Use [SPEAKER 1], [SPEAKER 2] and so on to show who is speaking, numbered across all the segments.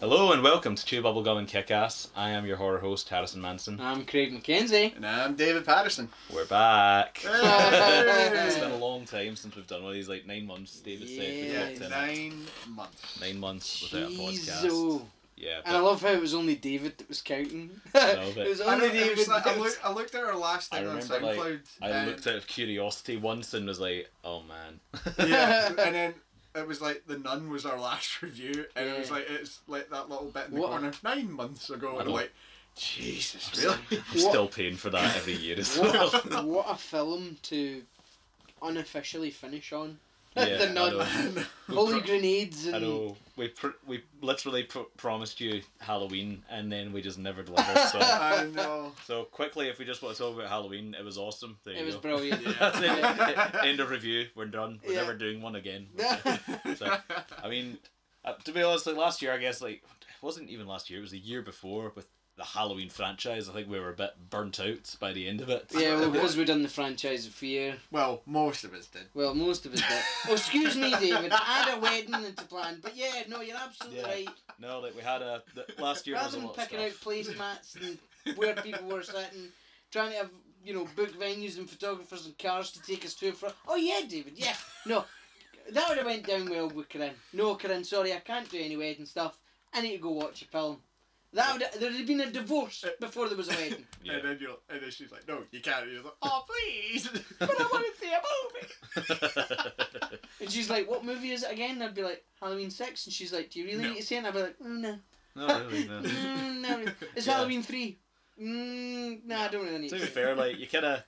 [SPEAKER 1] Hello and welcome to Chew Bubblegum and Kickass. I am your horror host, Harrison Manson.
[SPEAKER 2] I'm Craig McKenzie.
[SPEAKER 3] And I'm David Patterson.
[SPEAKER 1] We're back. it's been
[SPEAKER 3] Hey!
[SPEAKER 1] a long time since we've done one of these, like nine months, David
[SPEAKER 2] Yeah,
[SPEAKER 1] said.
[SPEAKER 3] yeah,
[SPEAKER 1] we got in
[SPEAKER 3] nine months.
[SPEAKER 1] Nine months without a podcast.
[SPEAKER 2] Jeez-o.
[SPEAKER 1] Yeah,
[SPEAKER 2] And I
[SPEAKER 1] but
[SPEAKER 2] love how it was only David that was counting.
[SPEAKER 1] love it.
[SPEAKER 2] it was
[SPEAKER 3] I,
[SPEAKER 2] only
[SPEAKER 3] don't, it
[SPEAKER 2] David.
[SPEAKER 3] was like, I,
[SPEAKER 2] that
[SPEAKER 3] look,
[SPEAKER 2] was-
[SPEAKER 3] I looked at our last
[SPEAKER 1] I
[SPEAKER 3] thing on
[SPEAKER 1] remember, like,
[SPEAKER 3] SoundCloud.
[SPEAKER 1] I
[SPEAKER 3] and,
[SPEAKER 1] looked out of curiosity once and was like, oh man.
[SPEAKER 3] Yeah, and then it was like the nun was our last review, and it was
[SPEAKER 2] Yeah.
[SPEAKER 3] like it's like that little bit in the
[SPEAKER 2] What?
[SPEAKER 3] corner nine months ago,
[SPEAKER 1] I
[SPEAKER 3] and I'm
[SPEAKER 1] know.
[SPEAKER 3] like, Jesus, really?
[SPEAKER 1] I'm still paying for that every year as well.
[SPEAKER 2] what, a, what a film to unofficially finish on.
[SPEAKER 1] Yeah,
[SPEAKER 2] the
[SPEAKER 1] I
[SPEAKER 2] nun.
[SPEAKER 1] know. We
[SPEAKER 2] Holy
[SPEAKER 1] pro-
[SPEAKER 2] grenades
[SPEAKER 1] I
[SPEAKER 2] and
[SPEAKER 1] know we pr- we literally pr- promised you Halloween and then we just never delivered. So
[SPEAKER 3] I know.
[SPEAKER 1] So quickly, if we just want to talk about Halloween, it was awesome. There
[SPEAKER 2] it
[SPEAKER 1] you
[SPEAKER 2] was
[SPEAKER 1] go.
[SPEAKER 2] brilliant.
[SPEAKER 1] That's it.
[SPEAKER 3] Yeah.
[SPEAKER 1] End of review. We're done. We're
[SPEAKER 2] Yeah.
[SPEAKER 1] never doing one again. So,
[SPEAKER 3] yeah,
[SPEAKER 1] I mean, uh, to be honest, like last year, I guess like it wasn't even last year. It was the year before with the Halloween franchise. I think we were a bit burnt out by the end of it.
[SPEAKER 2] yeah, well, because we done the franchise of fear.
[SPEAKER 3] well, most of us did.
[SPEAKER 2] Well, most of us did. Oh, excuse me, David. I had a wedding to plan, but yeah, no, you're absolutely
[SPEAKER 1] Yeah.
[SPEAKER 2] right.
[SPEAKER 1] No, like we had a the, last year. there was
[SPEAKER 2] Rather
[SPEAKER 1] a
[SPEAKER 2] than
[SPEAKER 1] lot of
[SPEAKER 2] picking out
[SPEAKER 1] stuff.
[SPEAKER 2] placemats and where people were sitting, trying to have you know book venues and photographers and cars to take us to and from. Oh yeah, David. Yeah, no, that would have went down well with Corinne. No, Corinne, sorry, I can't do any wedding stuff. I need to go watch a film. That would there'd have been a divorce before there was a wedding.
[SPEAKER 3] And
[SPEAKER 1] Yeah.
[SPEAKER 3] then you and then she's like, no, you can't. And you're like, oh, please.
[SPEAKER 2] but I want to see a movie. And she's like, "What movie is it again?" And I'd be like, "Halloween 6. And she's like, "Do you really
[SPEAKER 3] No.
[SPEAKER 2] need to see it?" And I'd be like, "Mm, "No,
[SPEAKER 1] no, really. No.
[SPEAKER 2] mm, no, it's
[SPEAKER 1] Yeah.
[SPEAKER 2] Halloween three. Mm, no, I don't really need."
[SPEAKER 1] to
[SPEAKER 2] To
[SPEAKER 1] be
[SPEAKER 2] see it."
[SPEAKER 1] fair, like you kind of.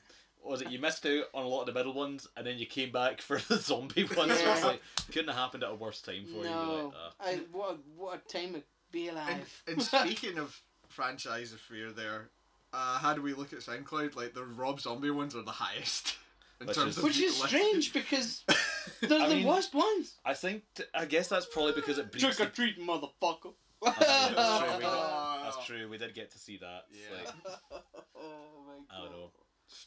[SPEAKER 1] Was it you missed out on a lot of the middle ones, and then you came back for the zombie ones? So it's
[SPEAKER 2] Yeah.
[SPEAKER 1] like couldn't have happened at a worse time for you. You're
[SPEAKER 2] No,
[SPEAKER 1] Like, "Ah."
[SPEAKER 2] I, what a, what a time to be
[SPEAKER 3] And,
[SPEAKER 2] alive.
[SPEAKER 3] and speaking of franchise of fear, there, uh, how do we look at SoundCloud? Like the Rob Zombie ones are the highest in
[SPEAKER 1] Which
[SPEAKER 3] terms
[SPEAKER 1] is-
[SPEAKER 3] of
[SPEAKER 2] which is
[SPEAKER 3] people
[SPEAKER 2] strange because they're
[SPEAKER 1] I
[SPEAKER 2] the
[SPEAKER 1] mean-
[SPEAKER 2] worst ones.
[SPEAKER 1] I think t- I guess that's probably because it breeds. the-
[SPEAKER 2] treat, motherfucker.
[SPEAKER 1] That's
[SPEAKER 3] listening.
[SPEAKER 1] true,
[SPEAKER 3] Oh.
[SPEAKER 1] that's true. We did get to see that. It's
[SPEAKER 3] Yeah.
[SPEAKER 1] like,
[SPEAKER 2] Oh my god.
[SPEAKER 1] I don't know.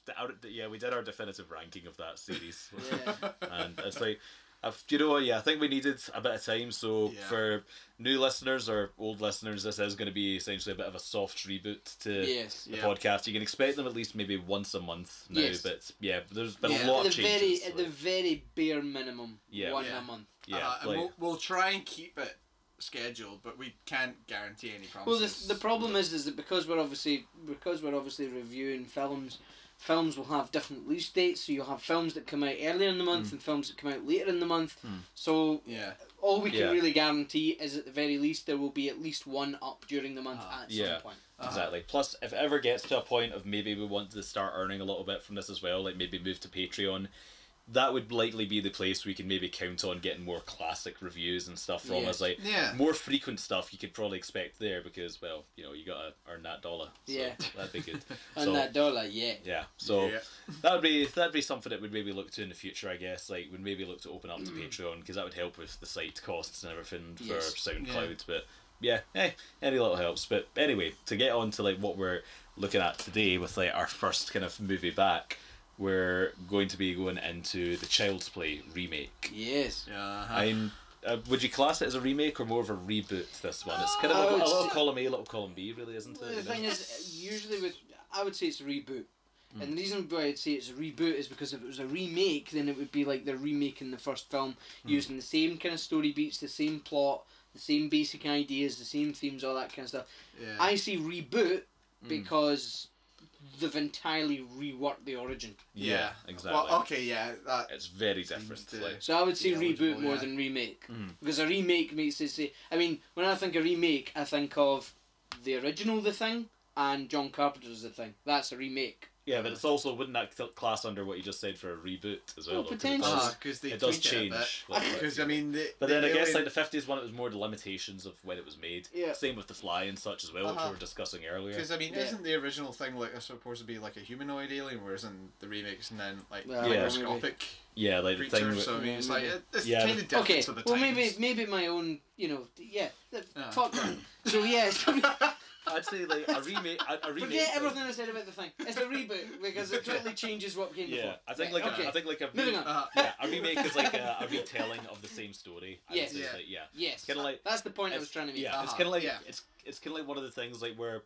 [SPEAKER 1] the- our- the- yeah, we did our definitive ranking of that series,
[SPEAKER 2] Yeah.
[SPEAKER 1] and it's like. I've, you know what? Yeah, I think we needed a bit of time. So
[SPEAKER 3] Yeah.
[SPEAKER 1] for new listeners or old listeners, this is going to be essentially a bit of a soft reboot to
[SPEAKER 2] Yes.
[SPEAKER 1] the
[SPEAKER 3] Yeah.
[SPEAKER 1] podcast. You can expect them at least maybe once a month now.
[SPEAKER 2] Yes.
[SPEAKER 1] But yeah, there's been
[SPEAKER 3] Yeah.
[SPEAKER 1] a lot
[SPEAKER 2] At the
[SPEAKER 1] of changes.
[SPEAKER 2] very, at
[SPEAKER 1] like,
[SPEAKER 2] the very bare minimum,
[SPEAKER 1] Yeah.
[SPEAKER 2] one
[SPEAKER 3] Yeah.
[SPEAKER 2] a month.
[SPEAKER 1] yeah,
[SPEAKER 3] Uh, and
[SPEAKER 1] like,
[SPEAKER 3] we'll, we'll try and keep it scheduled, but we can't guarantee any
[SPEAKER 2] Well,
[SPEAKER 3] promises.
[SPEAKER 2] the, the problem is, is that because we're obviously because we're obviously reviewing films, films will have different release dates. So you'll have films that come out earlier in the
[SPEAKER 1] Hmm.
[SPEAKER 2] month and films that come out later in the month.
[SPEAKER 1] Mm.
[SPEAKER 2] So
[SPEAKER 3] Yeah.
[SPEAKER 2] all we can
[SPEAKER 1] Yeah.
[SPEAKER 2] really guarantee is at the very least there will be at least one up during the month
[SPEAKER 3] Ah,
[SPEAKER 2] at
[SPEAKER 1] yeah.
[SPEAKER 2] some point.
[SPEAKER 3] Uh-huh.
[SPEAKER 1] Exactly. Plus, if it ever gets to a point of maybe we want to start earning a little bit from this as well, like maybe move to Patreon, that would likely be the place we can maybe count on getting more classic reviews and stuff from us.
[SPEAKER 2] Yes.
[SPEAKER 1] Like
[SPEAKER 3] Yeah.
[SPEAKER 1] more frequent stuff you could probably expect there because well, you know, you gotta earn that dollar. So
[SPEAKER 2] Yeah.
[SPEAKER 1] That'd be good.
[SPEAKER 2] And
[SPEAKER 1] So-
[SPEAKER 2] that dollar, yeah.
[SPEAKER 1] Yeah. So
[SPEAKER 3] Yeah.
[SPEAKER 1] that would be that'd be something that we'd maybe look to in the future, I guess. Like we'd maybe look to open up to Patreon because that would help with the site costs and everything for
[SPEAKER 2] Yes.
[SPEAKER 1] SoundCloud. But yeah, eh, any little helps. But anyway, to get on to like what we're looking at today with like our first kind of movie back, we're going to be going into the Child's Play remake.
[SPEAKER 2] Yes.
[SPEAKER 3] Uh-huh.
[SPEAKER 1] I'm. Uh, would you class it as a remake or more of a reboot? This one, it's kind of
[SPEAKER 2] I
[SPEAKER 1] like a,
[SPEAKER 2] would
[SPEAKER 1] little
[SPEAKER 2] say-
[SPEAKER 1] column A, little column B, really, isn't
[SPEAKER 2] The
[SPEAKER 1] it? you know?
[SPEAKER 2] thing is, uh, usually with I would say it's a reboot,
[SPEAKER 1] Hmm.
[SPEAKER 2] and the reason why I'd say it's a reboot is because if it was a remake, then it would be like they're remaking the first film,
[SPEAKER 1] Hmm.
[SPEAKER 2] using the same kind of story beats, the same plot, the same basic ideas, the same themes, all that kind of stuff.
[SPEAKER 3] yeah.
[SPEAKER 1] Hmm.
[SPEAKER 2] I see reboot because they've entirely reworked the origin.
[SPEAKER 1] Yeah, exactly.
[SPEAKER 3] Well, okay, yeah. That,
[SPEAKER 1] It's very different.
[SPEAKER 3] to-
[SPEAKER 1] Like,
[SPEAKER 2] So I would say
[SPEAKER 3] Yeah,
[SPEAKER 2] reboot
[SPEAKER 3] eligible,
[SPEAKER 2] more
[SPEAKER 3] yeah.
[SPEAKER 2] than remake
[SPEAKER 1] Mm.
[SPEAKER 2] because a remake makes it say. I mean, when I think of remake, I think of the original The Thing and John Carpenter's The Thing. That's a remake.
[SPEAKER 1] yeah, but it's also wouldn't that cl- class under what you just said for a reboot as well? though,
[SPEAKER 2] Well,
[SPEAKER 1] 'cause it
[SPEAKER 2] Oh, potentially.
[SPEAKER 1] does-
[SPEAKER 3] ah, because they
[SPEAKER 1] It does
[SPEAKER 3] tweak it a bit.
[SPEAKER 1] change. a little bit,
[SPEAKER 3] Because
[SPEAKER 1] yeah.
[SPEAKER 3] I mean, the,
[SPEAKER 1] But
[SPEAKER 3] the
[SPEAKER 1] then I guess like
[SPEAKER 3] alien-
[SPEAKER 1] the fifties one, it was more the limitations of when it was made.
[SPEAKER 2] Yeah.
[SPEAKER 1] Same with the Fly and such as well, which
[SPEAKER 3] Uh-huh.
[SPEAKER 1] we were discussing earlier.
[SPEAKER 3] Because I mean,
[SPEAKER 2] Yeah.
[SPEAKER 3] isn't the original thing like supposed to be like a humanoid alien, whereas in the remakes and then like
[SPEAKER 2] Well,
[SPEAKER 1] Yeah.
[SPEAKER 3] microscopic
[SPEAKER 1] Yeah, like the thing.
[SPEAKER 3] creature?
[SPEAKER 1] with-
[SPEAKER 3] So I mean, it's like it, it's
[SPEAKER 1] Yeah,
[SPEAKER 3] kind of different
[SPEAKER 2] okay.
[SPEAKER 3] to the
[SPEAKER 2] well,
[SPEAKER 3] times.
[SPEAKER 2] maybe maybe my own. You know, th- yeah. The,
[SPEAKER 3] Ah.
[SPEAKER 2] Fuck that. So yeah, it's-
[SPEAKER 1] I'd say like a remake. A, a remake.
[SPEAKER 2] forget
[SPEAKER 1] like-
[SPEAKER 2] everything I said about the thing. It's a reboot because it totally changes what came
[SPEAKER 1] Yeah,
[SPEAKER 2] before.
[SPEAKER 1] I think
[SPEAKER 2] Right,
[SPEAKER 1] like
[SPEAKER 2] okay.
[SPEAKER 1] a, I think like a
[SPEAKER 2] Moving
[SPEAKER 1] re-
[SPEAKER 2] on.
[SPEAKER 3] Uh,
[SPEAKER 1] Yeah, a remake is like a, a retelling of the same story. I would
[SPEAKER 2] Yes.
[SPEAKER 1] say,
[SPEAKER 3] Yeah.
[SPEAKER 1] like, yeah.
[SPEAKER 2] yes,
[SPEAKER 1] Kinda like-
[SPEAKER 2] that's the point I
[SPEAKER 1] it's-
[SPEAKER 2] was trying to make.
[SPEAKER 1] Yeah, it's
[SPEAKER 3] Uh-huh,
[SPEAKER 1] kind of like
[SPEAKER 3] yeah.
[SPEAKER 1] it's it's kind of like one of the things like where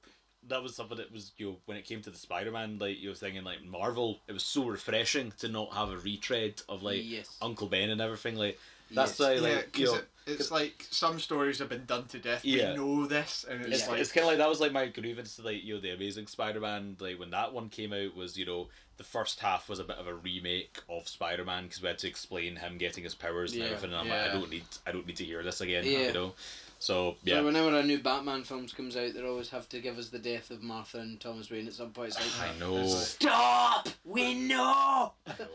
[SPEAKER 1] that was something that was you know, when it came to the Spider-Man like you were thinking like Marvel it was so refreshing to not have a retread of like
[SPEAKER 2] yes.
[SPEAKER 1] Uncle Ben and everything like
[SPEAKER 2] yes.
[SPEAKER 1] that's why
[SPEAKER 3] yeah,
[SPEAKER 1] like you
[SPEAKER 3] 'cause
[SPEAKER 1] know,
[SPEAKER 3] it, it's like some stories have been done to death.
[SPEAKER 1] Yeah.
[SPEAKER 3] We know this, and it's
[SPEAKER 1] It's,
[SPEAKER 3] like
[SPEAKER 1] it's kind of like that was like my grievance to like you know the Amazing Spider-Man like when that one came out was you know the first half was a bit of a remake of Spider-Man because we had to explain him getting his powers
[SPEAKER 2] Yeah.
[SPEAKER 1] and everything and I'm like
[SPEAKER 3] Yeah.
[SPEAKER 1] I don't need I don't need to hear this again
[SPEAKER 2] Yeah.
[SPEAKER 1] you know so
[SPEAKER 2] Yeah.
[SPEAKER 1] yeah
[SPEAKER 2] So whenever a new Batman films comes out, they always have to give us the death of Martha and Thomas Wayne at some point. It's like,
[SPEAKER 1] I know,
[SPEAKER 2] stop! We know.
[SPEAKER 1] I know.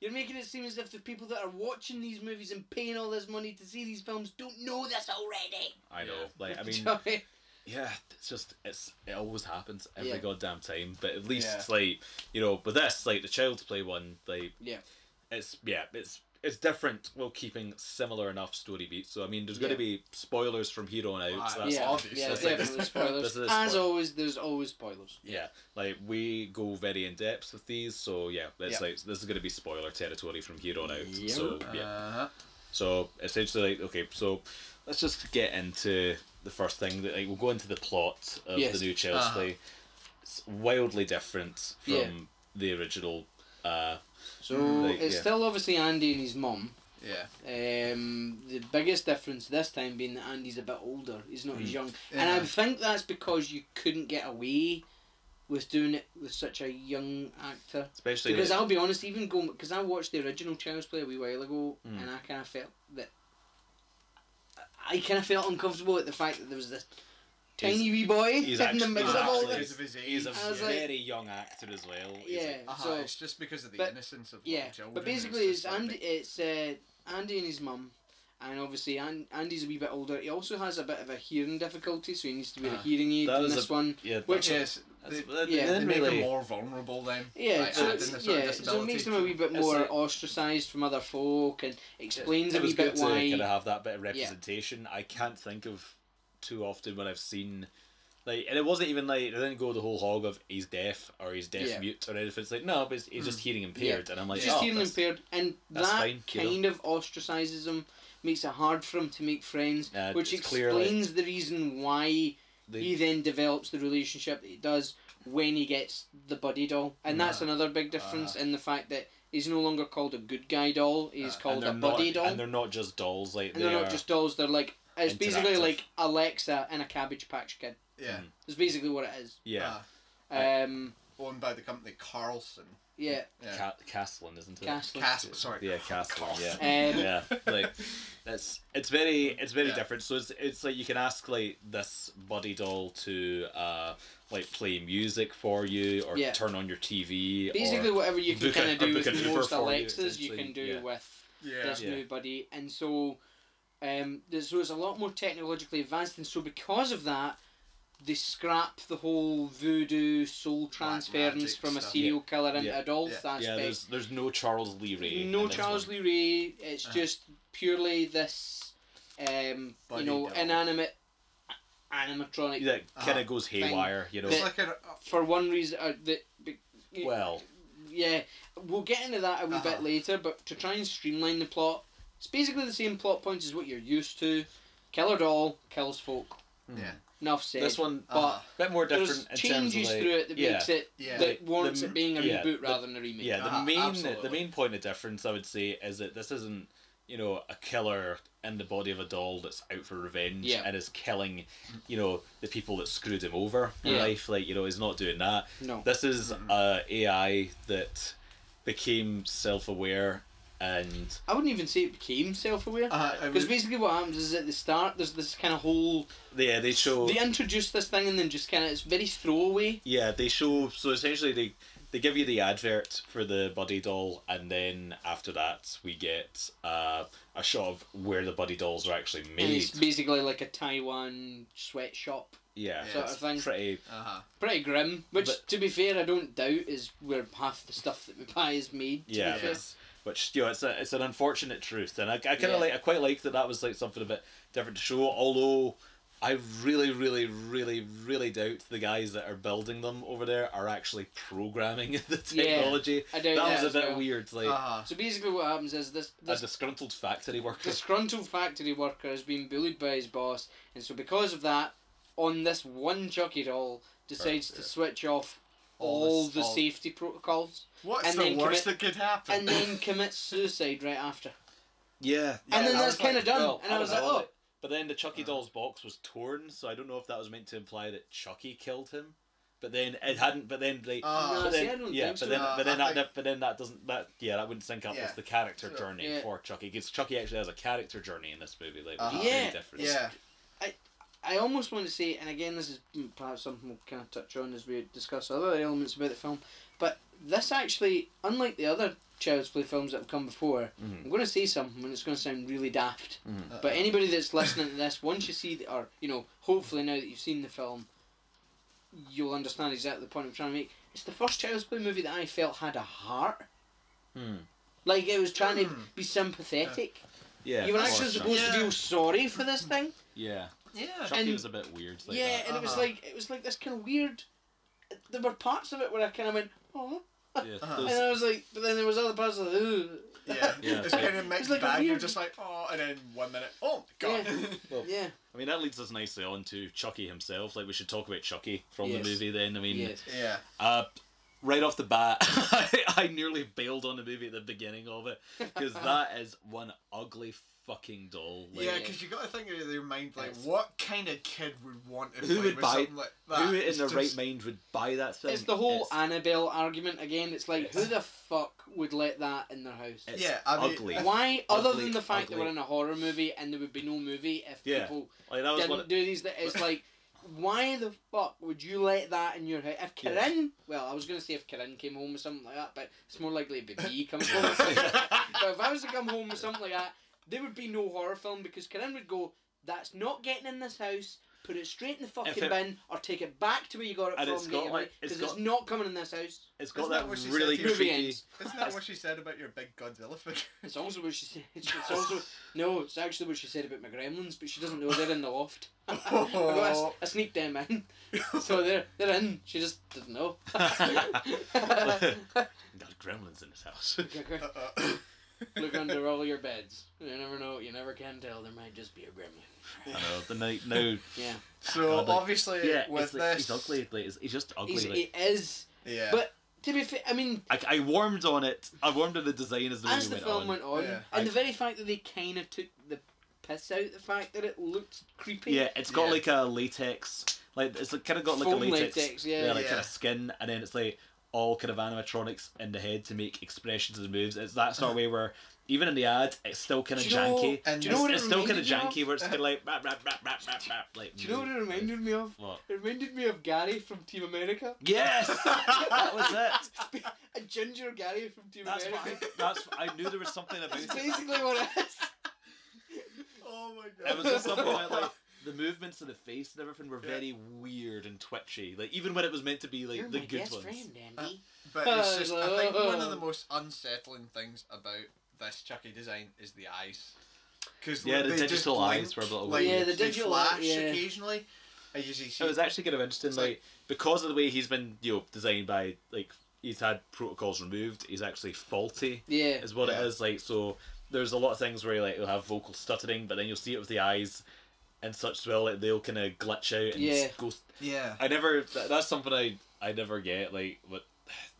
[SPEAKER 2] You're making it seem as if the people that are watching these movies and paying all this money to see these films don't know this already.
[SPEAKER 1] I know.
[SPEAKER 3] Yeah.
[SPEAKER 1] Like I mean,
[SPEAKER 2] Sorry.
[SPEAKER 1] yeah, it's just it's it always happens every
[SPEAKER 2] Yeah.
[SPEAKER 1] goddamn time. But at least
[SPEAKER 3] Yeah.
[SPEAKER 1] like you know, with this like the child's play one, like
[SPEAKER 2] Yeah.
[SPEAKER 1] it's yeah, it's it's different while keeping similar enough story beats. So I mean, there's going
[SPEAKER 2] Yeah.
[SPEAKER 1] to be spoilers from here on out. so
[SPEAKER 3] Ah,
[SPEAKER 1] that's
[SPEAKER 2] yeah,
[SPEAKER 3] obvious.
[SPEAKER 2] yeah,
[SPEAKER 1] That's like-
[SPEAKER 2] definitely
[SPEAKER 1] this
[SPEAKER 2] spoilers.
[SPEAKER 1] is a
[SPEAKER 2] As
[SPEAKER 1] spoiler.
[SPEAKER 2] always, there's always spoilers.
[SPEAKER 1] yeah, like we go very in depth with these. So yeah, it's
[SPEAKER 3] Yeah.
[SPEAKER 1] like this is going to be spoiler territory from here on out.
[SPEAKER 2] Yep.
[SPEAKER 1] So yeah.
[SPEAKER 3] uh,
[SPEAKER 1] So essentially, like, okay, so let's just get into the first thing. That like, we'll go into the plot of
[SPEAKER 2] Yes.
[SPEAKER 1] the new Child's
[SPEAKER 3] Uh-huh.
[SPEAKER 1] Play. It's wildly different from
[SPEAKER 2] Yeah.
[SPEAKER 1] the original. Uh,
[SPEAKER 2] So
[SPEAKER 1] Like,
[SPEAKER 2] it's
[SPEAKER 1] yeah.
[SPEAKER 2] still obviously Andy and his mum.
[SPEAKER 3] yeah.
[SPEAKER 2] Um, the biggest difference this time being that Andy's a bit older. He's not as
[SPEAKER 1] Mm.
[SPEAKER 2] young, and I
[SPEAKER 3] Yeah.
[SPEAKER 2] think that's because you couldn't get away with doing it with such a young actor.
[SPEAKER 1] especially
[SPEAKER 2] Because
[SPEAKER 1] like-
[SPEAKER 2] I'll be honest, even going because I watched the original Child's Play a wee while ago,
[SPEAKER 1] Mm.
[SPEAKER 2] and I kind of felt that I kind of felt uncomfortable at the fact that there was this
[SPEAKER 1] He's-
[SPEAKER 2] tiny wee boy
[SPEAKER 1] he's
[SPEAKER 2] in the
[SPEAKER 1] actually-
[SPEAKER 2] middle
[SPEAKER 1] he's
[SPEAKER 2] of all
[SPEAKER 1] actually-
[SPEAKER 2] this.
[SPEAKER 3] because of his age.
[SPEAKER 1] he's a
[SPEAKER 2] I was like-
[SPEAKER 1] very young actor as well. He's
[SPEAKER 2] Yeah,
[SPEAKER 1] like-
[SPEAKER 3] uh-huh,
[SPEAKER 2] so
[SPEAKER 3] it's just because of the
[SPEAKER 2] but-
[SPEAKER 3] innocence of
[SPEAKER 2] Yeah,
[SPEAKER 3] little children.
[SPEAKER 2] but basically,
[SPEAKER 3] it's
[SPEAKER 2] it's
[SPEAKER 3] just like
[SPEAKER 2] Andy. It's uh, Andy and his mum, and obviously An- Andy's a wee bit older. He also has a bit of a hearing difficulty, so he needs to wear a
[SPEAKER 3] Ah.
[SPEAKER 2] hearing aid
[SPEAKER 1] That
[SPEAKER 2] in
[SPEAKER 1] was a-
[SPEAKER 2] this one.
[SPEAKER 1] yeah,
[SPEAKER 3] the-
[SPEAKER 2] Which-
[SPEAKER 3] Yes,
[SPEAKER 1] that's,
[SPEAKER 3] they,
[SPEAKER 1] that-
[SPEAKER 2] yeah,
[SPEAKER 1] that
[SPEAKER 3] they
[SPEAKER 1] didn't
[SPEAKER 3] make
[SPEAKER 1] really-
[SPEAKER 3] him more vulnerable then.
[SPEAKER 2] Yeah,
[SPEAKER 3] like,
[SPEAKER 2] so
[SPEAKER 3] adding
[SPEAKER 2] it's,
[SPEAKER 3] the sort of
[SPEAKER 2] yeah, so it
[SPEAKER 3] disability
[SPEAKER 2] makes him a wee bit
[SPEAKER 1] It's
[SPEAKER 2] more
[SPEAKER 1] like-
[SPEAKER 2] ostracised from other folk and explains
[SPEAKER 1] it
[SPEAKER 2] a wee
[SPEAKER 1] was
[SPEAKER 2] bit
[SPEAKER 1] good to
[SPEAKER 2] why.
[SPEAKER 1] kind of have that bit of representation. I can't think of too often when I've seen like, and it wasn't even like I didn't go the whole hog of he's deaf or he's deaf
[SPEAKER 2] Yeah.
[SPEAKER 1] mute or anything. It's like no, but he's, he's just hearing impaired, and I'm like,
[SPEAKER 2] He's just
[SPEAKER 1] oh,
[SPEAKER 2] hearing
[SPEAKER 1] that's-
[SPEAKER 2] impaired, and
[SPEAKER 1] that's
[SPEAKER 2] that
[SPEAKER 1] fine, you know.
[SPEAKER 2] kind of ostracizes him, makes it hard for him to make friends,
[SPEAKER 1] Yeah,
[SPEAKER 2] which
[SPEAKER 1] it's clear,
[SPEAKER 2] explains
[SPEAKER 1] like-
[SPEAKER 2] the reason why
[SPEAKER 1] They-
[SPEAKER 2] he then develops the relationship that he does when he gets the buddy doll, and that's another big
[SPEAKER 1] Ah.
[SPEAKER 2] difference in the fact that he's no longer called a good guy doll; he's
[SPEAKER 3] Uh, and
[SPEAKER 2] called
[SPEAKER 1] they're
[SPEAKER 2] a buddy
[SPEAKER 1] not,
[SPEAKER 2] doll,
[SPEAKER 1] and they're not just dolls. Like
[SPEAKER 2] and
[SPEAKER 1] they
[SPEAKER 2] they're
[SPEAKER 1] are-
[SPEAKER 2] not just dolls; they're like it's basically
[SPEAKER 1] Interactive.
[SPEAKER 2] like Alexa and a Cabbage Patch Kid.
[SPEAKER 3] Yeah,
[SPEAKER 2] That's basically what it is.
[SPEAKER 1] yeah,
[SPEAKER 2] Um,
[SPEAKER 3] Uh, owned by the company Carlson.
[SPEAKER 2] yeah,
[SPEAKER 3] Yeah.
[SPEAKER 1] Ca- Castlin, isn't it?
[SPEAKER 2] Castle.
[SPEAKER 3] Casp, sorry.
[SPEAKER 1] Yeah, Castlin. Yeah.
[SPEAKER 2] Um,
[SPEAKER 1] yeah, like that's it's very it's very
[SPEAKER 3] Yeah.
[SPEAKER 1] different. So it's it's like you can ask like this buddy doll to uh like play music for you or
[SPEAKER 2] Yeah.
[SPEAKER 1] turn on your TV.
[SPEAKER 2] Basically,
[SPEAKER 1] or,
[SPEAKER 2] whatever you can
[SPEAKER 1] book a-
[SPEAKER 2] kind
[SPEAKER 1] or
[SPEAKER 2] of do
[SPEAKER 1] book an
[SPEAKER 2] with
[SPEAKER 1] Uber
[SPEAKER 2] most
[SPEAKER 1] for you,
[SPEAKER 2] Alexas, you,
[SPEAKER 1] essentially,
[SPEAKER 2] can do
[SPEAKER 1] yeah.
[SPEAKER 2] with
[SPEAKER 3] Yeah.
[SPEAKER 2] this
[SPEAKER 1] Yeah.
[SPEAKER 2] new buddy, and so, um, there's- so it's a lot more technologically advanced, and so because of that, they scrap the whole voodoo soul transference
[SPEAKER 3] magic
[SPEAKER 2] from a
[SPEAKER 3] stuff.
[SPEAKER 2] serial killer into
[SPEAKER 1] Yeah.
[SPEAKER 2] a doll
[SPEAKER 3] Yeah.
[SPEAKER 1] yeah,
[SPEAKER 2] aspect.
[SPEAKER 1] there's there's no Charles Lee Ray.
[SPEAKER 2] no
[SPEAKER 1] in this
[SPEAKER 2] Charles
[SPEAKER 1] one.
[SPEAKER 2] Lee Ray. It's
[SPEAKER 3] Uh-huh.
[SPEAKER 2] just purely this, um, you
[SPEAKER 3] Buddy
[SPEAKER 2] know,
[SPEAKER 3] doll.
[SPEAKER 2] inanimate animatronic
[SPEAKER 1] That kind
[SPEAKER 3] Uh-huh.
[SPEAKER 1] of goes haywire, you know.
[SPEAKER 3] It's like a
[SPEAKER 2] for one reason. Uh, that be-
[SPEAKER 1] Well,
[SPEAKER 2] Yeah, we'll get into that a wee
[SPEAKER 3] Uh-huh.
[SPEAKER 2] bit later, but to try and streamline the plot, it's basically the same plot points as what you're used to. Killer doll kills folk.
[SPEAKER 3] Yeah.
[SPEAKER 2] Enough said.
[SPEAKER 1] this one
[SPEAKER 2] but
[SPEAKER 3] uh,
[SPEAKER 1] a bit more different
[SPEAKER 2] there's
[SPEAKER 1] in terms of
[SPEAKER 2] changes
[SPEAKER 1] like,
[SPEAKER 2] through it that
[SPEAKER 1] yeah.
[SPEAKER 2] makes it
[SPEAKER 3] Yeah.
[SPEAKER 2] that warrants
[SPEAKER 1] The-
[SPEAKER 2] it being a
[SPEAKER 1] yeah, the-
[SPEAKER 2] reboot rather than a remake.
[SPEAKER 1] Yeah, the
[SPEAKER 3] Ah,
[SPEAKER 1] main the
[SPEAKER 3] absolutely.
[SPEAKER 1] main point of difference I would say is that this isn't you know, a killer in the body of a doll that's out for revenge
[SPEAKER 2] Yeah.
[SPEAKER 1] and is killing, you know, the people that screwed him over in
[SPEAKER 2] Yeah.
[SPEAKER 1] life. Like, you know, he's not doing that.
[SPEAKER 2] No.
[SPEAKER 1] This is uh, AI that became self aware and
[SPEAKER 2] I wouldn't even say it became self-aware.
[SPEAKER 3] Uh, I
[SPEAKER 2] Because
[SPEAKER 3] would-
[SPEAKER 2] basically what happens is at the start there's this kind of whole
[SPEAKER 1] yeah, they show
[SPEAKER 2] they introduce this thing and then just kind of it's very throwaway.
[SPEAKER 1] Yeah, they show so essentially they they give you the advert for the buddy doll, and then after that we get uh, a shot of where the buddy dolls are actually
[SPEAKER 2] And
[SPEAKER 1] made.
[SPEAKER 2] it's basically like a Taiwan sweatshop
[SPEAKER 1] yeah,
[SPEAKER 3] Yeah.
[SPEAKER 2] sort
[SPEAKER 1] it's
[SPEAKER 2] of thing.
[SPEAKER 1] pretty.
[SPEAKER 3] Uh-huh.
[SPEAKER 2] Pretty grim. Which,
[SPEAKER 1] But-
[SPEAKER 2] to be fair, I don't doubt is where half the stuff that we buy is made. To
[SPEAKER 1] Yeah.
[SPEAKER 2] Be fair.
[SPEAKER 3] Yes.
[SPEAKER 1] Which you know, it's a it's an unfortunate truth, and I, I kind of
[SPEAKER 2] Yeah.
[SPEAKER 1] like I quite like that that was like something a bit different to show. Although I really, really, really, really doubt the guys that are building them over there are actually programming the
[SPEAKER 2] Yeah,
[SPEAKER 1] technology.
[SPEAKER 2] I
[SPEAKER 1] that
[SPEAKER 2] doubt that
[SPEAKER 1] was a
[SPEAKER 2] as
[SPEAKER 1] bit
[SPEAKER 2] well.
[SPEAKER 1] weird. Like
[SPEAKER 3] Uh-huh.
[SPEAKER 2] So basically, what happens is this
[SPEAKER 1] a
[SPEAKER 2] this
[SPEAKER 1] disgruntled factory worker.
[SPEAKER 2] disgruntled factory worker is being bullied by his boss, and so because of that, on this one Chucky doll, decides to
[SPEAKER 3] Right.
[SPEAKER 2] switch off
[SPEAKER 3] All
[SPEAKER 2] all,
[SPEAKER 3] this-
[SPEAKER 2] the
[SPEAKER 3] all-
[SPEAKER 2] safety protocols
[SPEAKER 3] What's
[SPEAKER 2] And
[SPEAKER 3] the
[SPEAKER 2] then
[SPEAKER 3] worst
[SPEAKER 2] commit-
[SPEAKER 3] that could happen?
[SPEAKER 2] and then commits suicide right after.
[SPEAKER 1] yeah,
[SPEAKER 2] and then
[SPEAKER 3] I
[SPEAKER 2] that's
[SPEAKER 3] was like,
[SPEAKER 2] kind of done.
[SPEAKER 1] Well,
[SPEAKER 2] and I
[SPEAKER 1] don't
[SPEAKER 2] was like,
[SPEAKER 1] know,
[SPEAKER 2] oh,
[SPEAKER 1] like- But then the Chucky
[SPEAKER 3] Uh.
[SPEAKER 1] doll's box was torn, so I don't know if that was meant to imply that Chucky killed him. But then it hadn't. But then they.
[SPEAKER 3] Ah.
[SPEAKER 2] No,
[SPEAKER 1] but
[SPEAKER 2] see,
[SPEAKER 1] then,
[SPEAKER 2] I don't
[SPEAKER 1] yeah,
[SPEAKER 2] think
[SPEAKER 1] but
[SPEAKER 2] so.
[SPEAKER 1] then,
[SPEAKER 3] Uh,
[SPEAKER 1] but then
[SPEAKER 3] I
[SPEAKER 1] that,
[SPEAKER 3] think-
[SPEAKER 1] but then that doesn't that yeah that wouldn't sync up
[SPEAKER 3] Yeah.
[SPEAKER 1] with the character
[SPEAKER 3] Sure.
[SPEAKER 1] journey
[SPEAKER 2] Yeah.
[SPEAKER 1] for Chucky because Chucky actually has a character journey in this movie like which
[SPEAKER 3] Uh-huh.
[SPEAKER 1] is very
[SPEAKER 2] Yeah.
[SPEAKER 1] different.
[SPEAKER 3] yeah.
[SPEAKER 2] I almost want to say, and again, this is perhaps something we'll kind of touch on as we discuss other elements about the film, but this actually, unlike the other Child's Play films that have come before,
[SPEAKER 1] Mhm.
[SPEAKER 2] I'm going to say something and it's going to sound really daft.
[SPEAKER 3] Uh,
[SPEAKER 1] Mhm.
[SPEAKER 2] But anybody that's listening to this, once you see, the, or, you know, hopefully now that you've seen the film, you'll understand exactly the point I'm trying to make. It's the first Child's Play movie that I felt had a heart.
[SPEAKER 1] Hmm.
[SPEAKER 2] Like it was trying to
[SPEAKER 3] Hmm.
[SPEAKER 2] be sympathetic.
[SPEAKER 1] Yeah,
[SPEAKER 2] you were
[SPEAKER 1] of
[SPEAKER 2] actually
[SPEAKER 1] course,
[SPEAKER 2] supposed to
[SPEAKER 3] Yeah.
[SPEAKER 2] feel sorry for this thing.
[SPEAKER 1] Yeah,
[SPEAKER 3] Yeah.
[SPEAKER 1] Chucky
[SPEAKER 2] And-
[SPEAKER 1] was a bit weird. Like
[SPEAKER 2] yeah,
[SPEAKER 1] that.
[SPEAKER 2] and it was
[SPEAKER 3] Uh-huh.
[SPEAKER 2] like it was like this kind of weird. There were parts of it where I kind of went, oh,
[SPEAKER 1] yeah.
[SPEAKER 3] Uh-huh.
[SPEAKER 1] those-
[SPEAKER 2] and uh, I was like, but then there was other parts of ooh.
[SPEAKER 3] Yeah.
[SPEAKER 1] Yeah.
[SPEAKER 3] It's kind of mixed
[SPEAKER 2] like a
[SPEAKER 3] bag. You're
[SPEAKER 2] weird-
[SPEAKER 3] just like, oh, and then one minute, oh my god.
[SPEAKER 2] Yeah. yeah,
[SPEAKER 1] I mean that leads us nicely on to Chucky himself. Like we should talk about Chucky from
[SPEAKER 2] Yes.
[SPEAKER 1] the movie. Then I mean,
[SPEAKER 2] yes.
[SPEAKER 3] yeah.
[SPEAKER 1] Uh, right off the bat, I, I nearly bailed on the movie at the beginning of it because that is one ugly fucking doll. Like,
[SPEAKER 3] Yeah, because you got to think of your mind, like,
[SPEAKER 2] Yes.
[SPEAKER 3] what kind of kid would want to
[SPEAKER 1] Who
[SPEAKER 3] play
[SPEAKER 1] would
[SPEAKER 3] with
[SPEAKER 1] buy-
[SPEAKER 3] something like that?
[SPEAKER 1] Who in
[SPEAKER 3] It's
[SPEAKER 1] their right
[SPEAKER 3] just-
[SPEAKER 1] mind would buy that thing?
[SPEAKER 2] It's the whole
[SPEAKER 1] It's,
[SPEAKER 2] Annabelle argument again. It's like, who
[SPEAKER 1] Yes.
[SPEAKER 2] the fuck would let that in their house?
[SPEAKER 1] it's
[SPEAKER 3] Yeah, I mean-
[SPEAKER 1] ugly.
[SPEAKER 3] I-
[SPEAKER 2] Why, other
[SPEAKER 1] ugly,
[SPEAKER 2] than the fact that
[SPEAKER 1] ugly.
[SPEAKER 2] we're in a horror movie and there would be no movie if
[SPEAKER 1] Yeah.
[SPEAKER 2] people
[SPEAKER 1] like, that was one
[SPEAKER 2] didn't
[SPEAKER 1] of,
[SPEAKER 2] do these, that it's like, why the fuck would you let that in your house? If
[SPEAKER 1] Yeah.
[SPEAKER 2] Corinne, well, I was going to say if Corinne came home with something like that, but it's more likely it'd be me coming home with something But if I was to come home with something like that, there would be no horror film because Corinne would go, "That's not getting in this house. Put it straight in the fucking
[SPEAKER 1] it-
[SPEAKER 2] bin, or take it back to where you got it
[SPEAKER 1] And
[SPEAKER 2] from.
[SPEAKER 1] it's got, like- it's
[SPEAKER 2] because it's
[SPEAKER 1] got-
[SPEAKER 2] not coming in this house."
[SPEAKER 1] it's got
[SPEAKER 3] Isn't
[SPEAKER 1] that
[SPEAKER 3] that what she said
[SPEAKER 1] really
[SPEAKER 3] to you?
[SPEAKER 2] Movie
[SPEAKER 1] creepy.
[SPEAKER 2] ends.
[SPEAKER 3] Isn't that what she said about your big Godzilla figure?
[SPEAKER 2] It's also what she said. It's also no. It's actually what she said about my gremlins, but she doesn't know they're in the loft. I, got- I s- I sneaked them in, so they're they're in. She just didn't know.
[SPEAKER 1] Got gremlins in this house.
[SPEAKER 3] Uh-uh.
[SPEAKER 2] Look under all your beds. You never know. You never can tell. There might just be a gremlin.
[SPEAKER 1] I know. The night now.
[SPEAKER 2] Yeah,
[SPEAKER 3] so
[SPEAKER 1] God, like-
[SPEAKER 3] obviously,
[SPEAKER 1] Yeah,
[SPEAKER 3] with
[SPEAKER 1] it's like,
[SPEAKER 3] this,
[SPEAKER 1] he's ugly. Like, he's, he's just ugly.
[SPEAKER 2] he's,
[SPEAKER 1] like.
[SPEAKER 2] he is.
[SPEAKER 3] Yeah.
[SPEAKER 2] But to be fair, I mean,
[SPEAKER 1] I, I warmed on it. I warmed on the design as the movie
[SPEAKER 2] as the
[SPEAKER 1] went
[SPEAKER 2] film
[SPEAKER 1] on.
[SPEAKER 2] went on,
[SPEAKER 3] Yeah.
[SPEAKER 2] and
[SPEAKER 1] I-
[SPEAKER 2] the very fact that they kind of took the piss out the fact that it looked creepy.
[SPEAKER 1] Yeah, it's got
[SPEAKER 3] Yeah.
[SPEAKER 1] like a latex, like it's kind of got like
[SPEAKER 2] Foam
[SPEAKER 1] a latex,
[SPEAKER 2] latex, yeah.
[SPEAKER 1] like
[SPEAKER 3] Yeah.
[SPEAKER 1] kind of skin, and then it's like all kind of animatronics in the head to make expressions and moves. It's that sort of way where even in the ad, it's still kind of
[SPEAKER 2] Do you know-
[SPEAKER 1] janky.
[SPEAKER 3] and
[SPEAKER 2] Do you know what it
[SPEAKER 1] it's still kind of
[SPEAKER 2] reminded me
[SPEAKER 1] janky, where it's kind of like rap, rap, rap, rap, rap, rap, like.
[SPEAKER 2] Do you know what it reminded me of?
[SPEAKER 1] What?
[SPEAKER 2] It reminded me of Gary from Team America.
[SPEAKER 1] Yes, that was it.
[SPEAKER 2] a ginger Gary from Team
[SPEAKER 1] That's what. I,
[SPEAKER 2] America.
[SPEAKER 1] that's what- I knew there was something about
[SPEAKER 2] That's
[SPEAKER 1] it.
[SPEAKER 2] basically what it is.
[SPEAKER 3] oh my god.
[SPEAKER 1] It was just something about like. The movements of the face and everything were very weird and twitchy. Like even when it was meant to be like
[SPEAKER 2] You're
[SPEAKER 1] the
[SPEAKER 2] my
[SPEAKER 1] good
[SPEAKER 2] best
[SPEAKER 1] ones.
[SPEAKER 2] friend, Andy.
[SPEAKER 3] But it's just, I think one of
[SPEAKER 2] Oh.
[SPEAKER 3] the most unsettling things about this Chucky design is the eyes. Cause
[SPEAKER 1] Yeah,
[SPEAKER 3] like,
[SPEAKER 1] the
[SPEAKER 3] they just
[SPEAKER 1] digital
[SPEAKER 3] blink,
[SPEAKER 1] eyes were a little Oh,
[SPEAKER 3] like,
[SPEAKER 2] weird. Yeah, the
[SPEAKER 3] they
[SPEAKER 2] digital
[SPEAKER 3] flash
[SPEAKER 2] eye- yeah.
[SPEAKER 3] occasionally. And you see,
[SPEAKER 1] It was actually kind of interesting,
[SPEAKER 3] It's
[SPEAKER 1] like,
[SPEAKER 3] like-
[SPEAKER 1] because of the way he's been, you know, designed by like he's had protocols removed. He's actually faulty,
[SPEAKER 2] Yeah.
[SPEAKER 1] is what
[SPEAKER 3] Yeah.
[SPEAKER 1] it is. Like so, there's a lot of things where like you'll have vocal stuttering, but then you'll see it with the eyes and such as well. Like they'll kind of glitch out and
[SPEAKER 2] Yeah.
[SPEAKER 1] s- go.
[SPEAKER 3] yeah,
[SPEAKER 1] I never. That, that's something I I never get. Like what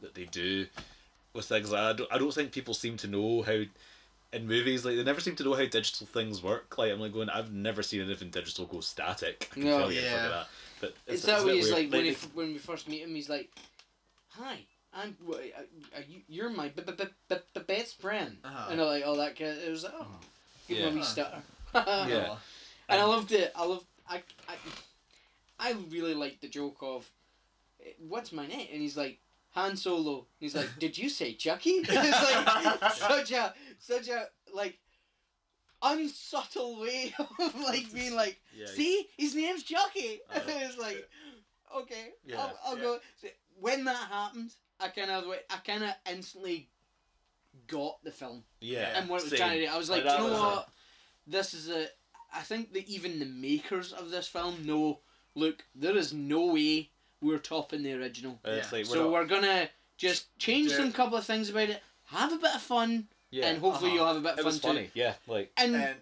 [SPEAKER 1] that they do with things. Like, I don't. I don't think people seem to know how in movies. Like they never seem to know how digital things work. Like I'm like going, I've never seen anything digital go static. I can
[SPEAKER 2] No.
[SPEAKER 1] tell you
[SPEAKER 3] Yeah.
[SPEAKER 1] yeah. that. But it's,
[SPEAKER 2] It's that
[SPEAKER 1] it's a
[SPEAKER 2] way.
[SPEAKER 1] bit
[SPEAKER 2] He's
[SPEAKER 1] weird.
[SPEAKER 2] like when, he, f- when we first meet him, he's like, "Hi, I'm. w- uh, uh, you- You're my b- b- b- b- best friend."
[SPEAKER 3] Uh-huh.
[SPEAKER 2] And I'm like, "Oh, that guy." It was like, "Oh, give him a
[SPEAKER 1] Uh-huh. Yeah.
[SPEAKER 2] wee stutter."
[SPEAKER 1] Yeah.
[SPEAKER 3] Uh-huh.
[SPEAKER 2] And I loved it. I loved. I. I, I really liked the joke of, "Eh, "What's my name?" And he's like, "Han Solo." And he's like, "Did you say Chucky?" it's like such a such a like unsubtle way of like being like.
[SPEAKER 1] yeah,
[SPEAKER 2] See, his name's Chucky.
[SPEAKER 1] Uh,
[SPEAKER 2] it's like, okay,
[SPEAKER 1] Yeah,
[SPEAKER 2] I'll, I'll
[SPEAKER 3] yeah.
[SPEAKER 2] go. So when that happened, I kind of, I kind of instantly got the film
[SPEAKER 1] yeah.
[SPEAKER 2] and what it was
[SPEAKER 1] same.
[SPEAKER 2] trying to do. I was like,
[SPEAKER 1] Like, that
[SPEAKER 2] you know
[SPEAKER 1] was it.
[SPEAKER 2] what? This is a. I think that even the makers of this film know. Look, there is no way we're topping the original,
[SPEAKER 1] And It's
[SPEAKER 3] Yeah.
[SPEAKER 1] like, we're
[SPEAKER 2] so
[SPEAKER 1] not-
[SPEAKER 2] we're gonna just change
[SPEAKER 3] Yeah.
[SPEAKER 2] some couple of things about it. Have a bit of fun,
[SPEAKER 1] yeah.
[SPEAKER 2] and hopefully
[SPEAKER 3] uh-huh.
[SPEAKER 2] you'll have a bit of
[SPEAKER 1] it
[SPEAKER 2] fun
[SPEAKER 1] was
[SPEAKER 2] too.
[SPEAKER 1] funny. Yeah, like
[SPEAKER 2] And,
[SPEAKER 3] And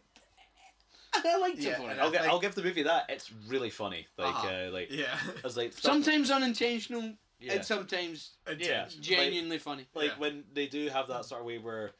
[SPEAKER 2] I liked
[SPEAKER 3] yeah,
[SPEAKER 2] it for
[SPEAKER 3] and
[SPEAKER 2] it.
[SPEAKER 3] I
[SPEAKER 1] I'll, get,
[SPEAKER 3] think-
[SPEAKER 1] I'll give the movie that. It's really funny. Like,
[SPEAKER 3] Uh-huh.
[SPEAKER 1] uh, like
[SPEAKER 3] yeah.
[SPEAKER 1] I was like, stuff-
[SPEAKER 2] Ah. Sometimes unintentional,
[SPEAKER 1] yeah.
[SPEAKER 2] and sometimes
[SPEAKER 1] Yeah.
[SPEAKER 2] genuinely funny.
[SPEAKER 1] like
[SPEAKER 3] Yeah.
[SPEAKER 1] when they do have that sort of way where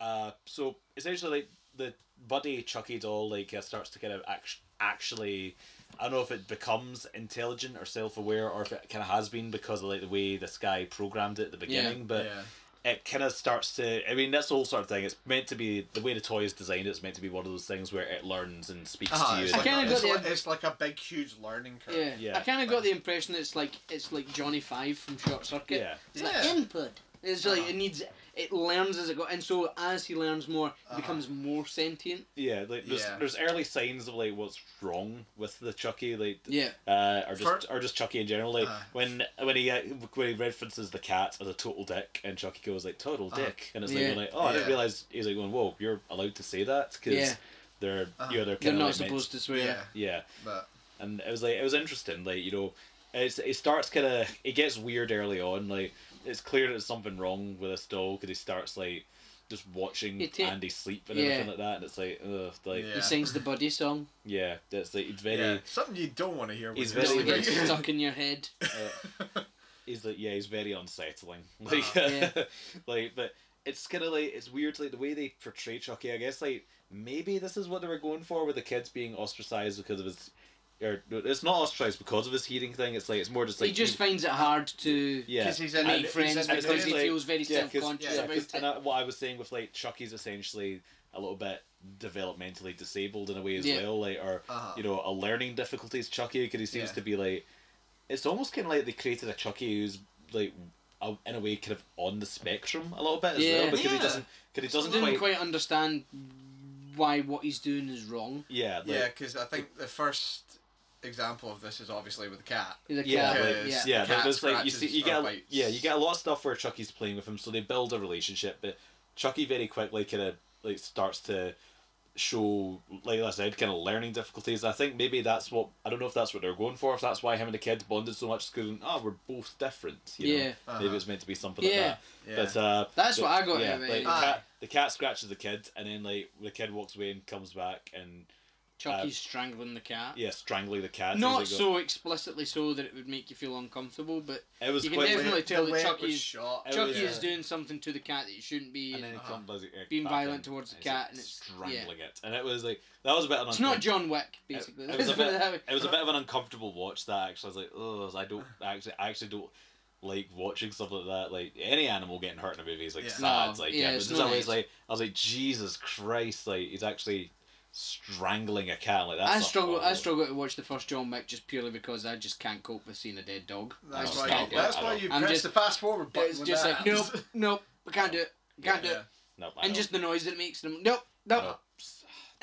[SPEAKER 1] uh so essentially like the buddy chucky doll like uh, starts to kind of act- actually i don't know if it becomes intelligent or self-aware or if it kind of has been because of like the way this guy programmed it at the beginning but
[SPEAKER 3] yeah.
[SPEAKER 1] it kind of starts to i mean that's the whole sort of thing it's meant to be the way the toy is designed it's meant to be one of those things where it learns and speaks
[SPEAKER 3] Uh-huh,
[SPEAKER 1] to you
[SPEAKER 3] it's,
[SPEAKER 1] and
[SPEAKER 3] like,
[SPEAKER 2] I kinda
[SPEAKER 3] it's,
[SPEAKER 2] got the-
[SPEAKER 3] like, it's like a big, huge learning curve.
[SPEAKER 2] Yeah.
[SPEAKER 1] Yeah.
[SPEAKER 2] I kind of got the impression that it's like it's like Johnny Five from Short Circuit.
[SPEAKER 1] yeah
[SPEAKER 2] It's
[SPEAKER 3] Yeah.
[SPEAKER 2] like input. It's like
[SPEAKER 3] Uh-huh.
[SPEAKER 2] it needs it learns as it goes, and so as he learns more, it becomes more sentient.
[SPEAKER 1] yeah like there's,
[SPEAKER 3] Yeah.
[SPEAKER 1] there's early signs of like what's wrong with the chucky like
[SPEAKER 2] Yeah.
[SPEAKER 1] uh, or just
[SPEAKER 3] For-
[SPEAKER 1] or just Chucky in general. Like
[SPEAKER 3] Uh.
[SPEAKER 1] when when he uh, when he references the cat as a total dick, and Chucky goes like total
[SPEAKER 3] Uh.
[SPEAKER 1] dick, and it's
[SPEAKER 2] Yeah.
[SPEAKER 1] like, going, like oh, I
[SPEAKER 3] Yeah.
[SPEAKER 1] didn't realize. He's like going, whoa, you're allowed to say that because
[SPEAKER 2] Yeah.
[SPEAKER 1] they're
[SPEAKER 3] Uh.
[SPEAKER 1] you know they're
[SPEAKER 2] They're
[SPEAKER 1] kind of
[SPEAKER 2] not
[SPEAKER 1] like meant-
[SPEAKER 2] supposed to swear.
[SPEAKER 3] Yeah.
[SPEAKER 1] yeah,
[SPEAKER 3] But
[SPEAKER 1] and it was like it was interesting. Like you know, it's it starts kind of it gets weird early on. Like it's clear that something wrong with this doll because he starts like just watching
[SPEAKER 2] It ta-
[SPEAKER 1] Andy sleep and
[SPEAKER 2] Yeah.
[SPEAKER 1] everything like that, and it's like ugh, like
[SPEAKER 3] Yeah.
[SPEAKER 2] He sings the buddy song.
[SPEAKER 1] yeah, that's like it's very.
[SPEAKER 3] yeah, something you don't want to hear. when
[SPEAKER 1] He's
[SPEAKER 3] you're
[SPEAKER 1] very-
[SPEAKER 2] Till it
[SPEAKER 3] sleeping.
[SPEAKER 2] gets stuck in your head.
[SPEAKER 1] uh, he's like yeah he's very unsettling like
[SPEAKER 2] Ah, Yeah.
[SPEAKER 1] like but it's kind of like it's weird like the way they portray chucky i guess like maybe this is what they were going for with the kids being ostracized because of his or it's not ostracized because of his hearing thing it's like it's more just like
[SPEAKER 2] he just finds it hard to
[SPEAKER 1] yeah
[SPEAKER 3] Because he's in
[SPEAKER 2] make
[SPEAKER 3] he's
[SPEAKER 2] friends
[SPEAKER 3] in a
[SPEAKER 1] and
[SPEAKER 2] because
[SPEAKER 1] it's
[SPEAKER 2] he
[SPEAKER 1] like-
[SPEAKER 2] feels very
[SPEAKER 1] yeah, 'cause-
[SPEAKER 2] self-conscious
[SPEAKER 1] yeah,
[SPEAKER 2] about
[SPEAKER 1] 'cause-
[SPEAKER 2] it.
[SPEAKER 1] and I, what I was saying with like Chucky's essentially a little bit developmentally disabled in a way as
[SPEAKER 2] Yeah.
[SPEAKER 1] well, like or
[SPEAKER 3] Uh-huh.
[SPEAKER 1] you know a learning difficulties Chucky because he seems
[SPEAKER 3] Yeah.
[SPEAKER 1] to be like it's almost kind of like they created a Chucky who's like a- in a way kind of on the spectrum a little bit as
[SPEAKER 2] Yeah.
[SPEAKER 1] well because he
[SPEAKER 3] Yeah.
[SPEAKER 1] doesn't because he
[SPEAKER 2] I
[SPEAKER 1] doesn't
[SPEAKER 2] didn't
[SPEAKER 1] quite,
[SPEAKER 2] quite... understand why what he's doing is wrong.
[SPEAKER 1] yeah like,
[SPEAKER 3] yeah, because I think the first example of this is obviously with the cat.
[SPEAKER 2] He's a
[SPEAKER 1] Yeah,
[SPEAKER 2] cat,
[SPEAKER 3] like,
[SPEAKER 2] but
[SPEAKER 3] yeah.
[SPEAKER 1] yeah,
[SPEAKER 3] Cat
[SPEAKER 1] there- there's like you see,
[SPEAKER 3] scratches
[SPEAKER 1] you get
[SPEAKER 3] or
[SPEAKER 1] a-
[SPEAKER 3] bites.
[SPEAKER 1] yeah, you get a lot of stuff where Chucky's playing with him, so they build a relationship. But Chucky very quickly kind of like starts to show, like I said, kind of learning difficulties. I think maybe that's what I don't know if that's what they're going for. If that's why him and the kid bonded so much, because oh, we're both different. You
[SPEAKER 2] Yeah.
[SPEAKER 1] know? maybe
[SPEAKER 3] Uh-huh.
[SPEAKER 1] it's meant to be something
[SPEAKER 2] Yeah.
[SPEAKER 1] like
[SPEAKER 3] Yeah. Ah.
[SPEAKER 1] that. But uh,
[SPEAKER 2] That's what I got
[SPEAKER 1] yeah,
[SPEAKER 2] out of it.
[SPEAKER 1] like, the
[SPEAKER 3] Aye.
[SPEAKER 1] cat, the cat scratches the kid, and then like the kid walks away and comes back and
[SPEAKER 2] Chucky's strangling the cat.
[SPEAKER 1] yeah, strangling the cat. He's
[SPEAKER 2] Not
[SPEAKER 1] like, "Oh."
[SPEAKER 2] so explicitly so that it would make you feel uncomfortable, but
[SPEAKER 1] It was
[SPEAKER 2] you can
[SPEAKER 1] quite.
[SPEAKER 3] The
[SPEAKER 2] definitely
[SPEAKER 3] way-
[SPEAKER 2] tell
[SPEAKER 3] the
[SPEAKER 2] that
[SPEAKER 3] way it
[SPEAKER 2] Chucky
[SPEAKER 3] was
[SPEAKER 2] is-
[SPEAKER 3] shot. Oh,
[SPEAKER 1] It
[SPEAKER 2] Chucky
[SPEAKER 1] was,
[SPEAKER 2] is
[SPEAKER 1] uh,
[SPEAKER 2] doing something to the cat that he shouldn't be.
[SPEAKER 1] and
[SPEAKER 2] And
[SPEAKER 1] then he
[SPEAKER 3] Uh-huh.
[SPEAKER 1] comes uh, back
[SPEAKER 2] Ah. Being
[SPEAKER 1] in
[SPEAKER 2] violent towards the
[SPEAKER 1] and he's, like,
[SPEAKER 2] cat and it's-
[SPEAKER 1] strangling it, and it was like that was a bit. Of an
[SPEAKER 2] it's not
[SPEAKER 1] uncom-
[SPEAKER 2] John Wick, basically.
[SPEAKER 1] It, it was a
[SPEAKER 2] That's
[SPEAKER 1] bit.
[SPEAKER 2] how it-
[SPEAKER 1] It was a bit of an uncomfortable watch. That actually, I was like, oh, I don't I actually, I actually don't like watching stuff like that. Like any animal getting hurt in a movie is like
[SPEAKER 3] Yeah.
[SPEAKER 1] sad.
[SPEAKER 2] No,
[SPEAKER 1] It's like
[SPEAKER 2] Oh, yeah,
[SPEAKER 1] yeah, but
[SPEAKER 2] it's
[SPEAKER 1] this is
[SPEAKER 2] not
[SPEAKER 1] always
[SPEAKER 2] nice.
[SPEAKER 1] like I was like, Jesus Christ, like he's actually strangling a cat like that.
[SPEAKER 2] I struggle. I struggle to watch the first John Wick just purely because I just can't cope with seeing a dead dog. I
[SPEAKER 3] That's
[SPEAKER 2] just
[SPEAKER 1] don't
[SPEAKER 3] why.
[SPEAKER 2] can't
[SPEAKER 1] stop
[SPEAKER 2] do
[SPEAKER 3] You,
[SPEAKER 2] it.
[SPEAKER 3] that's
[SPEAKER 1] I
[SPEAKER 3] why
[SPEAKER 1] don't-
[SPEAKER 3] you
[SPEAKER 2] I'm
[SPEAKER 3] press
[SPEAKER 2] just-
[SPEAKER 3] the fast forward button.
[SPEAKER 2] It's
[SPEAKER 3] with
[SPEAKER 2] just
[SPEAKER 3] that.
[SPEAKER 2] like nope, nope, I can't do it, can't do
[SPEAKER 3] Yeah.
[SPEAKER 2] it,
[SPEAKER 1] No, I
[SPEAKER 2] and
[SPEAKER 1] know.
[SPEAKER 2] just the noise that it makes. And I'm, nope, nope.
[SPEAKER 1] No.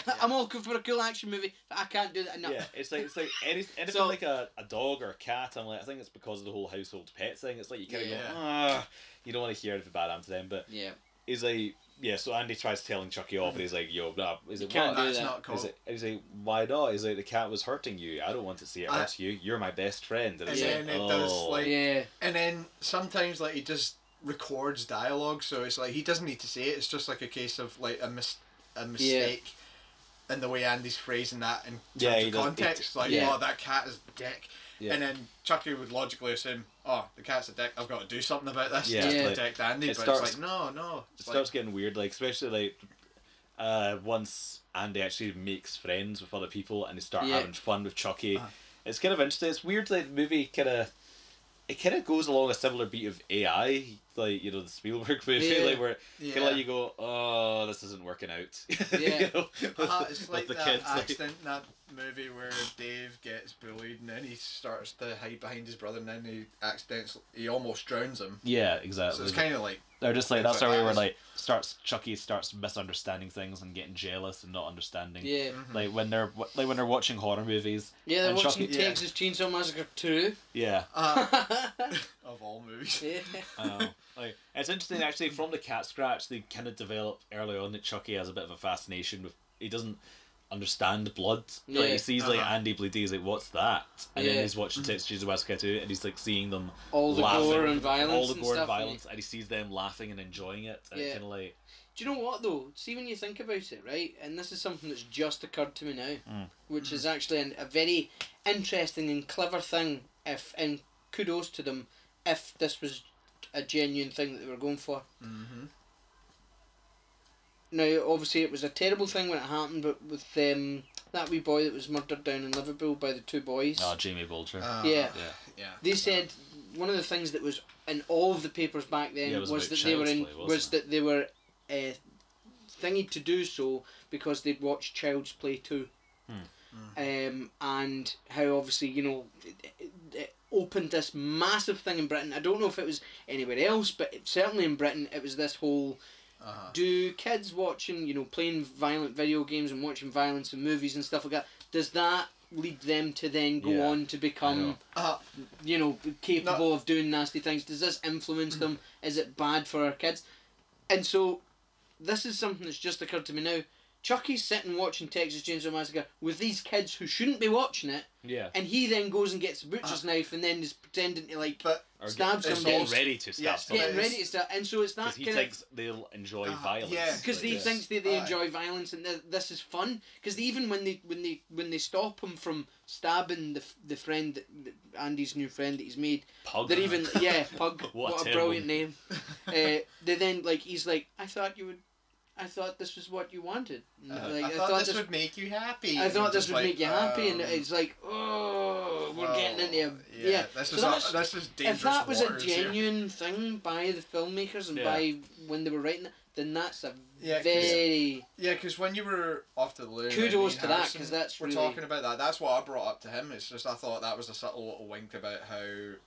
[SPEAKER 1] Oh,
[SPEAKER 2] I'm all good for a cool action movie, but I can't do that. No.
[SPEAKER 1] Yeah, it's like it's like any, anything
[SPEAKER 2] So-
[SPEAKER 1] like a, a dog or a cat. I'm like, I think it's because of the whole household pet thing. It's like you kind of
[SPEAKER 3] Yeah.
[SPEAKER 1] go, ah, you don't want to hear anything bad happened to them. But
[SPEAKER 2] Yeah.
[SPEAKER 1] he's like, yeah. So Andy tries telling Chucky off, and he's like, yo, nah. He's
[SPEAKER 2] You
[SPEAKER 1] like,
[SPEAKER 2] can't
[SPEAKER 1] what?
[SPEAKER 2] do
[SPEAKER 3] That's
[SPEAKER 2] that.
[SPEAKER 3] not cool.
[SPEAKER 1] He's like, he's like, why not? He's like, the cat was hurting you. I don't want to see it
[SPEAKER 3] I-
[SPEAKER 1] hurt you. You're my best friend. And,
[SPEAKER 3] And
[SPEAKER 1] it's
[SPEAKER 3] then
[SPEAKER 1] like,
[SPEAKER 3] it
[SPEAKER 1] oh.
[SPEAKER 3] does, like-
[SPEAKER 2] Yeah.
[SPEAKER 3] And then sometimes like he just records dialogue, so it's like he doesn't need to say it. It's just like a case of like a mis- a mistake. And the way Andy's phrasing that in terms
[SPEAKER 1] Yeah, he
[SPEAKER 3] of
[SPEAKER 1] does-
[SPEAKER 3] context, like,
[SPEAKER 2] yeah.
[SPEAKER 3] oh, that cat is a dick.
[SPEAKER 1] Yeah.
[SPEAKER 3] And then Chucky would logically assume, oh, the cat's a dick, I've got to do something about this
[SPEAKER 1] Yeah,
[SPEAKER 3] just to
[SPEAKER 2] Yeah.
[SPEAKER 3] protect Andy.
[SPEAKER 1] it
[SPEAKER 3] but
[SPEAKER 1] starts-
[SPEAKER 3] it's like, no, no.
[SPEAKER 1] it
[SPEAKER 3] It's like,
[SPEAKER 1] starts getting weird. Like especially like uh, once Andy actually makes friends with other people and they start
[SPEAKER 2] Yeah.
[SPEAKER 1] having fun with Chucky. It's kind of interesting. It's weird that the movie kind of it kind of goes along a similar beat of AI, like you know the Spielberg movie,
[SPEAKER 2] Yeah.
[SPEAKER 1] like where it can
[SPEAKER 3] Yeah.
[SPEAKER 1] let you go, oh, this isn't working out.
[SPEAKER 2] Yeah.
[SPEAKER 1] know, with,
[SPEAKER 3] Uh,
[SPEAKER 1] with
[SPEAKER 3] it's like
[SPEAKER 1] the
[SPEAKER 3] that
[SPEAKER 1] kids, like-
[SPEAKER 3] accident, in that movie where Dave gets bullied and then he starts to hide behind his brother and then he accidentally, he almost drowns him.
[SPEAKER 1] yeah,
[SPEAKER 3] So
[SPEAKER 1] exactly.
[SPEAKER 3] it's kind of like,
[SPEAKER 1] They're just like that's
[SPEAKER 3] Like
[SPEAKER 1] our way
[SPEAKER 3] that
[SPEAKER 1] where
[SPEAKER 3] is-
[SPEAKER 1] like starts Chucky starts misunderstanding things and getting jealous and not understanding.
[SPEAKER 2] Yeah.
[SPEAKER 1] Like when they're like when they're watching horror movies.
[SPEAKER 2] Yeah, they're
[SPEAKER 1] and
[SPEAKER 2] watching
[SPEAKER 1] Chucky-
[SPEAKER 3] yeah.
[SPEAKER 2] Texas Chainsaw Massacre 2.
[SPEAKER 1] Yeah.
[SPEAKER 3] uh,
[SPEAKER 2] yeah.
[SPEAKER 3] of all movies.
[SPEAKER 1] I know. like, it's interesting actually from the cat scratch they kind of develop early on that Chucky has a bit of a fascination with he doesn't understand blood. Like
[SPEAKER 2] Yeah.
[SPEAKER 1] he sees like
[SPEAKER 3] Uh-huh. Mm-hmm.
[SPEAKER 1] Andy bleeding, he's like, What's that? And
[SPEAKER 2] Yeah.
[SPEAKER 1] then he's watching Texas Chainsaw Massacre 2 and he's like seeing them
[SPEAKER 2] All the
[SPEAKER 1] laughing,
[SPEAKER 2] gore and violence.
[SPEAKER 1] all the
[SPEAKER 2] and
[SPEAKER 1] gore and
[SPEAKER 2] stuff, eh?
[SPEAKER 1] violence and he sees them laughing and enjoying it and
[SPEAKER 2] Yeah.
[SPEAKER 1] kind of like
[SPEAKER 2] Do you know what though? See when you think about it, right? And this is something that's just occurred to me now,
[SPEAKER 1] Mm.
[SPEAKER 2] which is actually an, a very interesting and clever thing. If and kudos to them, if this was a genuine thing that they were going for.
[SPEAKER 3] Mm-hmm.
[SPEAKER 2] Now, obviously, it was a terrible thing when it happened, but with um, that wee boy that was murdered down in Liverpool by the two boys,
[SPEAKER 1] Oh Jamie Bulger.
[SPEAKER 3] Uh,
[SPEAKER 2] Yeah.
[SPEAKER 3] Yeah.
[SPEAKER 2] they said one of the things that was in all of the papers back then
[SPEAKER 1] Yeah, it
[SPEAKER 2] was,
[SPEAKER 1] was about
[SPEAKER 2] that they were
[SPEAKER 1] child's
[SPEAKER 2] in
[SPEAKER 1] play, wasn't
[SPEAKER 2] was
[SPEAKER 1] it?
[SPEAKER 2] that they were uh, thingy to do so because they'd watched Child's Play too,
[SPEAKER 1] Hmm.
[SPEAKER 2] um, and how obviously you know it, it, it opened this massive thing in Britain. I don't know if it was anywhere else, but it, certainly in Britain it was this whole
[SPEAKER 3] Uh-huh.
[SPEAKER 2] do kids watching you know playing violent video games and watching violence in movies and stuff like that does that lead them to then go
[SPEAKER 1] Yeah,
[SPEAKER 2] on to become
[SPEAKER 1] know.
[SPEAKER 3] Uh,
[SPEAKER 2] you know, capable of doing nasty things? Does this influence them? Is it bad for our kids? And so, this is something that's just occurred to me now. Chucky's sitting watching Texas Chainsaw Massacre with these kids who shouldn't be watching it,
[SPEAKER 1] Yeah.
[SPEAKER 2] and he then goes and gets a butcher's knife and then is pretending to like
[SPEAKER 3] Uh. but
[SPEAKER 1] Or
[SPEAKER 2] stab
[SPEAKER 1] get-
[SPEAKER 3] it's
[SPEAKER 2] somebody,
[SPEAKER 3] all
[SPEAKER 1] getting ready to stab
[SPEAKER 3] yeah,
[SPEAKER 1] somebody.
[SPEAKER 2] getting
[SPEAKER 3] it's-
[SPEAKER 2] ready to start. And so it's that
[SPEAKER 1] Because he
[SPEAKER 2] kind of
[SPEAKER 1] thinks they'll enjoy
[SPEAKER 3] Uh,
[SPEAKER 1] violence.
[SPEAKER 3] yeah.
[SPEAKER 2] because
[SPEAKER 1] Like,
[SPEAKER 2] he
[SPEAKER 3] Yes.
[SPEAKER 2] thinks that they
[SPEAKER 3] Aye.
[SPEAKER 2] enjoy violence and th- this is fun. Because even when they when they when they stop him from stabbing the f- the friend that, that- Andy's new friend that he's made,
[SPEAKER 1] Pug.
[SPEAKER 2] they're even yeah pug
[SPEAKER 1] What a
[SPEAKER 2] what, a
[SPEAKER 1] terrible-
[SPEAKER 2] brilliant name. Uh, they then like he's like I thought you would, I thought this was what you wanted. And,
[SPEAKER 3] uh,
[SPEAKER 2] like,
[SPEAKER 3] I, thought this would make you happy.
[SPEAKER 2] I
[SPEAKER 3] And
[SPEAKER 2] thought
[SPEAKER 3] I'm
[SPEAKER 2] this
[SPEAKER 3] just
[SPEAKER 2] would
[SPEAKER 3] like,
[SPEAKER 2] make you happy, and
[SPEAKER 3] um,
[SPEAKER 2] it's like, oh, we're
[SPEAKER 3] well,
[SPEAKER 2] getting into a, yeah.
[SPEAKER 3] This
[SPEAKER 2] So that
[SPEAKER 3] is not-
[SPEAKER 2] was-
[SPEAKER 3] this is dangerous
[SPEAKER 2] if that was a
[SPEAKER 3] waters here.
[SPEAKER 2] genuine thing by the filmmakers and
[SPEAKER 1] Yeah.
[SPEAKER 2] by when they were writing it, then that's a
[SPEAKER 3] Yeah, 'cause-
[SPEAKER 2] very
[SPEAKER 3] Yeah, because when you were off to the loo,
[SPEAKER 2] Kudos
[SPEAKER 3] and
[SPEAKER 2] to
[SPEAKER 3] Ian
[SPEAKER 2] that,
[SPEAKER 3] Harrison
[SPEAKER 2] 'cause that's
[SPEAKER 3] we're
[SPEAKER 2] really-
[SPEAKER 3] talking about that. That's what I brought up to him. It's just I thought that was a subtle little wink about how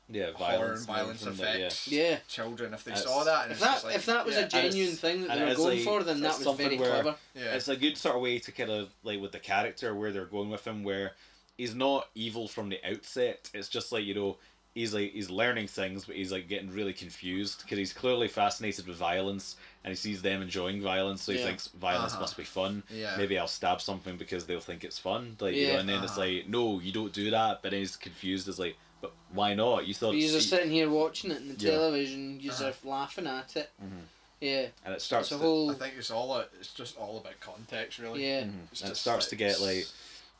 [SPEAKER 1] yeah, violence.
[SPEAKER 3] horror and
[SPEAKER 1] and
[SPEAKER 3] violence
[SPEAKER 1] everything, but yeah.
[SPEAKER 3] affects
[SPEAKER 2] yeah.
[SPEAKER 3] children if they
[SPEAKER 1] That's-
[SPEAKER 3] saw that. And
[SPEAKER 2] If
[SPEAKER 3] it's
[SPEAKER 2] that
[SPEAKER 3] just like,
[SPEAKER 2] if that was
[SPEAKER 3] yeah,
[SPEAKER 2] a
[SPEAKER 1] it's-
[SPEAKER 2] genuine thing that
[SPEAKER 1] and
[SPEAKER 2] they were
[SPEAKER 1] it's
[SPEAKER 2] going
[SPEAKER 1] like-
[SPEAKER 2] for, then that
[SPEAKER 1] it's
[SPEAKER 2] was
[SPEAKER 1] something
[SPEAKER 2] very
[SPEAKER 1] where-
[SPEAKER 2] clever.
[SPEAKER 3] yeah,
[SPEAKER 1] It's a good sort of way to kind of like with the character where they're going with him, where he's not evil from the outset. It's just like you know, he's like he's learning things, but he's like getting really confused because he's clearly fascinated with violence, and he sees them enjoying violence, so he
[SPEAKER 2] Yeah.
[SPEAKER 1] thinks violence
[SPEAKER 3] Uh-huh.
[SPEAKER 1] must be fun.
[SPEAKER 3] Yeah.
[SPEAKER 1] Maybe I'll stab something because they'll think it's fun, like you
[SPEAKER 2] Yeah.
[SPEAKER 1] know. And then it's
[SPEAKER 3] Uh-huh.
[SPEAKER 1] like, no, you don't do that. But then he's confused. It's like, but why not? You thought
[SPEAKER 2] You're
[SPEAKER 1] it's-
[SPEAKER 2] just sitting here watching it on the
[SPEAKER 1] Yeah.
[SPEAKER 2] television, you're
[SPEAKER 3] Uh-huh.
[SPEAKER 2] just laughing at it.
[SPEAKER 1] Mhm.
[SPEAKER 2] Yeah,
[SPEAKER 1] and it
[SPEAKER 2] it's
[SPEAKER 1] starts.
[SPEAKER 2] a
[SPEAKER 1] to-
[SPEAKER 2] whole
[SPEAKER 3] I think it's all a, it's just all about context, really.
[SPEAKER 2] yeah.
[SPEAKER 1] Mhm.
[SPEAKER 3] It's
[SPEAKER 1] And it
[SPEAKER 3] just
[SPEAKER 1] starts
[SPEAKER 3] like-
[SPEAKER 1] to get like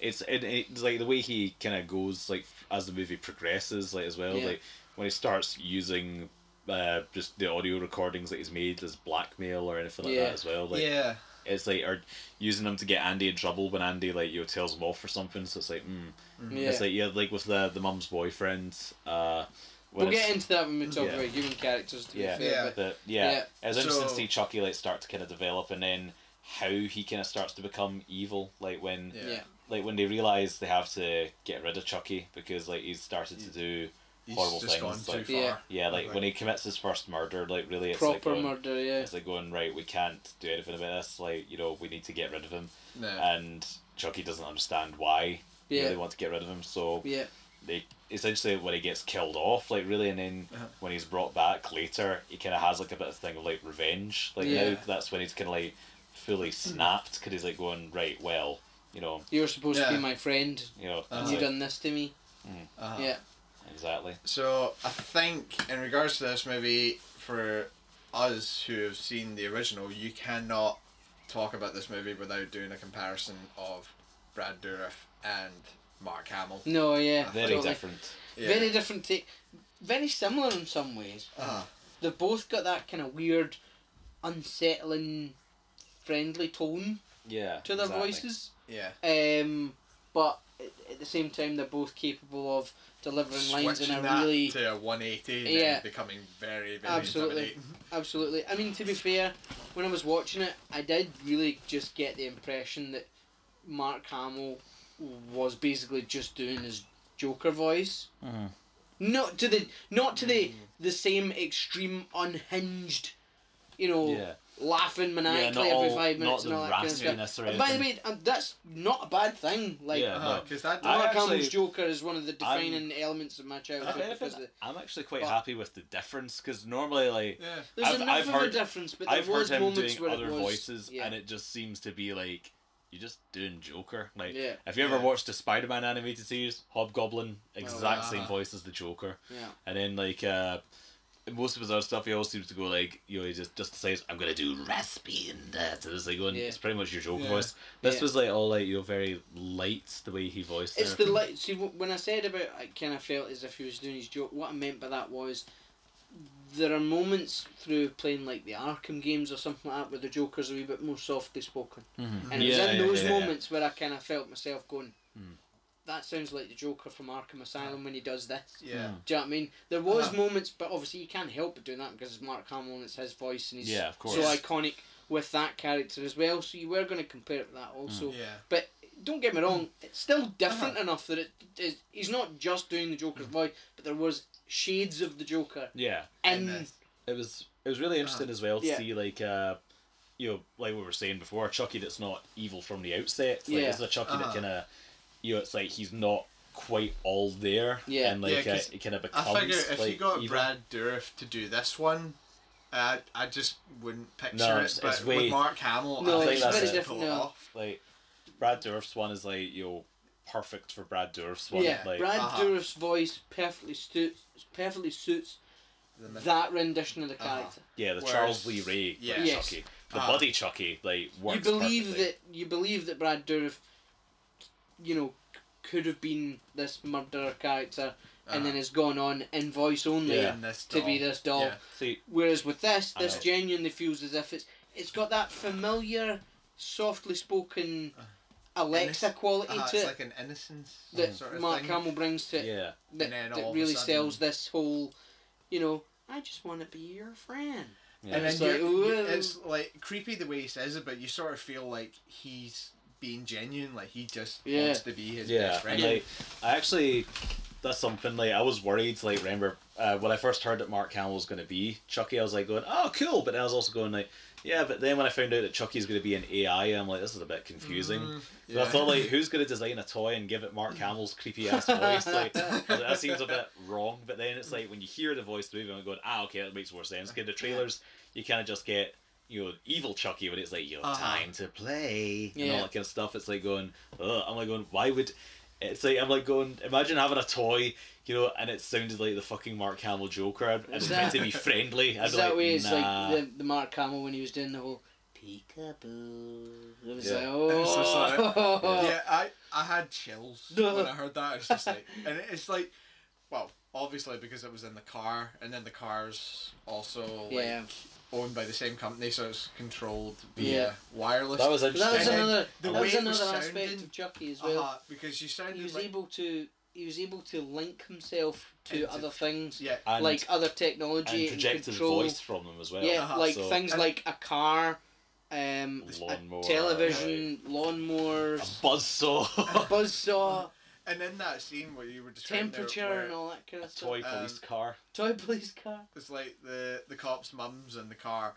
[SPEAKER 1] it's it, it's like the way he kind of goes like f- as the movie progresses like as well
[SPEAKER 2] Yeah.
[SPEAKER 1] like when he starts using uh just the audio recordings that he's made as blackmail or anything like
[SPEAKER 2] Yeah.
[SPEAKER 1] that as well like
[SPEAKER 3] yeah,
[SPEAKER 1] it's like or using them to get Andy in trouble when Andy like you know tells him off for something so it's like mm.
[SPEAKER 2] Yeah.
[SPEAKER 1] it's like yeah like with the the mum's boyfriend uh when
[SPEAKER 2] we'll
[SPEAKER 1] it's-
[SPEAKER 2] get into that when we talk
[SPEAKER 1] Yeah.
[SPEAKER 2] about human characters. To
[SPEAKER 1] Yeah.
[SPEAKER 2] be fair,
[SPEAKER 3] Yeah.
[SPEAKER 2] but
[SPEAKER 1] but yeah,
[SPEAKER 2] Yeah.
[SPEAKER 1] it was interesting
[SPEAKER 3] So-
[SPEAKER 1] to see Chucky like start to kind of develop and then how he kind of starts to become evil like when
[SPEAKER 3] Yeah.
[SPEAKER 2] yeah,
[SPEAKER 1] like when they realize they have to get rid of Chucky because like he's started to do
[SPEAKER 3] he's
[SPEAKER 1] horrible
[SPEAKER 3] just gone
[SPEAKER 1] things.
[SPEAKER 3] too
[SPEAKER 1] Like,
[SPEAKER 3] far.
[SPEAKER 2] Yeah.
[SPEAKER 1] yeah, like when
[SPEAKER 3] Right.
[SPEAKER 1] he commits his first murder, like really it's like
[SPEAKER 2] proper
[SPEAKER 1] going,
[SPEAKER 2] murder. Yeah,
[SPEAKER 1] it's like going right. We can't do anything about this. Like you know, we need to get rid of him,
[SPEAKER 3] No.
[SPEAKER 1] and Chucky doesn't understand why. you know,
[SPEAKER 2] Yeah.
[SPEAKER 1] they want to get rid of him, so
[SPEAKER 2] yeah,
[SPEAKER 1] they essentially when he gets killed off, like really, and then
[SPEAKER 3] Uh-huh.
[SPEAKER 1] when he's brought back later, he kind of has like a bit of thing of like revenge. Like
[SPEAKER 2] Yeah.
[SPEAKER 1] now, that's when he's kind of like fully
[SPEAKER 3] Mm.
[SPEAKER 1] snapped because he's like going right. Well, you know,
[SPEAKER 2] you're supposed to be
[SPEAKER 3] Yeah.
[SPEAKER 2] my friend.
[SPEAKER 1] you know,
[SPEAKER 3] Uh-huh.
[SPEAKER 1] it's
[SPEAKER 2] You
[SPEAKER 1] like-
[SPEAKER 2] done this to me.
[SPEAKER 3] Uh-huh.
[SPEAKER 2] Yeah,
[SPEAKER 1] exactly.
[SPEAKER 3] So I think in regards to this movie, for us who have seen the original, you cannot talk about this movie without doing a comparison of Brad Dourif and Mark Hamill.
[SPEAKER 2] no, yeah,
[SPEAKER 1] Very
[SPEAKER 2] totally.
[SPEAKER 1] different.
[SPEAKER 3] Yeah.
[SPEAKER 2] Very different. Take, very similar in some ways.
[SPEAKER 3] Uh,
[SPEAKER 2] They've both got that kind of weird, unsettling friendly tone
[SPEAKER 1] yeah.
[SPEAKER 2] to their
[SPEAKER 1] exactly.
[SPEAKER 2] voices.
[SPEAKER 3] Yeah.
[SPEAKER 2] Um, but at, at the same time, they're both capable of delivering lines in
[SPEAKER 3] Switching
[SPEAKER 2] a
[SPEAKER 3] that
[SPEAKER 2] really
[SPEAKER 3] to a 180 and
[SPEAKER 2] Yeah.
[SPEAKER 3] then becoming very, very
[SPEAKER 2] Absolutely.
[SPEAKER 3] intimidating.
[SPEAKER 2] absolutely. I mean, to be fair, when I was watching it, I did really just get the impression that Mark Hamill was basically just doing his Joker voice.
[SPEAKER 1] Mhm.
[SPEAKER 2] Not to the not to
[SPEAKER 1] Mm.
[SPEAKER 2] the the same extreme unhinged, you know,
[SPEAKER 1] Yeah.
[SPEAKER 2] laughing maniacally
[SPEAKER 1] not
[SPEAKER 2] every
[SPEAKER 1] all-
[SPEAKER 2] five
[SPEAKER 1] not
[SPEAKER 2] minutes and
[SPEAKER 1] the
[SPEAKER 2] all that kind of
[SPEAKER 1] raspiness
[SPEAKER 2] stuff.
[SPEAKER 1] or
[SPEAKER 2] And by the way,
[SPEAKER 1] anything.
[SPEAKER 2] um, that's not a bad thing. Like
[SPEAKER 1] Yeah.
[SPEAKER 3] Uh-huh,
[SPEAKER 1] no.
[SPEAKER 3] 'cause that
[SPEAKER 1] I
[SPEAKER 2] Mark
[SPEAKER 1] actually-
[SPEAKER 2] Hamill's Joker is one of the
[SPEAKER 1] I'm-
[SPEAKER 2] defining elements of my
[SPEAKER 1] If
[SPEAKER 2] childhood. because
[SPEAKER 1] anything,
[SPEAKER 2] the-
[SPEAKER 1] I'm actually quite
[SPEAKER 2] but-
[SPEAKER 1] happy with the difference because normally, like,
[SPEAKER 3] yeah.
[SPEAKER 2] there's
[SPEAKER 1] I've-
[SPEAKER 2] enough
[SPEAKER 1] I've
[SPEAKER 2] of
[SPEAKER 1] heard-
[SPEAKER 2] a difference, but there
[SPEAKER 1] I've heard
[SPEAKER 2] was
[SPEAKER 1] him
[SPEAKER 2] moments
[SPEAKER 1] doing
[SPEAKER 2] where
[SPEAKER 1] other
[SPEAKER 2] it was,
[SPEAKER 1] voices,
[SPEAKER 2] yeah.
[SPEAKER 1] and it just seems to be like you're just doing Joker. Like,
[SPEAKER 2] Yeah.
[SPEAKER 1] if you ever
[SPEAKER 3] Yeah.
[SPEAKER 1] watched the Spider-Man animated series, Hobgoblin, exact same
[SPEAKER 2] Oh,
[SPEAKER 3] uh-huh.
[SPEAKER 1] voice as the Joker,
[SPEAKER 2] yeah.
[SPEAKER 1] and then like uh, most of his other stuff, he always seems to go like, you know, he just just says, "I'm gonna do raspy and that," and it's like going,
[SPEAKER 2] Yeah.
[SPEAKER 1] it's pretty much your Joker
[SPEAKER 3] Yeah.
[SPEAKER 1] voice. This
[SPEAKER 2] Yeah.
[SPEAKER 1] was like all like you're very light the way he voiced
[SPEAKER 2] It's the
[SPEAKER 1] it.
[SPEAKER 2] like. See, wh- when I said about, I kind of felt as if he was doing his joke. What I meant by that was, there are moments through playing like the Arkham games or something like that where the Joker's a wee bit more softly spoken,
[SPEAKER 1] Mhm.
[SPEAKER 2] and it was
[SPEAKER 1] Yeah,
[SPEAKER 2] in
[SPEAKER 1] yeah,
[SPEAKER 2] those
[SPEAKER 1] yeah, yeah.
[SPEAKER 2] moments where I kind of felt myself going,
[SPEAKER 1] Mm.
[SPEAKER 2] "That sounds like the Joker from Arkham Asylum when he does this."
[SPEAKER 3] Yeah.
[SPEAKER 2] Do you know what I mean? There was
[SPEAKER 3] Uh-huh.
[SPEAKER 2] moments, but obviously you can't help but doing that because it's Mark Hamill and it's his voice and he's
[SPEAKER 1] Yeah, of course.
[SPEAKER 2] so iconic with that character as well. So you were going to compare it to that
[SPEAKER 1] Hmm.
[SPEAKER 2] also.
[SPEAKER 3] Mm. Yeah. Uh-huh.
[SPEAKER 2] But don't get me wrong, it's still different enough that it is. He's not just doing the Joker's
[SPEAKER 3] Mm.
[SPEAKER 2] voice, but there was shades of the Joker
[SPEAKER 1] yeah.
[SPEAKER 2] in.
[SPEAKER 3] And this.
[SPEAKER 1] it was it was really interesting as well to
[SPEAKER 2] Ah, Yeah.
[SPEAKER 1] see like uh you know like we were saying before a Chucky that's not evil from the outset like
[SPEAKER 2] Yeah. Ah.
[SPEAKER 1] this is a Chucky that
[SPEAKER 3] Uh-huh.
[SPEAKER 1] kind of you know it's like he's not quite all there
[SPEAKER 2] Yeah.
[SPEAKER 1] and like
[SPEAKER 3] Yeah,
[SPEAKER 1] uh,
[SPEAKER 3] 'cause
[SPEAKER 1] it kind of becomes
[SPEAKER 3] I figure if
[SPEAKER 1] like,
[SPEAKER 3] you got
[SPEAKER 1] evil.
[SPEAKER 3] Brad Dourif to do this one, uh, I just wouldn't picture
[SPEAKER 1] No,
[SPEAKER 3] it.
[SPEAKER 1] it's-
[SPEAKER 3] but
[SPEAKER 1] it's way-
[SPEAKER 3] with Mark Hamill,
[SPEAKER 2] No,
[SPEAKER 3] I
[SPEAKER 1] it's
[SPEAKER 3] think that's
[SPEAKER 1] very
[SPEAKER 3] it.
[SPEAKER 2] different,
[SPEAKER 3] Pull it
[SPEAKER 2] no.
[SPEAKER 3] off.
[SPEAKER 1] like Brad Dourif's one is like you know perfect for Brad Dourif's one
[SPEAKER 2] yeah,
[SPEAKER 1] like
[SPEAKER 2] Brad
[SPEAKER 3] uh-huh.
[SPEAKER 2] Dourif's voice perfectly suits perfectly suits
[SPEAKER 3] The min-
[SPEAKER 2] that rendition of the
[SPEAKER 3] Uh-huh.
[SPEAKER 2] character.
[SPEAKER 1] yeah the
[SPEAKER 3] Whereas-
[SPEAKER 1] Charles Lee Ray
[SPEAKER 3] yeah.
[SPEAKER 1] like,
[SPEAKER 2] Yes.
[SPEAKER 1] Chucky the
[SPEAKER 3] Uh-huh.
[SPEAKER 1] buddy Chucky like works
[SPEAKER 2] Ah. you believe
[SPEAKER 1] perfectly.
[SPEAKER 2] that you believe that Brad Dourif, you know, c- could have been this murderer character,
[SPEAKER 3] Uh-huh.
[SPEAKER 2] and then has gone on in voice only
[SPEAKER 1] Yeah.
[SPEAKER 3] And this
[SPEAKER 2] to be
[SPEAKER 3] doll.
[SPEAKER 2] this doll.
[SPEAKER 3] Oh, Yeah.
[SPEAKER 1] see
[SPEAKER 2] Whereas with this,
[SPEAKER 1] I
[SPEAKER 2] this
[SPEAKER 1] know.
[SPEAKER 2] genuinely feels as if it's it's got that familiar, softly spoken Alexa
[SPEAKER 3] Innocent-
[SPEAKER 2] quality
[SPEAKER 3] Uh, Uh-huh,
[SPEAKER 2] to
[SPEAKER 3] it's
[SPEAKER 2] it
[SPEAKER 3] like an innocence
[SPEAKER 2] that
[SPEAKER 3] sort of
[SPEAKER 2] Mark
[SPEAKER 3] thing.
[SPEAKER 2] Hamill brings to it
[SPEAKER 1] yeah
[SPEAKER 2] that,
[SPEAKER 3] And then
[SPEAKER 2] that
[SPEAKER 3] all of a
[SPEAKER 2] really
[SPEAKER 3] sudden-
[SPEAKER 2] sells this whole, you know, I just want to be your friend.
[SPEAKER 1] yeah
[SPEAKER 3] And then
[SPEAKER 2] It's like,
[SPEAKER 3] you
[SPEAKER 2] "Whoa."
[SPEAKER 3] it's like creepy the way he says it, but you sort of feel like he's being genuine, like he just
[SPEAKER 2] Yeah.
[SPEAKER 3] wants to be his
[SPEAKER 1] Yeah,
[SPEAKER 3] best
[SPEAKER 1] and
[SPEAKER 3] friend.
[SPEAKER 1] like I actually, that's something like I was worried. Like remember uh, when I first heard that Mark Hamill was going to be Chucky, I was like going, oh cool, but then I was also going like, yeah. But then when I found out that Chucky's going to be an AI, I'm like, this is a bit confusing. So I
[SPEAKER 3] Mm, Yeah.
[SPEAKER 1] thought like, who's going to design a toy and give it Mark Hamill's creepy ass voice? Like I was like, that seems a bit wrong. But then it's like when you hear the voice of the movie, I'm going, ah okay, that makes more sense. 'Cause In the trailers, you kind of just get. You know, evil Chucky when it's like your
[SPEAKER 3] Uh-huh.
[SPEAKER 1] time to play and all
[SPEAKER 2] Yeah.
[SPEAKER 1] that kind of stuff. It's like going, Ugh. I'm like going, why would it's like I'm like going. Imagine having a toy, you know, and it sounded like the fucking Mark Hamill Joker, and it's
[SPEAKER 2] Is
[SPEAKER 1] meant
[SPEAKER 2] that-
[SPEAKER 1] to be friendly. I'd
[SPEAKER 2] Is
[SPEAKER 1] be
[SPEAKER 2] that
[SPEAKER 1] like,
[SPEAKER 2] way it's
[SPEAKER 1] nah.
[SPEAKER 2] like the, the Mark Hamill when he was doing the whole peekaboo. It was
[SPEAKER 1] Yeah.
[SPEAKER 2] like,
[SPEAKER 3] I'm so sorry.
[SPEAKER 2] oh.
[SPEAKER 3] yeah, I, I had chills
[SPEAKER 2] No.
[SPEAKER 3] when I heard that. It's just like, and it- it's like, well, obviously because it was in the car, and then the car's also like
[SPEAKER 2] Yeah.
[SPEAKER 3] owned by the same company, so it's controlled via
[SPEAKER 2] Yeah.
[SPEAKER 3] wireless.
[SPEAKER 1] that was
[SPEAKER 2] But that was
[SPEAKER 3] And
[SPEAKER 1] interesting.
[SPEAKER 3] then
[SPEAKER 2] another,
[SPEAKER 3] the
[SPEAKER 2] that
[SPEAKER 3] way
[SPEAKER 2] was
[SPEAKER 3] it was
[SPEAKER 2] another
[SPEAKER 3] sounding-
[SPEAKER 2] aspect of Chucky as well.
[SPEAKER 3] Uh-huh, because you
[SPEAKER 2] He
[SPEAKER 3] sounded
[SPEAKER 2] was
[SPEAKER 3] like
[SPEAKER 2] able to he was able to link himself to
[SPEAKER 3] Into-
[SPEAKER 2] other things.
[SPEAKER 3] yeah,
[SPEAKER 1] And,
[SPEAKER 2] like other
[SPEAKER 1] and
[SPEAKER 2] technology and,
[SPEAKER 1] project his
[SPEAKER 2] control.
[SPEAKER 1] voice from them as well.
[SPEAKER 2] yeah,
[SPEAKER 3] Uh-huh.
[SPEAKER 2] like
[SPEAKER 1] So-
[SPEAKER 2] things
[SPEAKER 3] And-
[SPEAKER 2] like a car, um,
[SPEAKER 1] Lawnmower,
[SPEAKER 2] a television, lawnmowers,
[SPEAKER 1] Buzzsaw,
[SPEAKER 2] buzzsaw,
[SPEAKER 3] and in that scene where you were describing there
[SPEAKER 2] temperature,
[SPEAKER 3] where
[SPEAKER 2] and all that kind of stuff.
[SPEAKER 1] toy
[SPEAKER 3] Um,
[SPEAKER 1] police car.
[SPEAKER 2] Toy police car.
[SPEAKER 3] it's like the the cop's mum's in the car.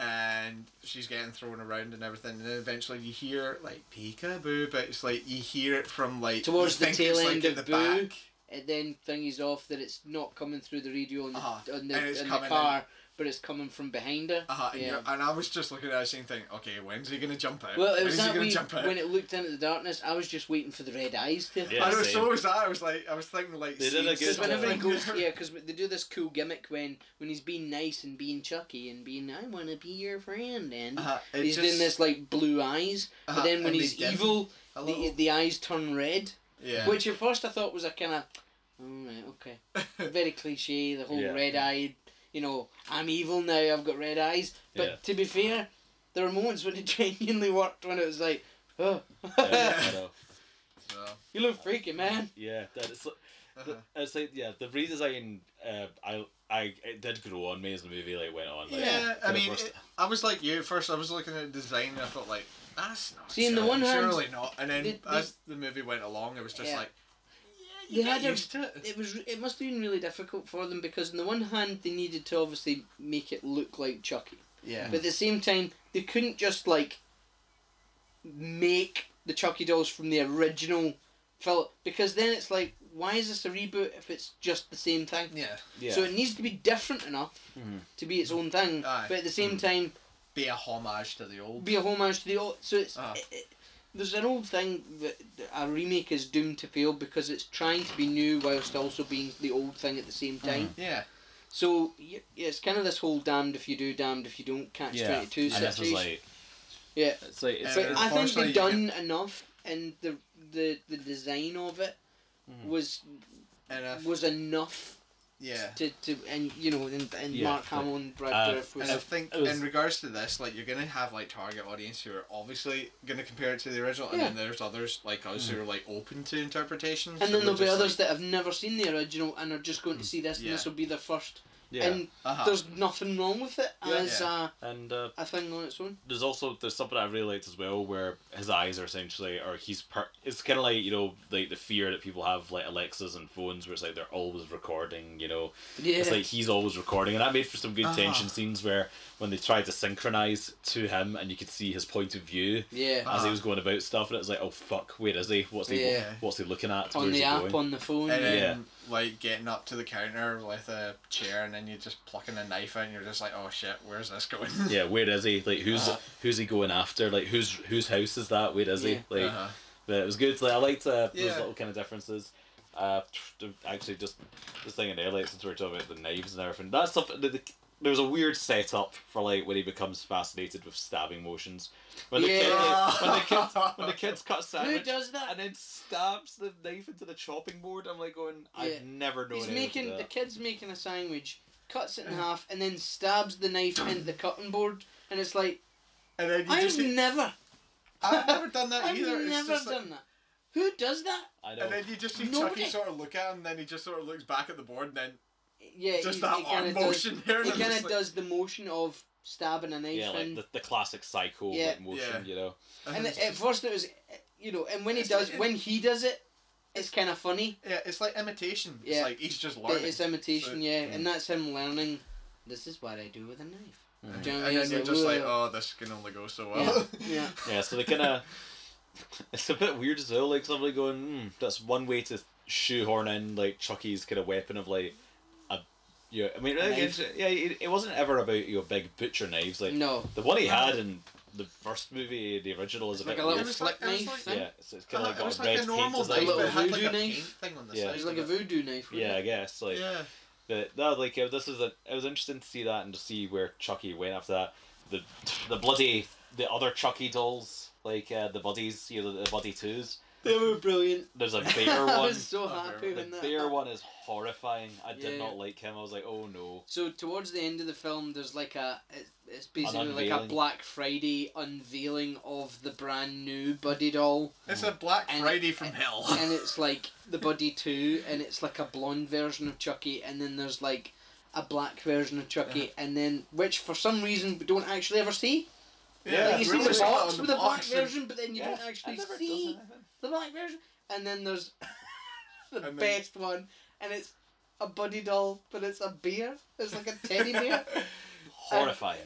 [SPEAKER 3] And she's getting thrown around and everything, and then eventually you hear like peekaboo, but it's like you hear it from like you
[SPEAKER 2] Towards the
[SPEAKER 3] think
[SPEAKER 2] tail
[SPEAKER 3] it's, like,
[SPEAKER 2] end
[SPEAKER 3] at
[SPEAKER 2] of
[SPEAKER 3] the
[SPEAKER 2] boo.
[SPEAKER 3] back.
[SPEAKER 2] And then thingies off that it's not coming through the radio on the,
[SPEAKER 3] Uh-huh.
[SPEAKER 2] on the,
[SPEAKER 3] And it's
[SPEAKER 2] in the
[SPEAKER 3] coming
[SPEAKER 2] car, but it's coming from behind her.
[SPEAKER 3] Uh-huh, and,
[SPEAKER 2] yeah.
[SPEAKER 3] you're, and I was just looking at that scene thinking, okay, when's he going to jump out?
[SPEAKER 2] Well, it
[SPEAKER 3] When
[SPEAKER 2] was
[SPEAKER 3] is he
[SPEAKER 2] that
[SPEAKER 3] going to
[SPEAKER 2] wee,
[SPEAKER 3] jump out?
[SPEAKER 2] when it looked into the darkness. I was just waiting for the red eyes to.
[SPEAKER 1] Yeah,
[SPEAKER 3] I know,
[SPEAKER 1] same.
[SPEAKER 3] so was that. I was like, I was thinking like,
[SPEAKER 1] They did a good
[SPEAKER 2] Because
[SPEAKER 3] scenes
[SPEAKER 1] Just
[SPEAKER 3] something
[SPEAKER 2] whenever he
[SPEAKER 1] uh,
[SPEAKER 2] goes,
[SPEAKER 3] there.
[SPEAKER 2] yeah, because they do this cool gimmick when when he's being nice and being Chucky and being I want to be your friend and
[SPEAKER 3] Uh-huh, it
[SPEAKER 2] he's
[SPEAKER 3] just-
[SPEAKER 2] doing this like blue eyes,
[SPEAKER 3] uh-huh,
[SPEAKER 2] but then when
[SPEAKER 3] and they
[SPEAKER 2] he's
[SPEAKER 3] dim
[SPEAKER 2] evil,
[SPEAKER 3] a
[SPEAKER 2] the,
[SPEAKER 3] little.
[SPEAKER 2] the eyes turn red,
[SPEAKER 3] yeah,
[SPEAKER 2] which at first I thought was a kind of, alright, okay,
[SPEAKER 3] uh-huh.
[SPEAKER 2] very cliche, the whole
[SPEAKER 1] Yeah.
[SPEAKER 2] red eyed, you know, I'm evil now, I've got red eyes. But
[SPEAKER 1] Yeah.
[SPEAKER 2] to be fair, There were moments when it genuinely worked when it was like, oh,
[SPEAKER 1] Yeah, I know.
[SPEAKER 3] So,
[SPEAKER 2] you look freaky, man.
[SPEAKER 1] yeah, that it's.
[SPEAKER 3] uh-huh.
[SPEAKER 1] The- It's like yeah, the redesign. Uh, I I it did grow on me as the movie like went on. Like,
[SPEAKER 3] yeah,
[SPEAKER 1] for
[SPEAKER 3] I
[SPEAKER 1] the
[SPEAKER 3] mean,
[SPEAKER 1] first-
[SPEAKER 3] it, I was like you at first. I was looking at design and I thought like, that's not.
[SPEAKER 2] See, on the
[SPEAKER 3] surely-
[SPEAKER 2] one hand,
[SPEAKER 3] surely not. And then
[SPEAKER 2] the- the-
[SPEAKER 3] as the movie went along, it was just
[SPEAKER 2] Yeah.
[SPEAKER 3] like, yeah,
[SPEAKER 2] They
[SPEAKER 3] you
[SPEAKER 2] had
[SPEAKER 3] get
[SPEAKER 2] a-
[SPEAKER 3] used to it.
[SPEAKER 2] It was. It must have been really difficult for them because on the one hand they needed to obviously make it look like Chucky,
[SPEAKER 3] Yeah.
[SPEAKER 2] but at the same time they couldn't just like make the Chucky dolls from the original film because then it's like, why is this a reboot if it's just the same thing?
[SPEAKER 3] Yeah.
[SPEAKER 1] yeah.
[SPEAKER 2] So it needs to be different enough
[SPEAKER 1] Mhm.
[SPEAKER 2] to be its own thing,
[SPEAKER 3] Aye.
[SPEAKER 2] but at the
[SPEAKER 1] Mm.
[SPEAKER 2] same time
[SPEAKER 3] Be a homage to the old.
[SPEAKER 2] be a homage to the old. So it's
[SPEAKER 3] Ah.
[SPEAKER 2] it, it, there's an old thing that a remake is doomed to fail because it's trying to be new whilst also being the old thing at the same
[SPEAKER 1] Mm-hmm.
[SPEAKER 2] time.
[SPEAKER 3] Yeah.
[SPEAKER 2] So y yeah, it's kind of this whole damned if you do, damned if you don't catch
[SPEAKER 1] yeah.
[SPEAKER 2] twenty two
[SPEAKER 1] and this
[SPEAKER 2] situation.
[SPEAKER 1] is like
[SPEAKER 2] yeah,
[SPEAKER 1] it's like it's
[SPEAKER 3] Uh,
[SPEAKER 2] but
[SPEAKER 1] like,
[SPEAKER 2] I think
[SPEAKER 3] unfortunately,
[SPEAKER 2] they've
[SPEAKER 3] you
[SPEAKER 2] done enough, and the the the design of it
[SPEAKER 1] Mm-hmm.
[SPEAKER 2] was
[SPEAKER 3] And if,
[SPEAKER 2] was enough
[SPEAKER 3] yeah.
[SPEAKER 2] to, to and you know and, and
[SPEAKER 1] Yeah,
[SPEAKER 2] Mark
[SPEAKER 1] but,
[SPEAKER 2] Hamill and Brad
[SPEAKER 1] uh,
[SPEAKER 2] Dourif was
[SPEAKER 3] And I think
[SPEAKER 1] it was-
[SPEAKER 3] in regards to this, like you're gonna have like target audience who are obviously gonna compare it to the original, and
[SPEAKER 2] Yeah.
[SPEAKER 3] then there's others like us
[SPEAKER 1] Hmm.
[SPEAKER 3] who are like open to interpretations.
[SPEAKER 2] And then
[SPEAKER 3] we're
[SPEAKER 2] there'll be
[SPEAKER 3] just
[SPEAKER 2] others that
[SPEAKER 3] like,
[SPEAKER 2] have never seen the original and are just going to see this,
[SPEAKER 3] Yeah.
[SPEAKER 2] and this will be their first.
[SPEAKER 1] yeah.
[SPEAKER 2] And
[SPEAKER 3] uh-huh.
[SPEAKER 2] there's nothing wrong with it
[SPEAKER 3] Yeah.
[SPEAKER 2] as
[SPEAKER 3] Yeah.
[SPEAKER 1] and uh,
[SPEAKER 2] A, a thing on its own.
[SPEAKER 1] there's also there's something I really liked as well where his eyes are essentially or he's per it's kind of like you know like the fear that people have like Alexas and phones where it's like they're always recording you know
[SPEAKER 2] Yeah. Uh-huh.
[SPEAKER 1] it's like he's always recording and that made for some good
[SPEAKER 3] Ah.
[SPEAKER 1] tension scenes where when they tried to synchronize to him and you could see his point of view
[SPEAKER 2] yeah.
[SPEAKER 1] as he
[SPEAKER 3] Ah.
[SPEAKER 1] was going about stuff and it was like oh fuck where is he what's he
[SPEAKER 2] Uh-huh. Yeah.
[SPEAKER 1] what's he looking at
[SPEAKER 2] on
[SPEAKER 1] Where's
[SPEAKER 2] the
[SPEAKER 1] he
[SPEAKER 2] app,
[SPEAKER 1] going?
[SPEAKER 2] on the phone.
[SPEAKER 3] And
[SPEAKER 2] yeah.
[SPEAKER 3] then like getting up to the counter with a chair, and then you're just plucking a knife out, and you're just like, oh shit, where's this going?
[SPEAKER 1] yeah where is he like who's
[SPEAKER 3] Uh-huh.
[SPEAKER 1] who's he going after like whose whose house is that where is
[SPEAKER 2] Yeah.
[SPEAKER 1] he like
[SPEAKER 3] Uh-huh.
[SPEAKER 1] But it was good. Like I liked uh, those
[SPEAKER 3] Yeah.
[SPEAKER 1] little kind of differences. Uh, tr- tr- actually, just this thing in there, like since we we're talking about the knives and everything, that's something. The, the, there's a weird setup for like when he becomes fascinated with stabbing motions. When the kid,
[SPEAKER 2] Yeah.
[SPEAKER 1] like, when the kids, when the kids cut a
[SPEAKER 2] Who
[SPEAKER 1] sandwich
[SPEAKER 2] does that?
[SPEAKER 1] and then stabs the knife into the chopping board, I'm like going, I've
[SPEAKER 2] Yeah.
[SPEAKER 1] never known.
[SPEAKER 2] He's
[SPEAKER 1] anyone to
[SPEAKER 2] making
[SPEAKER 1] do
[SPEAKER 2] the
[SPEAKER 1] that.
[SPEAKER 2] kid's making a sandwich, cuts it in half, and then stabs the knife into the cutting board, and it's like
[SPEAKER 3] And then you
[SPEAKER 2] I've
[SPEAKER 3] just,
[SPEAKER 2] never,
[SPEAKER 3] I've never done that
[SPEAKER 2] I've
[SPEAKER 3] either. it's
[SPEAKER 2] never
[SPEAKER 3] just
[SPEAKER 2] done
[SPEAKER 3] like-
[SPEAKER 2] that. Who does that?
[SPEAKER 1] I know.
[SPEAKER 3] And then you just see
[SPEAKER 2] Nobody-
[SPEAKER 3] Chucky sort of look at him, then he just sort of looks back at the board, and then
[SPEAKER 2] Yeah,
[SPEAKER 3] just
[SPEAKER 2] he,
[SPEAKER 3] that
[SPEAKER 2] he
[SPEAKER 3] arm
[SPEAKER 2] kinda
[SPEAKER 3] motion
[SPEAKER 2] Does,
[SPEAKER 3] here. And
[SPEAKER 2] he
[SPEAKER 3] I'm
[SPEAKER 2] kind
[SPEAKER 3] just
[SPEAKER 2] of
[SPEAKER 3] like,
[SPEAKER 2] does the motion of stabbing a knife
[SPEAKER 1] yeah, like
[SPEAKER 2] in.
[SPEAKER 1] the, the classic psycho
[SPEAKER 2] Yeah.
[SPEAKER 1] like motion,
[SPEAKER 3] Yeah.
[SPEAKER 1] you know.
[SPEAKER 3] and
[SPEAKER 2] and
[SPEAKER 3] uh-huh. it's
[SPEAKER 2] at
[SPEAKER 3] just-
[SPEAKER 2] first it was, you know, and when he
[SPEAKER 3] It's
[SPEAKER 2] does,
[SPEAKER 3] like-
[SPEAKER 2] when he does it, it's kind of funny.
[SPEAKER 3] yeah, it's like imitation.
[SPEAKER 2] Yeah.
[SPEAKER 3] It's like he's just
[SPEAKER 2] But
[SPEAKER 3] learning.
[SPEAKER 2] it's imitation,
[SPEAKER 3] So-
[SPEAKER 2] yeah,
[SPEAKER 1] mm.
[SPEAKER 2] and that's him learning. This is what I do with a knife. Do you know what I
[SPEAKER 3] and
[SPEAKER 2] mean?
[SPEAKER 3] then
[SPEAKER 2] It's
[SPEAKER 3] you're just like,
[SPEAKER 2] "Whoa."
[SPEAKER 3] oh, this can only go so well.
[SPEAKER 2] yeah,
[SPEAKER 1] Yeah, so they kind of. It's a bit weird as well. Like somebody going, mm, "That's one way to shoehorn in like Chucky's kind of weapon of like a." Yeah, I mean, like, it's- yeah, it, it wasn't ever about your big butcher knives. Like
[SPEAKER 2] no,
[SPEAKER 1] the one he had in the first movie, the original, is
[SPEAKER 2] it's
[SPEAKER 1] a
[SPEAKER 2] like
[SPEAKER 1] bit
[SPEAKER 2] a little
[SPEAKER 3] It
[SPEAKER 1] weird.
[SPEAKER 3] was
[SPEAKER 2] flick
[SPEAKER 3] like- it was
[SPEAKER 2] knife
[SPEAKER 3] like-
[SPEAKER 2] thing.
[SPEAKER 1] Yeah, so it's kind of like
[SPEAKER 3] Uh-huh, it
[SPEAKER 1] got
[SPEAKER 3] was
[SPEAKER 1] a red
[SPEAKER 3] like a
[SPEAKER 1] paint
[SPEAKER 3] normal
[SPEAKER 1] design.
[SPEAKER 3] knife, but it had like
[SPEAKER 2] Voodoo
[SPEAKER 3] a
[SPEAKER 2] knife.
[SPEAKER 3] paint thing on the
[SPEAKER 1] Yeah.
[SPEAKER 3] side.
[SPEAKER 2] It was like a
[SPEAKER 3] of it.
[SPEAKER 2] voodoo knife. wasn't
[SPEAKER 1] Yeah, I
[SPEAKER 2] it?
[SPEAKER 1] guess like
[SPEAKER 3] Yeah.
[SPEAKER 1] But that was like yeah, this is a it was interesting to see that and to see where Chucky went after that. The the bloody the other Chucky dolls, like uh, the buddies, you know, the, the buddy twos.
[SPEAKER 2] they were brilliant.
[SPEAKER 1] There's a
[SPEAKER 2] I
[SPEAKER 1] bear one. Oh,
[SPEAKER 2] was so happy
[SPEAKER 1] The
[SPEAKER 2] when that.
[SPEAKER 1] bear one is horrifying. I did
[SPEAKER 2] Yeah.
[SPEAKER 1] not like him. I was like, oh no.
[SPEAKER 2] So towards the end of the film, there's like a it's, it's basically like a
[SPEAKER 1] unveiling.
[SPEAKER 2] Black Friday unveiling of the brand new Buddy doll,
[SPEAKER 3] It's a Black
[SPEAKER 2] Mm. And-
[SPEAKER 3] Friday from hell.
[SPEAKER 2] and it's like the Buddy Two, and it's like a blonde version of Chucky, and then there's like a black version of Chucky, and then which for some reason we don't actually ever see.
[SPEAKER 1] Yeah,
[SPEAKER 2] Like you
[SPEAKER 1] it's
[SPEAKER 2] see
[SPEAKER 1] really
[SPEAKER 2] the
[SPEAKER 3] saw it
[SPEAKER 2] box
[SPEAKER 3] on
[SPEAKER 2] with the black
[SPEAKER 3] box, and-
[SPEAKER 2] version, but then you
[SPEAKER 1] Yeah,
[SPEAKER 2] don't actually
[SPEAKER 1] I never
[SPEAKER 2] see
[SPEAKER 1] does anything.
[SPEAKER 2] the black version. And then there's the
[SPEAKER 3] And then-
[SPEAKER 2] best one, and it's a buddy doll, but it's a bear. It's like a teddy bear.
[SPEAKER 1] Horrifying.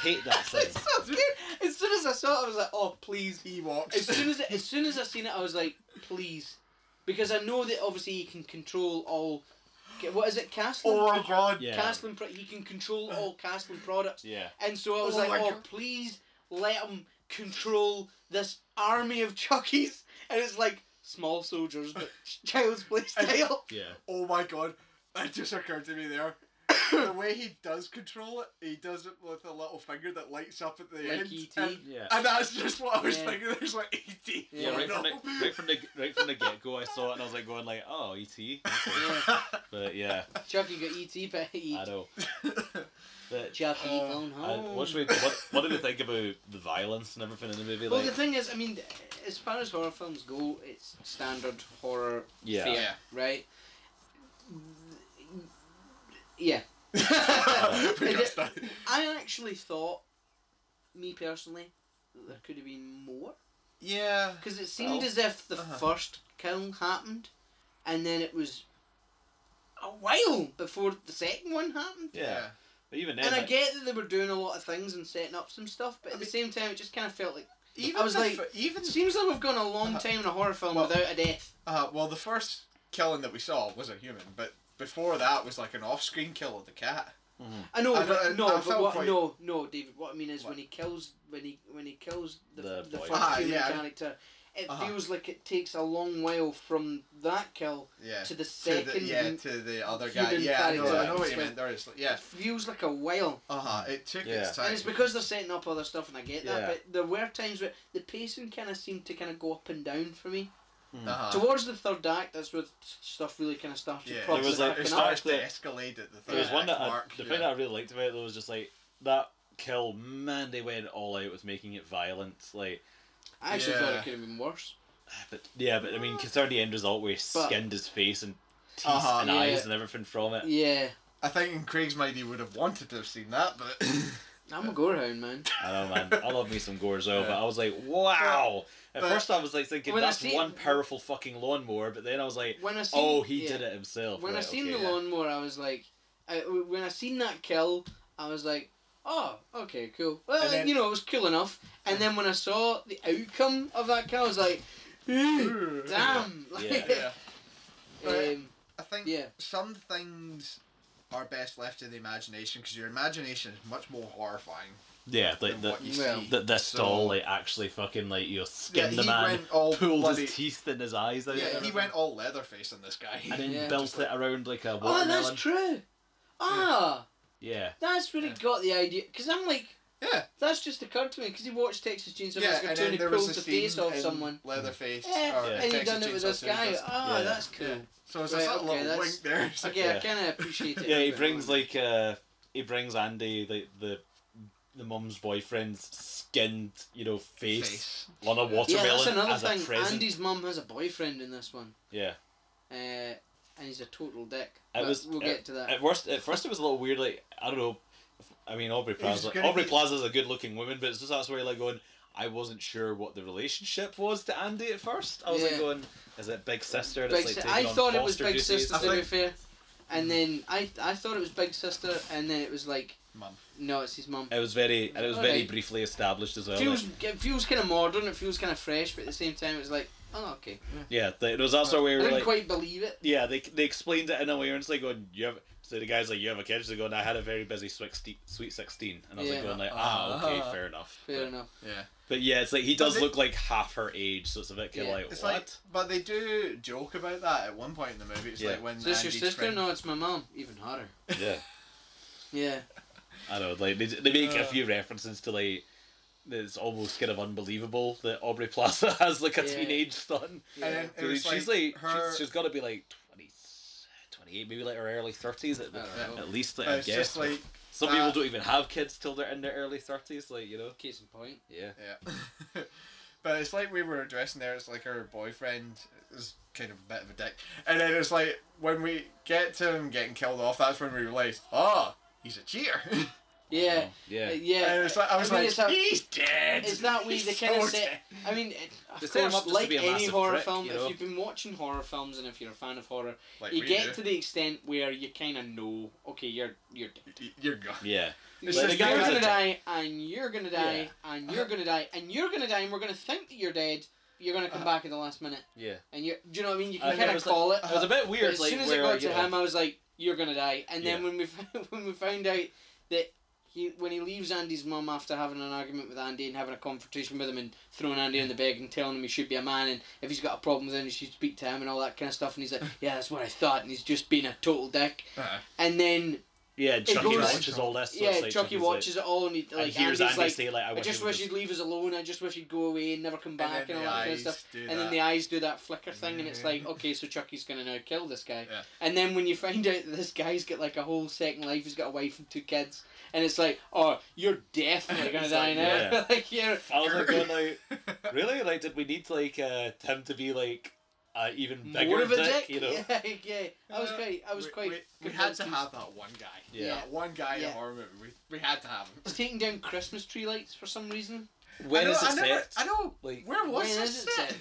[SPEAKER 1] Hate that
[SPEAKER 2] it's
[SPEAKER 1] thing.
[SPEAKER 2] so good. As soon as I saw it, I was like, oh please.
[SPEAKER 3] He walks.
[SPEAKER 2] As soon as as soon as I seen it, I was like, please, because I know that obviously he can control all. What is it, Castlin?
[SPEAKER 3] oh my god.
[SPEAKER 1] Yeah.
[SPEAKER 2] Castlin. Pro- he can control all Castlin products.
[SPEAKER 1] Yeah.
[SPEAKER 2] And so I was
[SPEAKER 3] Oh
[SPEAKER 2] like,
[SPEAKER 3] my
[SPEAKER 2] oh,
[SPEAKER 3] God.
[SPEAKER 2] please let him control this army of Chuckies. And it's like, small soldiers, but child's play style.
[SPEAKER 1] Yeah.
[SPEAKER 3] Oh my god. That just occurred to me there. the way he does control it, he does it with a little finger that lights up at the
[SPEAKER 2] Like
[SPEAKER 3] end.
[SPEAKER 2] E.T..
[SPEAKER 3] And,
[SPEAKER 1] Yeah.
[SPEAKER 3] and that's just what I was
[SPEAKER 2] Yeah.
[SPEAKER 3] thinking. There's like E ET.
[SPEAKER 2] Yeah,
[SPEAKER 1] right,
[SPEAKER 3] no.
[SPEAKER 1] from the, right from the right from the get go, I saw it and I was like going like, oh, ET. Okay.
[SPEAKER 2] Yeah.
[SPEAKER 1] But yeah,
[SPEAKER 2] Chucky got E.T. by E.
[SPEAKER 1] I know. But
[SPEAKER 2] Chucky
[SPEAKER 3] Uh,
[SPEAKER 2] phone
[SPEAKER 1] uh,
[SPEAKER 2] home.
[SPEAKER 1] what should we? What, what do we think about the violence and everything in the movie?
[SPEAKER 2] well,
[SPEAKER 1] Like,
[SPEAKER 2] the thing is, I mean, as far as horror films go, it's standard horror
[SPEAKER 1] yeah,
[SPEAKER 2] fear,
[SPEAKER 3] Yeah.
[SPEAKER 2] right? Yeah,
[SPEAKER 3] we got stuck.
[SPEAKER 2] I actually thought, me personally, that there could have been more
[SPEAKER 3] Yeah.
[SPEAKER 2] because it seemed
[SPEAKER 1] Well,
[SPEAKER 2] as if the
[SPEAKER 3] uh-huh.
[SPEAKER 2] first kill happened, and then it was a while before the second one happened.
[SPEAKER 1] yeah. But even then,
[SPEAKER 2] And I
[SPEAKER 1] like,
[SPEAKER 2] get that they were doing a lot of things and setting up some stuff, but at the same time, it just kind of felt like
[SPEAKER 3] Even
[SPEAKER 2] I was
[SPEAKER 3] the
[SPEAKER 2] like-
[SPEAKER 3] f- even
[SPEAKER 2] it seems like we've gone a long
[SPEAKER 3] Uh-huh.
[SPEAKER 2] time in a horror film
[SPEAKER 3] Well-
[SPEAKER 2] without a death.
[SPEAKER 3] uh, well, the first killing that we saw was a human, but before that was like an off-screen kill of the cat.
[SPEAKER 2] I know,
[SPEAKER 3] I
[SPEAKER 2] but
[SPEAKER 3] don't-
[SPEAKER 2] no,
[SPEAKER 3] I
[SPEAKER 2] but
[SPEAKER 3] felt
[SPEAKER 2] what,
[SPEAKER 3] quite-
[SPEAKER 2] no, no, David. What I mean is
[SPEAKER 3] What?
[SPEAKER 2] when he kills, when he when he kills the
[SPEAKER 1] The
[SPEAKER 2] the,
[SPEAKER 1] boy.
[SPEAKER 2] first
[SPEAKER 3] Ah,
[SPEAKER 2] human
[SPEAKER 3] yeah.
[SPEAKER 2] character, it
[SPEAKER 3] Uh-huh.
[SPEAKER 2] feels like it takes a long while from that kill
[SPEAKER 3] Yeah.
[SPEAKER 2] to the
[SPEAKER 3] To
[SPEAKER 2] second.
[SPEAKER 3] the, yeah, to the other guy.
[SPEAKER 2] human
[SPEAKER 3] Yeah, I know, I
[SPEAKER 1] character.
[SPEAKER 3] know what you
[SPEAKER 2] So-
[SPEAKER 3] meant. There is, yeah,
[SPEAKER 2] It feels like a while,
[SPEAKER 3] uh huh. It took
[SPEAKER 1] Yeah.
[SPEAKER 3] its time.
[SPEAKER 2] and it's because they're setting up other stuff, and I get that.
[SPEAKER 1] Yeah.
[SPEAKER 2] But there were times where the pacing kind of seemed to kind of go up and down for me.
[SPEAKER 3] uh-huh.
[SPEAKER 2] Towards the third act, that's where stuff really kind of started.
[SPEAKER 3] yeah,
[SPEAKER 2] properly
[SPEAKER 1] There was, like,
[SPEAKER 2] picking
[SPEAKER 3] it
[SPEAKER 1] it's
[SPEAKER 2] up.
[SPEAKER 1] not-
[SPEAKER 3] starts to escalate at the third
[SPEAKER 1] there was one
[SPEAKER 3] act
[SPEAKER 1] that I,
[SPEAKER 3] mark.
[SPEAKER 1] the
[SPEAKER 3] yeah.
[SPEAKER 1] thing I really liked about it though was just like that kill. Man, they went all out with making it violent. Like,
[SPEAKER 2] I actually thought
[SPEAKER 3] Yeah.
[SPEAKER 2] it could have been worse.
[SPEAKER 1] but yeah, but I mean, considering the end result, we skinned his face and teeth
[SPEAKER 3] Uh-huh,
[SPEAKER 1] and
[SPEAKER 2] yeah.
[SPEAKER 1] eyes and everything from it.
[SPEAKER 2] Yeah,
[SPEAKER 3] I think in Craig's mind he would have wanted to have seen that, but
[SPEAKER 2] I'm a gorehound man.
[SPEAKER 1] I know, man. I love me some gore as well, but
[SPEAKER 3] Yeah.
[SPEAKER 1] I was like, wow. At
[SPEAKER 3] but-
[SPEAKER 1] first, I was like thinking
[SPEAKER 2] When I
[SPEAKER 1] that's
[SPEAKER 2] see-
[SPEAKER 1] one powerful fucking lawnmower, but then I was like,
[SPEAKER 2] When I seen,
[SPEAKER 1] oh, he
[SPEAKER 2] yeah.
[SPEAKER 1] did it himself.
[SPEAKER 2] When I
[SPEAKER 1] Right,
[SPEAKER 2] seen
[SPEAKER 1] okay.
[SPEAKER 2] the
[SPEAKER 3] yeah.
[SPEAKER 2] lawnmower, I was like, I, when I seen that kill, I was like, oh, okay, cool. Well,
[SPEAKER 3] And then-
[SPEAKER 2] you know, it was cool enough. And then when I saw the outcome of that kill, I was like, "Ooh, damn. Like,
[SPEAKER 1] Yeah.
[SPEAKER 3] Yeah. But
[SPEAKER 2] um,
[SPEAKER 3] I think
[SPEAKER 2] yeah.
[SPEAKER 3] some things are best left to the imagination because your imagination is much more horrifying
[SPEAKER 1] Yeah, like
[SPEAKER 3] than
[SPEAKER 1] the.
[SPEAKER 3] what you
[SPEAKER 2] well,
[SPEAKER 3] see.
[SPEAKER 1] The, this
[SPEAKER 3] So-
[SPEAKER 1] doll like actually fucking like you know, skinned
[SPEAKER 3] Yeah,
[SPEAKER 1] the
[SPEAKER 3] he
[SPEAKER 1] man,
[SPEAKER 3] went all
[SPEAKER 1] pulled
[SPEAKER 3] bloody-
[SPEAKER 1] his teeth and his eyes out.
[SPEAKER 3] Yeah,
[SPEAKER 1] and
[SPEAKER 3] he
[SPEAKER 1] everything,
[SPEAKER 3] went all Leatherface on this guy.
[SPEAKER 1] and then
[SPEAKER 2] Yeah.
[SPEAKER 1] built it around like a
[SPEAKER 2] Oh,
[SPEAKER 1] watermelon.
[SPEAKER 2] that's true. Ah,
[SPEAKER 1] Yeah,
[SPEAKER 2] that's where he
[SPEAKER 3] Yeah.
[SPEAKER 2] got the idea. Because I'm like,
[SPEAKER 3] yeah,
[SPEAKER 2] that's just occurred to me. Because he watched Texas Chainsaw
[SPEAKER 3] yeah,
[SPEAKER 2] Massacre
[SPEAKER 3] and
[SPEAKER 2] 2
[SPEAKER 3] then
[SPEAKER 2] and he
[SPEAKER 3] there was
[SPEAKER 2] pulled
[SPEAKER 3] a
[SPEAKER 2] the
[SPEAKER 3] scene
[SPEAKER 2] face off
[SPEAKER 3] in
[SPEAKER 2] someone.
[SPEAKER 3] Leatherface.
[SPEAKER 2] Yeah,
[SPEAKER 3] or
[SPEAKER 2] and he
[SPEAKER 3] Texas
[SPEAKER 2] done it with
[SPEAKER 3] Chainsaw
[SPEAKER 2] this guy.
[SPEAKER 3] 2,
[SPEAKER 2] Oh,
[SPEAKER 1] Yeah.
[SPEAKER 2] that's cool.
[SPEAKER 3] Yeah. So it's
[SPEAKER 2] Right,
[SPEAKER 3] a subtle
[SPEAKER 2] okay,
[SPEAKER 3] little
[SPEAKER 2] that's-
[SPEAKER 3] wink there. It's like,
[SPEAKER 2] Okay, I
[SPEAKER 1] Yeah.
[SPEAKER 2] kind of appreciate it.
[SPEAKER 1] yeah. He
[SPEAKER 2] But-
[SPEAKER 1] brings like uh, he brings Andy like the the mum's boyfriend's skinned you know face,
[SPEAKER 3] Face.
[SPEAKER 1] on a
[SPEAKER 2] Yeah,
[SPEAKER 1] watermelon
[SPEAKER 2] that's another
[SPEAKER 1] as a
[SPEAKER 2] thing.
[SPEAKER 1] present.
[SPEAKER 2] Andy's mum has a boyfriend in this one,
[SPEAKER 1] Yeah.
[SPEAKER 2] uh, and he's a total dick.
[SPEAKER 1] It
[SPEAKER 2] But
[SPEAKER 1] was- uh,
[SPEAKER 2] we'll
[SPEAKER 1] it-
[SPEAKER 2] get to that.
[SPEAKER 1] At first, at first it was a little weird. Like I don't know. if- I mean, Aubrey Plaza.
[SPEAKER 3] gonna
[SPEAKER 1] Aubrey
[SPEAKER 3] be-
[SPEAKER 1] Plaza's a good-looking woman, but it's just that's where like going. I wasn't sure what the relationship was to Andy at first. I was
[SPEAKER 2] Yeah.
[SPEAKER 1] like going, "Is it big sister?" That's
[SPEAKER 2] Big
[SPEAKER 1] like
[SPEAKER 2] si-
[SPEAKER 1] taking
[SPEAKER 2] I
[SPEAKER 1] on
[SPEAKER 2] thought it was
[SPEAKER 1] foster
[SPEAKER 2] Big
[SPEAKER 1] duties?
[SPEAKER 2] Sister to
[SPEAKER 3] I
[SPEAKER 2] be
[SPEAKER 3] think-
[SPEAKER 2] fair, and then I I thought it was Big Sister, and then it was like
[SPEAKER 3] Mum.
[SPEAKER 2] no, it's his mum.
[SPEAKER 1] It was very, and it was very
[SPEAKER 2] Alright.
[SPEAKER 1] briefly established as well.
[SPEAKER 2] feels
[SPEAKER 1] like-
[SPEAKER 2] it feels kind of modern. It feels kind of fresh, but at the same time, it was like oh okay.
[SPEAKER 1] yeah, th- it was also
[SPEAKER 2] I
[SPEAKER 1] where
[SPEAKER 2] didn't
[SPEAKER 1] like,
[SPEAKER 2] quite believe it.
[SPEAKER 1] yeah, they they explained it in a way, and it's like going, "You have." So the guy's like, "You have a kid." She's going, "I had a very busy sweet sweet 16. and I was
[SPEAKER 2] Yeah.
[SPEAKER 1] like going, "Like ah, okay,
[SPEAKER 3] Ah.
[SPEAKER 1] fair enough."
[SPEAKER 2] Fair
[SPEAKER 1] but,
[SPEAKER 2] enough.
[SPEAKER 3] Yeah.
[SPEAKER 1] but yeah, it's like he
[SPEAKER 3] But
[SPEAKER 1] does
[SPEAKER 3] they-
[SPEAKER 1] look like half her age, so it's a bit kind
[SPEAKER 2] Yeah,
[SPEAKER 1] of like
[SPEAKER 3] It's
[SPEAKER 1] what.
[SPEAKER 3] like, but they do joke about that at one point in the movie. It's
[SPEAKER 1] Yeah.
[SPEAKER 3] like when
[SPEAKER 2] Is this your
[SPEAKER 3] Andy's
[SPEAKER 2] sister?
[SPEAKER 3] friend-
[SPEAKER 2] No, it's my mum. Even hotter.
[SPEAKER 1] yeah.
[SPEAKER 2] Yeah.
[SPEAKER 1] I know, like they, they make a
[SPEAKER 3] Uh.
[SPEAKER 1] few references to like it's almost kind of unbelievable that Aubrey Plaza has like a
[SPEAKER 2] Yeah.
[SPEAKER 1] teenage son.
[SPEAKER 2] yeah.
[SPEAKER 3] And then it
[SPEAKER 1] So
[SPEAKER 3] was
[SPEAKER 1] she's
[SPEAKER 3] like,
[SPEAKER 1] like,
[SPEAKER 3] her.
[SPEAKER 1] she's, she's got to be like 20, 28, maybe like her early thirties at,
[SPEAKER 2] I don't know.
[SPEAKER 1] at least. Like,
[SPEAKER 3] but
[SPEAKER 1] I
[SPEAKER 3] it's
[SPEAKER 1] guess
[SPEAKER 3] just like
[SPEAKER 1] some
[SPEAKER 3] that-
[SPEAKER 1] people
[SPEAKER 2] Uh,
[SPEAKER 1] don't even have kids till they're in their early thirties. Like you know,
[SPEAKER 2] Case in point.
[SPEAKER 1] yeah,
[SPEAKER 3] Yeah. but it's like we were addressing there, it's like her boyfriend is kind of a bit of a dick. And then it's like when we get to him getting killed off, that's when we realise, oh, he's a cheater.
[SPEAKER 2] Yeah.
[SPEAKER 1] Um, yeah.
[SPEAKER 2] Uh, yeah.
[SPEAKER 3] and it's like, I was
[SPEAKER 2] mean,
[SPEAKER 3] like,
[SPEAKER 2] it's how-
[SPEAKER 3] he's dead.
[SPEAKER 2] It's that way
[SPEAKER 3] He's
[SPEAKER 2] they kind of
[SPEAKER 3] so
[SPEAKER 2] set.
[SPEAKER 3] dead."
[SPEAKER 2] I mean, it-
[SPEAKER 1] They
[SPEAKER 2] of
[SPEAKER 1] set 'em up
[SPEAKER 2] course,
[SPEAKER 1] just to
[SPEAKER 2] like
[SPEAKER 1] be a
[SPEAKER 2] any
[SPEAKER 1] massive
[SPEAKER 2] horror
[SPEAKER 1] prick,
[SPEAKER 2] film,
[SPEAKER 1] you
[SPEAKER 2] if
[SPEAKER 1] know?
[SPEAKER 2] you've been watching horror films and if you're a fan of horror,
[SPEAKER 3] Like
[SPEAKER 2] you
[SPEAKER 3] we
[SPEAKER 2] get
[SPEAKER 3] do.
[SPEAKER 2] to the extent where you kind of know, okay, you're you're dead.
[SPEAKER 3] Y- You're gone.
[SPEAKER 1] yeah.
[SPEAKER 3] It's
[SPEAKER 1] Like,
[SPEAKER 3] just
[SPEAKER 1] the guy
[SPEAKER 2] you're
[SPEAKER 1] was a
[SPEAKER 2] gonna
[SPEAKER 1] dick.
[SPEAKER 2] die, and you're gonna die, and you're
[SPEAKER 3] Uh-huh.
[SPEAKER 2] gonna die, and you're gonna die, and we're gonna think that you're dead. But you're gonna come
[SPEAKER 3] Uh-huh.
[SPEAKER 2] back at the last minute,
[SPEAKER 1] Yeah,
[SPEAKER 2] and you do you know what I mean? You
[SPEAKER 1] I
[SPEAKER 2] can
[SPEAKER 1] mean, it
[SPEAKER 2] kind of
[SPEAKER 1] was like-
[SPEAKER 2] call it.
[SPEAKER 1] it was a bit
[SPEAKER 2] But
[SPEAKER 1] weird.
[SPEAKER 2] as
[SPEAKER 1] like
[SPEAKER 2] soon as
[SPEAKER 1] where,
[SPEAKER 2] it got
[SPEAKER 1] you
[SPEAKER 2] to
[SPEAKER 1] know,
[SPEAKER 2] him, I was like, "You're gonna die." And then
[SPEAKER 1] Yeah.
[SPEAKER 2] when we f- when we found out that he when he leaves Andy's mum after having an argument with Andy and having a confrontation with him and throwing Andy on the bed and telling him he should be a man and if he's got a problem then he should speak to him and all that kind of stuff and he's like, "Yeah, that's what I thought," and he's just being a total dick.
[SPEAKER 3] Uh-huh.
[SPEAKER 2] And then
[SPEAKER 1] he Yeah, Chucky
[SPEAKER 2] goes-
[SPEAKER 1] watches all this. So
[SPEAKER 2] yeah,
[SPEAKER 1] it's like
[SPEAKER 2] Chucky
[SPEAKER 1] Chucky's
[SPEAKER 2] watches it all, and he,
[SPEAKER 1] Like,
[SPEAKER 2] like
[SPEAKER 1] and hears
[SPEAKER 2] Andy's
[SPEAKER 1] Andy
[SPEAKER 2] like,
[SPEAKER 1] say, like, I,
[SPEAKER 2] I just
[SPEAKER 1] he
[SPEAKER 2] wish
[SPEAKER 1] was-
[SPEAKER 2] he'd leave us alone. I just wish he'd go away and never come back and,
[SPEAKER 3] then
[SPEAKER 2] all
[SPEAKER 3] the
[SPEAKER 2] that kind of
[SPEAKER 3] eyes
[SPEAKER 2] stuff.
[SPEAKER 3] do
[SPEAKER 2] And then
[SPEAKER 3] that.
[SPEAKER 2] the eyes do that flicker thing, and it's like,
[SPEAKER 3] Mhm.
[SPEAKER 2] okay, so Chucky's gonna now kill this guy.
[SPEAKER 3] Yeah.
[SPEAKER 2] And then when you find out that this guy's got like a whole second life, he's got a wife and two kids, and it's like, oh, you're definitely gonna
[SPEAKER 3] It's
[SPEAKER 2] die
[SPEAKER 3] like,
[SPEAKER 2] now.
[SPEAKER 1] yeah.
[SPEAKER 2] like you're.
[SPEAKER 1] I was like, going like,
[SPEAKER 3] yeah.
[SPEAKER 1] really? Like, did we need like uh, him to be like uh, even bigger
[SPEAKER 2] More of a
[SPEAKER 1] dick,
[SPEAKER 2] dick,
[SPEAKER 1] You know?
[SPEAKER 2] yeah, yeah. I was quite, I was
[SPEAKER 3] Uh, we,
[SPEAKER 2] quite.
[SPEAKER 3] We, we had
[SPEAKER 2] convinced
[SPEAKER 3] to
[SPEAKER 2] he was-
[SPEAKER 3] have that one guy.
[SPEAKER 1] Yeah.
[SPEAKER 3] That one guy in
[SPEAKER 2] Yeah.
[SPEAKER 3] a horror movie. We, we had to have him.
[SPEAKER 2] It's taking down Christmas tree lights for some reason.
[SPEAKER 1] When
[SPEAKER 3] I know,
[SPEAKER 1] is
[SPEAKER 3] I
[SPEAKER 1] it
[SPEAKER 3] never-
[SPEAKER 1] set?
[SPEAKER 3] I know.
[SPEAKER 1] Like-
[SPEAKER 3] where was
[SPEAKER 2] When
[SPEAKER 3] this
[SPEAKER 2] is it
[SPEAKER 3] set?
[SPEAKER 2] set?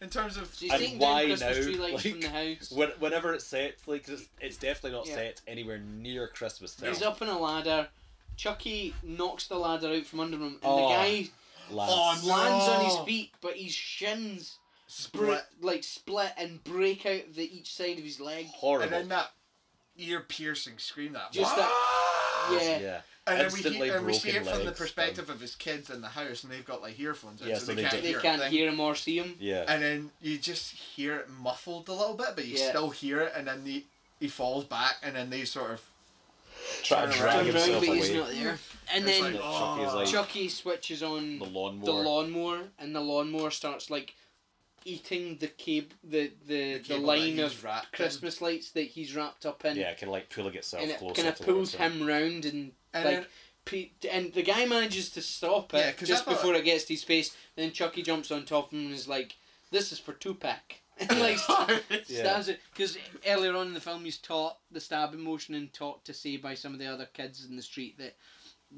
[SPEAKER 3] In terms of
[SPEAKER 2] She's
[SPEAKER 1] And
[SPEAKER 2] taking
[SPEAKER 1] why
[SPEAKER 2] down Christmas
[SPEAKER 1] now?
[SPEAKER 2] tree lights from the
[SPEAKER 1] Like,
[SPEAKER 2] house.
[SPEAKER 1] When, whenever it's set, like 'cause it's, it's definitely not
[SPEAKER 2] Yeah.
[SPEAKER 1] set anywhere near Christmas time.
[SPEAKER 2] He's up on a ladder. Chucky knocks the ladder out from under him, and
[SPEAKER 1] Oh,
[SPEAKER 2] the guy
[SPEAKER 1] Lads.
[SPEAKER 3] no.
[SPEAKER 2] lands on
[SPEAKER 3] Oh.
[SPEAKER 2] his feet, but his shins br- like split and break out the each side of his leg.
[SPEAKER 1] horrible.
[SPEAKER 3] and then that ear piercing scream that.
[SPEAKER 2] Just
[SPEAKER 3] "Ah!"
[SPEAKER 2] Yeah.
[SPEAKER 1] yeah.
[SPEAKER 3] And then we,
[SPEAKER 1] Instantly
[SPEAKER 3] he, and we see
[SPEAKER 1] broken
[SPEAKER 3] it from the
[SPEAKER 1] legs,
[SPEAKER 3] perspective of his kids in the house, and they've got like earphones, in,
[SPEAKER 1] Yeah,
[SPEAKER 3] so,
[SPEAKER 1] so
[SPEAKER 3] they,
[SPEAKER 1] they
[SPEAKER 3] can't
[SPEAKER 1] don't-
[SPEAKER 2] They
[SPEAKER 3] hear.
[SPEAKER 2] can't
[SPEAKER 3] it.
[SPEAKER 2] hear him or see him.
[SPEAKER 1] Yeah.
[SPEAKER 3] And then you just hear it muffled a little bit, but you
[SPEAKER 2] Yeah.
[SPEAKER 3] still hear it, and then the, he falls back, and then they sort of
[SPEAKER 1] Try and
[SPEAKER 3] turn
[SPEAKER 1] drag
[SPEAKER 3] around.
[SPEAKER 2] Turns around,
[SPEAKER 1] himself
[SPEAKER 2] but
[SPEAKER 1] away.
[SPEAKER 2] he's not there. And
[SPEAKER 3] It's
[SPEAKER 2] then
[SPEAKER 3] like,
[SPEAKER 1] Chucky is
[SPEAKER 3] "Oh."
[SPEAKER 1] like-
[SPEAKER 2] Chucky switches on
[SPEAKER 1] the
[SPEAKER 2] the
[SPEAKER 1] lawnmower.
[SPEAKER 2] lawnmower. and the lawnmower starts like eating the cab- the the, the,
[SPEAKER 3] cable that
[SPEAKER 2] line
[SPEAKER 3] he's
[SPEAKER 2] of
[SPEAKER 3] wrapped in.
[SPEAKER 2] Christmas lights that he's wrapped up in.
[SPEAKER 1] Yeah, kind of like pulling itself
[SPEAKER 2] and it
[SPEAKER 1] closer.
[SPEAKER 2] kind of
[SPEAKER 1] to
[SPEAKER 2] pulls
[SPEAKER 1] the window.
[SPEAKER 2] him round and,
[SPEAKER 3] And
[SPEAKER 2] like
[SPEAKER 3] then-
[SPEAKER 2] pe- and the guy manages to stop it
[SPEAKER 3] Yeah, 'cause I
[SPEAKER 2] just
[SPEAKER 3] thought-
[SPEAKER 2] before it gets to his face. Then Chucky jumps on top of him and is like, "This is for Tupac." And like st-
[SPEAKER 1] Yeah.
[SPEAKER 2] stabs it because earlier on in the film he's taught the stabbing motion and taught to say by some of the other kids in the street that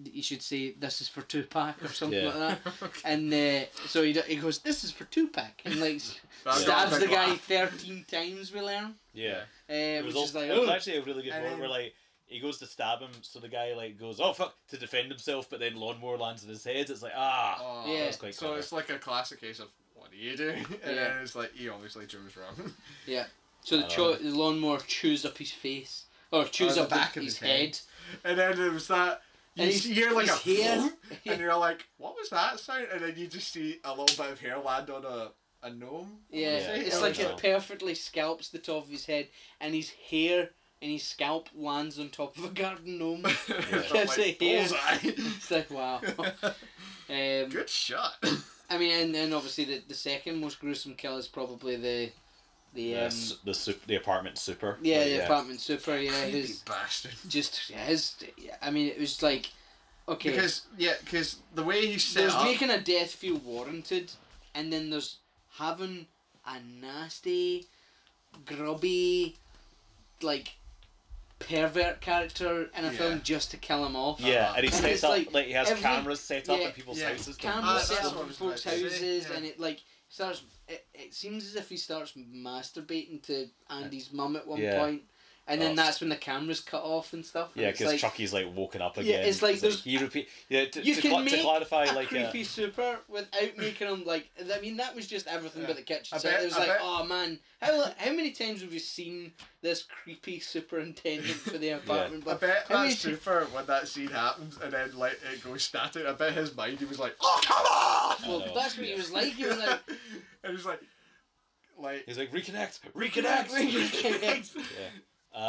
[SPEAKER 2] he should say "This is for Tupac" or something
[SPEAKER 1] Yeah.
[SPEAKER 2] like that. And uh, so he, d- he goes, "This is for Tupac," and like s-
[SPEAKER 3] That's
[SPEAKER 2] stabs
[SPEAKER 3] not
[SPEAKER 2] the
[SPEAKER 3] big
[SPEAKER 2] guy
[SPEAKER 3] laugh.
[SPEAKER 2] thirteen times. We learn,
[SPEAKER 1] Yeah.
[SPEAKER 2] uh,
[SPEAKER 1] It was,
[SPEAKER 2] which
[SPEAKER 1] all,
[SPEAKER 2] is like,
[SPEAKER 1] it was
[SPEAKER 2] oh,
[SPEAKER 1] actually a really good
[SPEAKER 3] And
[SPEAKER 1] moment where like he goes to stab him, so the guy like goes, "Oh fuck!" to defend himself, but then lawnmower lands on his head. It's like ah,
[SPEAKER 3] Oh,
[SPEAKER 2] Yeah.
[SPEAKER 1] that's quite
[SPEAKER 3] so
[SPEAKER 1] clever.
[SPEAKER 3] it's like a classic case of what do you do? And then
[SPEAKER 2] Yeah.
[SPEAKER 3] it's like he obviously chose wrong.
[SPEAKER 2] So the,
[SPEAKER 1] I
[SPEAKER 2] cho-
[SPEAKER 1] love
[SPEAKER 2] the lawnmower chews up his face, or chews
[SPEAKER 3] Oh, the
[SPEAKER 2] up the-
[SPEAKER 3] back of
[SPEAKER 2] his,
[SPEAKER 3] his
[SPEAKER 2] head.
[SPEAKER 3] head. and then it was that you
[SPEAKER 2] And
[SPEAKER 3] s-
[SPEAKER 2] he's-
[SPEAKER 3] hear like a
[SPEAKER 2] he's here.
[SPEAKER 3] and you're like, what was that sound? And then you just see a little bit of hair land on a a gnome.
[SPEAKER 2] Yeah,
[SPEAKER 1] Yeah,
[SPEAKER 2] it's
[SPEAKER 1] yeah,
[SPEAKER 2] like
[SPEAKER 1] yeah.
[SPEAKER 2] it perfectly scalps the top of his head, and his hair and his scalp lands on top of a garden gnome. Gives
[SPEAKER 3] like,
[SPEAKER 2] it hair.
[SPEAKER 3] bullseye.
[SPEAKER 2] it's like wow. Um,
[SPEAKER 3] Good shot.
[SPEAKER 2] I mean, and then obviously the, the second most gruesome kill is probably the the
[SPEAKER 1] the
[SPEAKER 2] um,
[SPEAKER 1] s the sup- the apartment super.
[SPEAKER 2] yeah,
[SPEAKER 1] Like,
[SPEAKER 2] the apartment super yeah
[SPEAKER 3] Creepy
[SPEAKER 2] his
[SPEAKER 3] bastard.
[SPEAKER 2] just his I mean it was like okay
[SPEAKER 3] Because yeah, because the way he set
[SPEAKER 2] there's
[SPEAKER 3] up,
[SPEAKER 2] making a death feel warranted, and then there's having a nasty, grubby, like pervert character in a
[SPEAKER 3] Yeah.
[SPEAKER 2] film just to kill him off.
[SPEAKER 1] Yeah, and he
[SPEAKER 2] And
[SPEAKER 1] sets
[SPEAKER 2] it's
[SPEAKER 1] up
[SPEAKER 2] like
[SPEAKER 1] like, he has
[SPEAKER 2] every-
[SPEAKER 1] cameras set up
[SPEAKER 2] yeah,
[SPEAKER 1] in people's
[SPEAKER 3] yeah,
[SPEAKER 1] houses. to
[SPEAKER 3] Ah,
[SPEAKER 2] Cameras
[SPEAKER 3] that's
[SPEAKER 2] set
[SPEAKER 3] what
[SPEAKER 2] up
[SPEAKER 3] I
[SPEAKER 2] in
[SPEAKER 3] was
[SPEAKER 2] folks'
[SPEAKER 3] about to
[SPEAKER 2] houses,
[SPEAKER 3] say, yeah.
[SPEAKER 2] and it like starts. It, it seems as if he starts masturbating to Andy's mum at one
[SPEAKER 1] Yeah.
[SPEAKER 2] point, and then
[SPEAKER 1] Oh.
[SPEAKER 2] that's when the cameras cut off and stuff. and
[SPEAKER 1] Yeah,
[SPEAKER 2] it's
[SPEAKER 1] because
[SPEAKER 2] like,
[SPEAKER 1] Chucky's like woken up
[SPEAKER 2] Yeah,
[SPEAKER 1] again.
[SPEAKER 2] it's like there's-
[SPEAKER 1] he repeat. Yeah, to,
[SPEAKER 2] you
[SPEAKER 1] to,
[SPEAKER 2] can
[SPEAKER 1] cla-
[SPEAKER 2] make
[SPEAKER 1] to clarify,
[SPEAKER 2] a
[SPEAKER 1] like
[SPEAKER 2] creepy
[SPEAKER 1] uh,
[SPEAKER 2] super without making him like. I mean, that was just everything but the kitchen.
[SPEAKER 3] I
[SPEAKER 2] So
[SPEAKER 3] bet-
[SPEAKER 2] it was
[SPEAKER 3] I
[SPEAKER 2] like,
[SPEAKER 3] bet-
[SPEAKER 2] oh man, how how many times have you seen this creepy superintendent for the apartment?
[SPEAKER 3] I
[SPEAKER 2] block?
[SPEAKER 3] bet
[SPEAKER 2] How many
[SPEAKER 3] that's
[SPEAKER 2] ti-
[SPEAKER 3] super when that scene happens and then like it goes static. I bet his mind he was like, oh come on.
[SPEAKER 2] Well,
[SPEAKER 1] I know.
[SPEAKER 2] that's what he
[SPEAKER 1] Yeah.
[SPEAKER 2] was like. He was like,
[SPEAKER 3] and he's like, like
[SPEAKER 1] he's like reconnect, reconnect. Uh,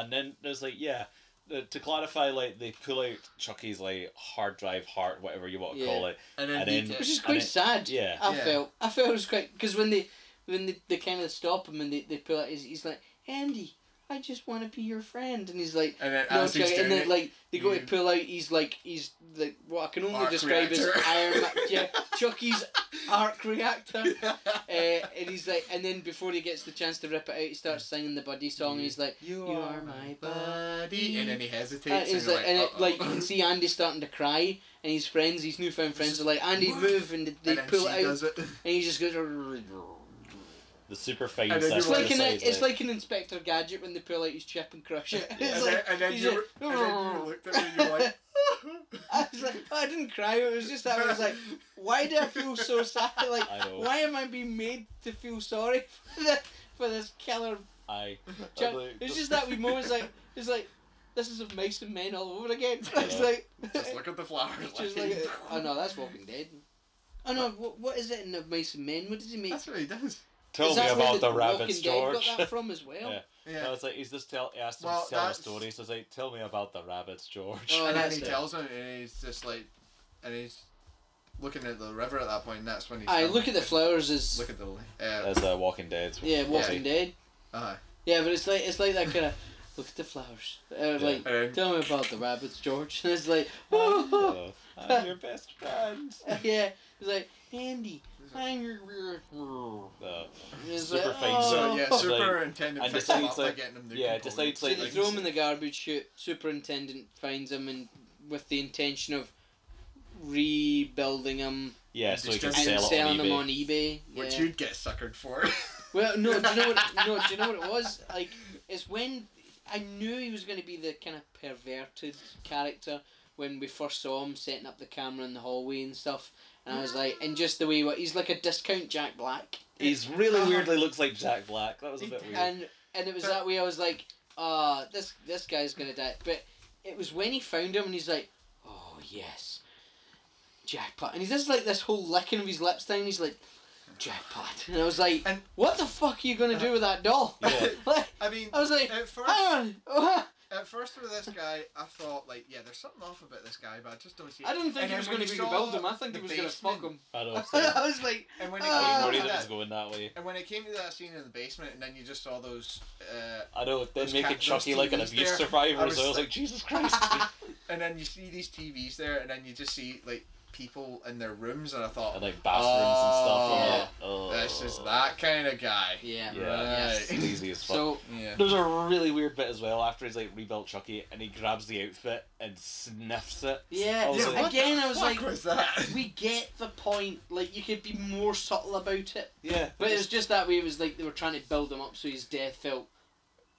[SPEAKER 1] And then there's like, yeah, the- to clarify, like they pull out Chucky's like hard drive heart, whatever you want to
[SPEAKER 2] Yeah.
[SPEAKER 1] call it.
[SPEAKER 3] And then,
[SPEAKER 1] And then-
[SPEAKER 3] he
[SPEAKER 2] which
[SPEAKER 3] did.
[SPEAKER 2] is quite
[SPEAKER 1] it-
[SPEAKER 2] sad.
[SPEAKER 1] yeah.
[SPEAKER 2] I
[SPEAKER 3] Yeah.
[SPEAKER 2] felt. I felt it was quite because when they when they, they kind of stop him and they, they pull out, he's, he's like, Andy, I just want to be your friend, and he's like.
[SPEAKER 3] and then
[SPEAKER 2] No,
[SPEAKER 3] as he's
[SPEAKER 2] Chuck-
[SPEAKER 3] doing
[SPEAKER 2] and then
[SPEAKER 3] it,
[SPEAKER 2] like they go to
[SPEAKER 3] you-
[SPEAKER 2] pull out. He's like he's like what I can only
[SPEAKER 3] Arc
[SPEAKER 2] describe as
[SPEAKER 3] reactor.
[SPEAKER 2] Iron Man. Yeah, Chucky's arc reactor. Uh, and he's like, and then before he gets the chance to rip it out, he starts singing the buddy song. and he's like,
[SPEAKER 3] you,
[SPEAKER 2] are my buddy. Uh,
[SPEAKER 3] and then he hesitates.
[SPEAKER 2] and, he's
[SPEAKER 3] you're
[SPEAKER 2] like, and it,
[SPEAKER 3] "Uh-oh."
[SPEAKER 2] like you can see Andy starting to cry, and his friends, his newfound friends, are like, Andy, move, and they
[SPEAKER 3] And then
[SPEAKER 2] pull
[SPEAKER 3] she
[SPEAKER 2] it out,
[SPEAKER 3] does it.
[SPEAKER 2] and he just goes.
[SPEAKER 1] The super fine.
[SPEAKER 3] And then
[SPEAKER 1] section
[SPEAKER 2] It's
[SPEAKER 3] you're
[SPEAKER 2] like
[SPEAKER 1] is,
[SPEAKER 2] an it's like an Inspector Gadget when they pull out his chip and crush it.
[SPEAKER 1] Yeah.
[SPEAKER 2] It's
[SPEAKER 3] And,
[SPEAKER 2] like,
[SPEAKER 3] then, and then
[SPEAKER 2] he's
[SPEAKER 3] you,
[SPEAKER 2] like,
[SPEAKER 3] and then you looked at me and you're like,
[SPEAKER 2] Oh. I was like, "Oh, I didn't cry. It was just that I was like, why do I feel so sad? Like,
[SPEAKER 1] I know.
[SPEAKER 2] why am I being made to feel sorry for, the, for this killer?
[SPEAKER 1] I.
[SPEAKER 2] Chuck?
[SPEAKER 1] Like,
[SPEAKER 2] It's just that we moment. It's like, it's like, this is a Mason and Men all over again. It's
[SPEAKER 1] Yeah.
[SPEAKER 2] like,
[SPEAKER 3] just look at the flowers.
[SPEAKER 2] just like, oh no, that's Walking Dead. Oh no, what, what is it in the Mason Men? What does he make?
[SPEAKER 3] That's what he does.
[SPEAKER 1] Tell
[SPEAKER 2] Is
[SPEAKER 1] me
[SPEAKER 2] that where
[SPEAKER 1] about the,
[SPEAKER 2] Walking
[SPEAKER 1] rabbits,
[SPEAKER 2] Dead
[SPEAKER 1] George.
[SPEAKER 2] Got that from as well.
[SPEAKER 1] Yeah.
[SPEAKER 3] Yeah.
[SPEAKER 1] I was like, he's just tell. I asked him
[SPEAKER 3] Well,
[SPEAKER 1] to tell me
[SPEAKER 3] that's-
[SPEAKER 1] stories. I was like, tell me about the rabbits, George.
[SPEAKER 2] Oh,
[SPEAKER 3] and then
[SPEAKER 2] that's
[SPEAKER 3] he
[SPEAKER 2] it.
[SPEAKER 3] tells him, and he's just like, and he's looking at the river at that point, and that's when he's.
[SPEAKER 2] Aye,
[SPEAKER 3] filming.
[SPEAKER 2] look at the flowers as
[SPEAKER 3] Look at the. Uh,
[SPEAKER 1] As uh, Walking Dead.
[SPEAKER 2] yeah, Walking Dead.
[SPEAKER 3] aye.
[SPEAKER 2] Yeah, but it's like it's like that kind of look at the flowers. Uh, like
[SPEAKER 3] Um,
[SPEAKER 2] tell me about the rabbits, George. And it's like,
[SPEAKER 1] Oh, I'm your best friend.
[SPEAKER 2] yeah, it's like Andy, I'm your rear. Oh.
[SPEAKER 1] No.
[SPEAKER 2] It's
[SPEAKER 1] Super
[SPEAKER 2] like,
[SPEAKER 1] fine,
[SPEAKER 3] so
[SPEAKER 2] Oh.
[SPEAKER 3] yeah,
[SPEAKER 1] Like,
[SPEAKER 3] superintendent
[SPEAKER 1] and
[SPEAKER 3] picks him
[SPEAKER 1] decides,
[SPEAKER 3] up
[SPEAKER 1] like-
[SPEAKER 3] by getting him the
[SPEAKER 1] yeah,
[SPEAKER 3] components.
[SPEAKER 1] decides,
[SPEAKER 2] So
[SPEAKER 1] like-
[SPEAKER 2] they throw him in the garbage chute. Superintendent finds him and with the intention of rebuilding him
[SPEAKER 1] Yeah, so you can
[SPEAKER 3] And
[SPEAKER 1] sell it
[SPEAKER 2] and
[SPEAKER 1] on E
[SPEAKER 2] selling him
[SPEAKER 1] eBay.
[SPEAKER 2] on eBay.
[SPEAKER 3] which
[SPEAKER 2] yeah.
[SPEAKER 3] you'd get suckered for.
[SPEAKER 2] Well, no, do you know what? No, do you know what it was? Like, it's when I knew he was going to be the kind of perverted character when we first saw him setting up the camera in the hallway and stuff. And I was like, and just the way what he's like a discount Jack Black,
[SPEAKER 1] He's really weirdly looks like Jack Black. That was a
[SPEAKER 3] He
[SPEAKER 1] bit
[SPEAKER 3] did.
[SPEAKER 1] weird.
[SPEAKER 2] and and it was that way. I was like, ah, this this guy's gonna die. But it was when he found him and he's like, oh yes, jackpot. And he's just like this whole licking of his lips thing. and He's like, jackpot. And I was like,
[SPEAKER 3] And-
[SPEAKER 2] what the fuck are you gonna do with that doll?
[SPEAKER 1] Uh-huh. Yeah.
[SPEAKER 2] like,
[SPEAKER 3] I mean,
[SPEAKER 2] I was like,
[SPEAKER 3] at first,
[SPEAKER 2] hang on.
[SPEAKER 3] at first with this guy, I thought like, yeah, there's something off about this guy, but I just don't see.
[SPEAKER 2] I didn't think he was going to rebuild him. I think he was going to fuck him.
[SPEAKER 1] I don't know.
[SPEAKER 2] I was like,
[SPEAKER 3] And when it
[SPEAKER 1] I was
[SPEAKER 2] Ah.
[SPEAKER 3] came
[SPEAKER 1] worried
[SPEAKER 3] to
[SPEAKER 1] that it was
[SPEAKER 3] that,
[SPEAKER 1] going that way.
[SPEAKER 3] and when it came to that scene in the basement, and then you just saw those, uh,
[SPEAKER 1] I know. Then
[SPEAKER 3] Those
[SPEAKER 1] making
[SPEAKER 3] cat- those
[SPEAKER 1] Chucky like an
[SPEAKER 3] TVs
[SPEAKER 1] abuse
[SPEAKER 3] there,
[SPEAKER 1] survivor.
[SPEAKER 3] I was
[SPEAKER 1] so I was
[SPEAKER 3] like-
[SPEAKER 1] like, Jesus Christ.
[SPEAKER 3] and then you see these TVs there, and then you just see like people in their rooms, and I thought,
[SPEAKER 1] and like bathrooms and
[SPEAKER 3] this
[SPEAKER 1] stuff. I'm like,
[SPEAKER 3] is
[SPEAKER 1] oh.
[SPEAKER 3] that kind of guy.
[SPEAKER 2] yeah.
[SPEAKER 1] Yeah.
[SPEAKER 3] Right.
[SPEAKER 1] Sleazy as fuck.
[SPEAKER 2] So
[SPEAKER 3] Yeah.
[SPEAKER 1] There's a really weird bit as well after he's like rebuilt Chucky and he grabs the outfit and sniffs it.
[SPEAKER 2] yeah,
[SPEAKER 1] I was
[SPEAKER 3] Yeah,
[SPEAKER 1] like-
[SPEAKER 3] what
[SPEAKER 2] again,
[SPEAKER 3] the
[SPEAKER 2] I was
[SPEAKER 3] fuck
[SPEAKER 2] like,
[SPEAKER 3] was that?
[SPEAKER 2] we get the point. Like, you could be more subtle about it.
[SPEAKER 1] Yeah.
[SPEAKER 2] But it was just that way. It was like they were trying to build him up so his death felt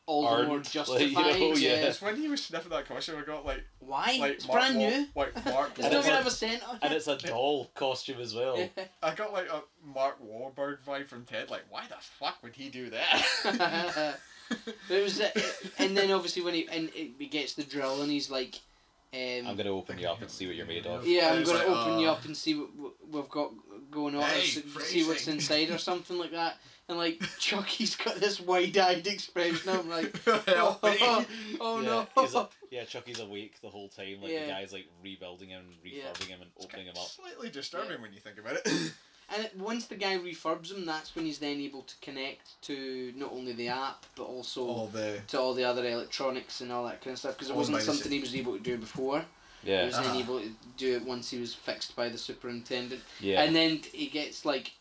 [SPEAKER 2] all the more
[SPEAKER 1] Ardent, like,
[SPEAKER 2] justified.
[SPEAKER 1] you know,
[SPEAKER 2] yeah.
[SPEAKER 1] yeah.
[SPEAKER 3] It's when he was sniffing that commercial, I got like,
[SPEAKER 2] Why?
[SPEAKER 3] like
[SPEAKER 2] it's
[SPEAKER 3] Mark
[SPEAKER 2] brand
[SPEAKER 3] Wahl-
[SPEAKER 2] new.
[SPEAKER 3] like Mark.
[SPEAKER 2] It's
[SPEAKER 1] Wahlberg.
[SPEAKER 2] not gonna have
[SPEAKER 3] Wahlberg.
[SPEAKER 2] a scent on
[SPEAKER 1] and
[SPEAKER 2] it.
[SPEAKER 1] it's a doll costume as well.
[SPEAKER 3] I got like a Mark Wahlberg vibe from Ted. Like, why the fuck would he do that?
[SPEAKER 2] but it was, uh, and then obviously when he and it, he gets the drill and he's like, um,
[SPEAKER 1] I'm gonna open you up and see what you're made of.
[SPEAKER 2] Yeah,
[SPEAKER 3] And
[SPEAKER 2] I'm
[SPEAKER 3] it's
[SPEAKER 2] going to
[SPEAKER 3] like,
[SPEAKER 2] open you
[SPEAKER 3] uh,
[SPEAKER 2] up and see what what we've got going on, or
[SPEAKER 3] Hey,
[SPEAKER 2] s- see what's
[SPEAKER 3] phrasing.
[SPEAKER 2] inside, or something like that. And like Chucky's got this wide-eyed expression. I'm like, oh,
[SPEAKER 3] Help me.
[SPEAKER 2] no,
[SPEAKER 1] Yeah, he's a- yeah, Chucky's awake the whole time. Like
[SPEAKER 2] Yeah.
[SPEAKER 1] the guy's like rebuilding him, and
[SPEAKER 2] Yeah.
[SPEAKER 1] refurbing him, and opening him up.
[SPEAKER 3] Slightly disturbing when you think about it.
[SPEAKER 2] and it- once the guy refurbs him, that's when he's then able to connect to not only the app but also
[SPEAKER 3] the
[SPEAKER 2] to all the other electronics and all that kind of stuff because it
[SPEAKER 3] All
[SPEAKER 2] wasn't
[SPEAKER 3] by the
[SPEAKER 2] something he was able to do before. He
[SPEAKER 1] Yeah,
[SPEAKER 2] was then
[SPEAKER 3] Ah.
[SPEAKER 2] able to do it once he was fixed by the superintendent.
[SPEAKER 1] yeah.
[SPEAKER 2] And then he gets like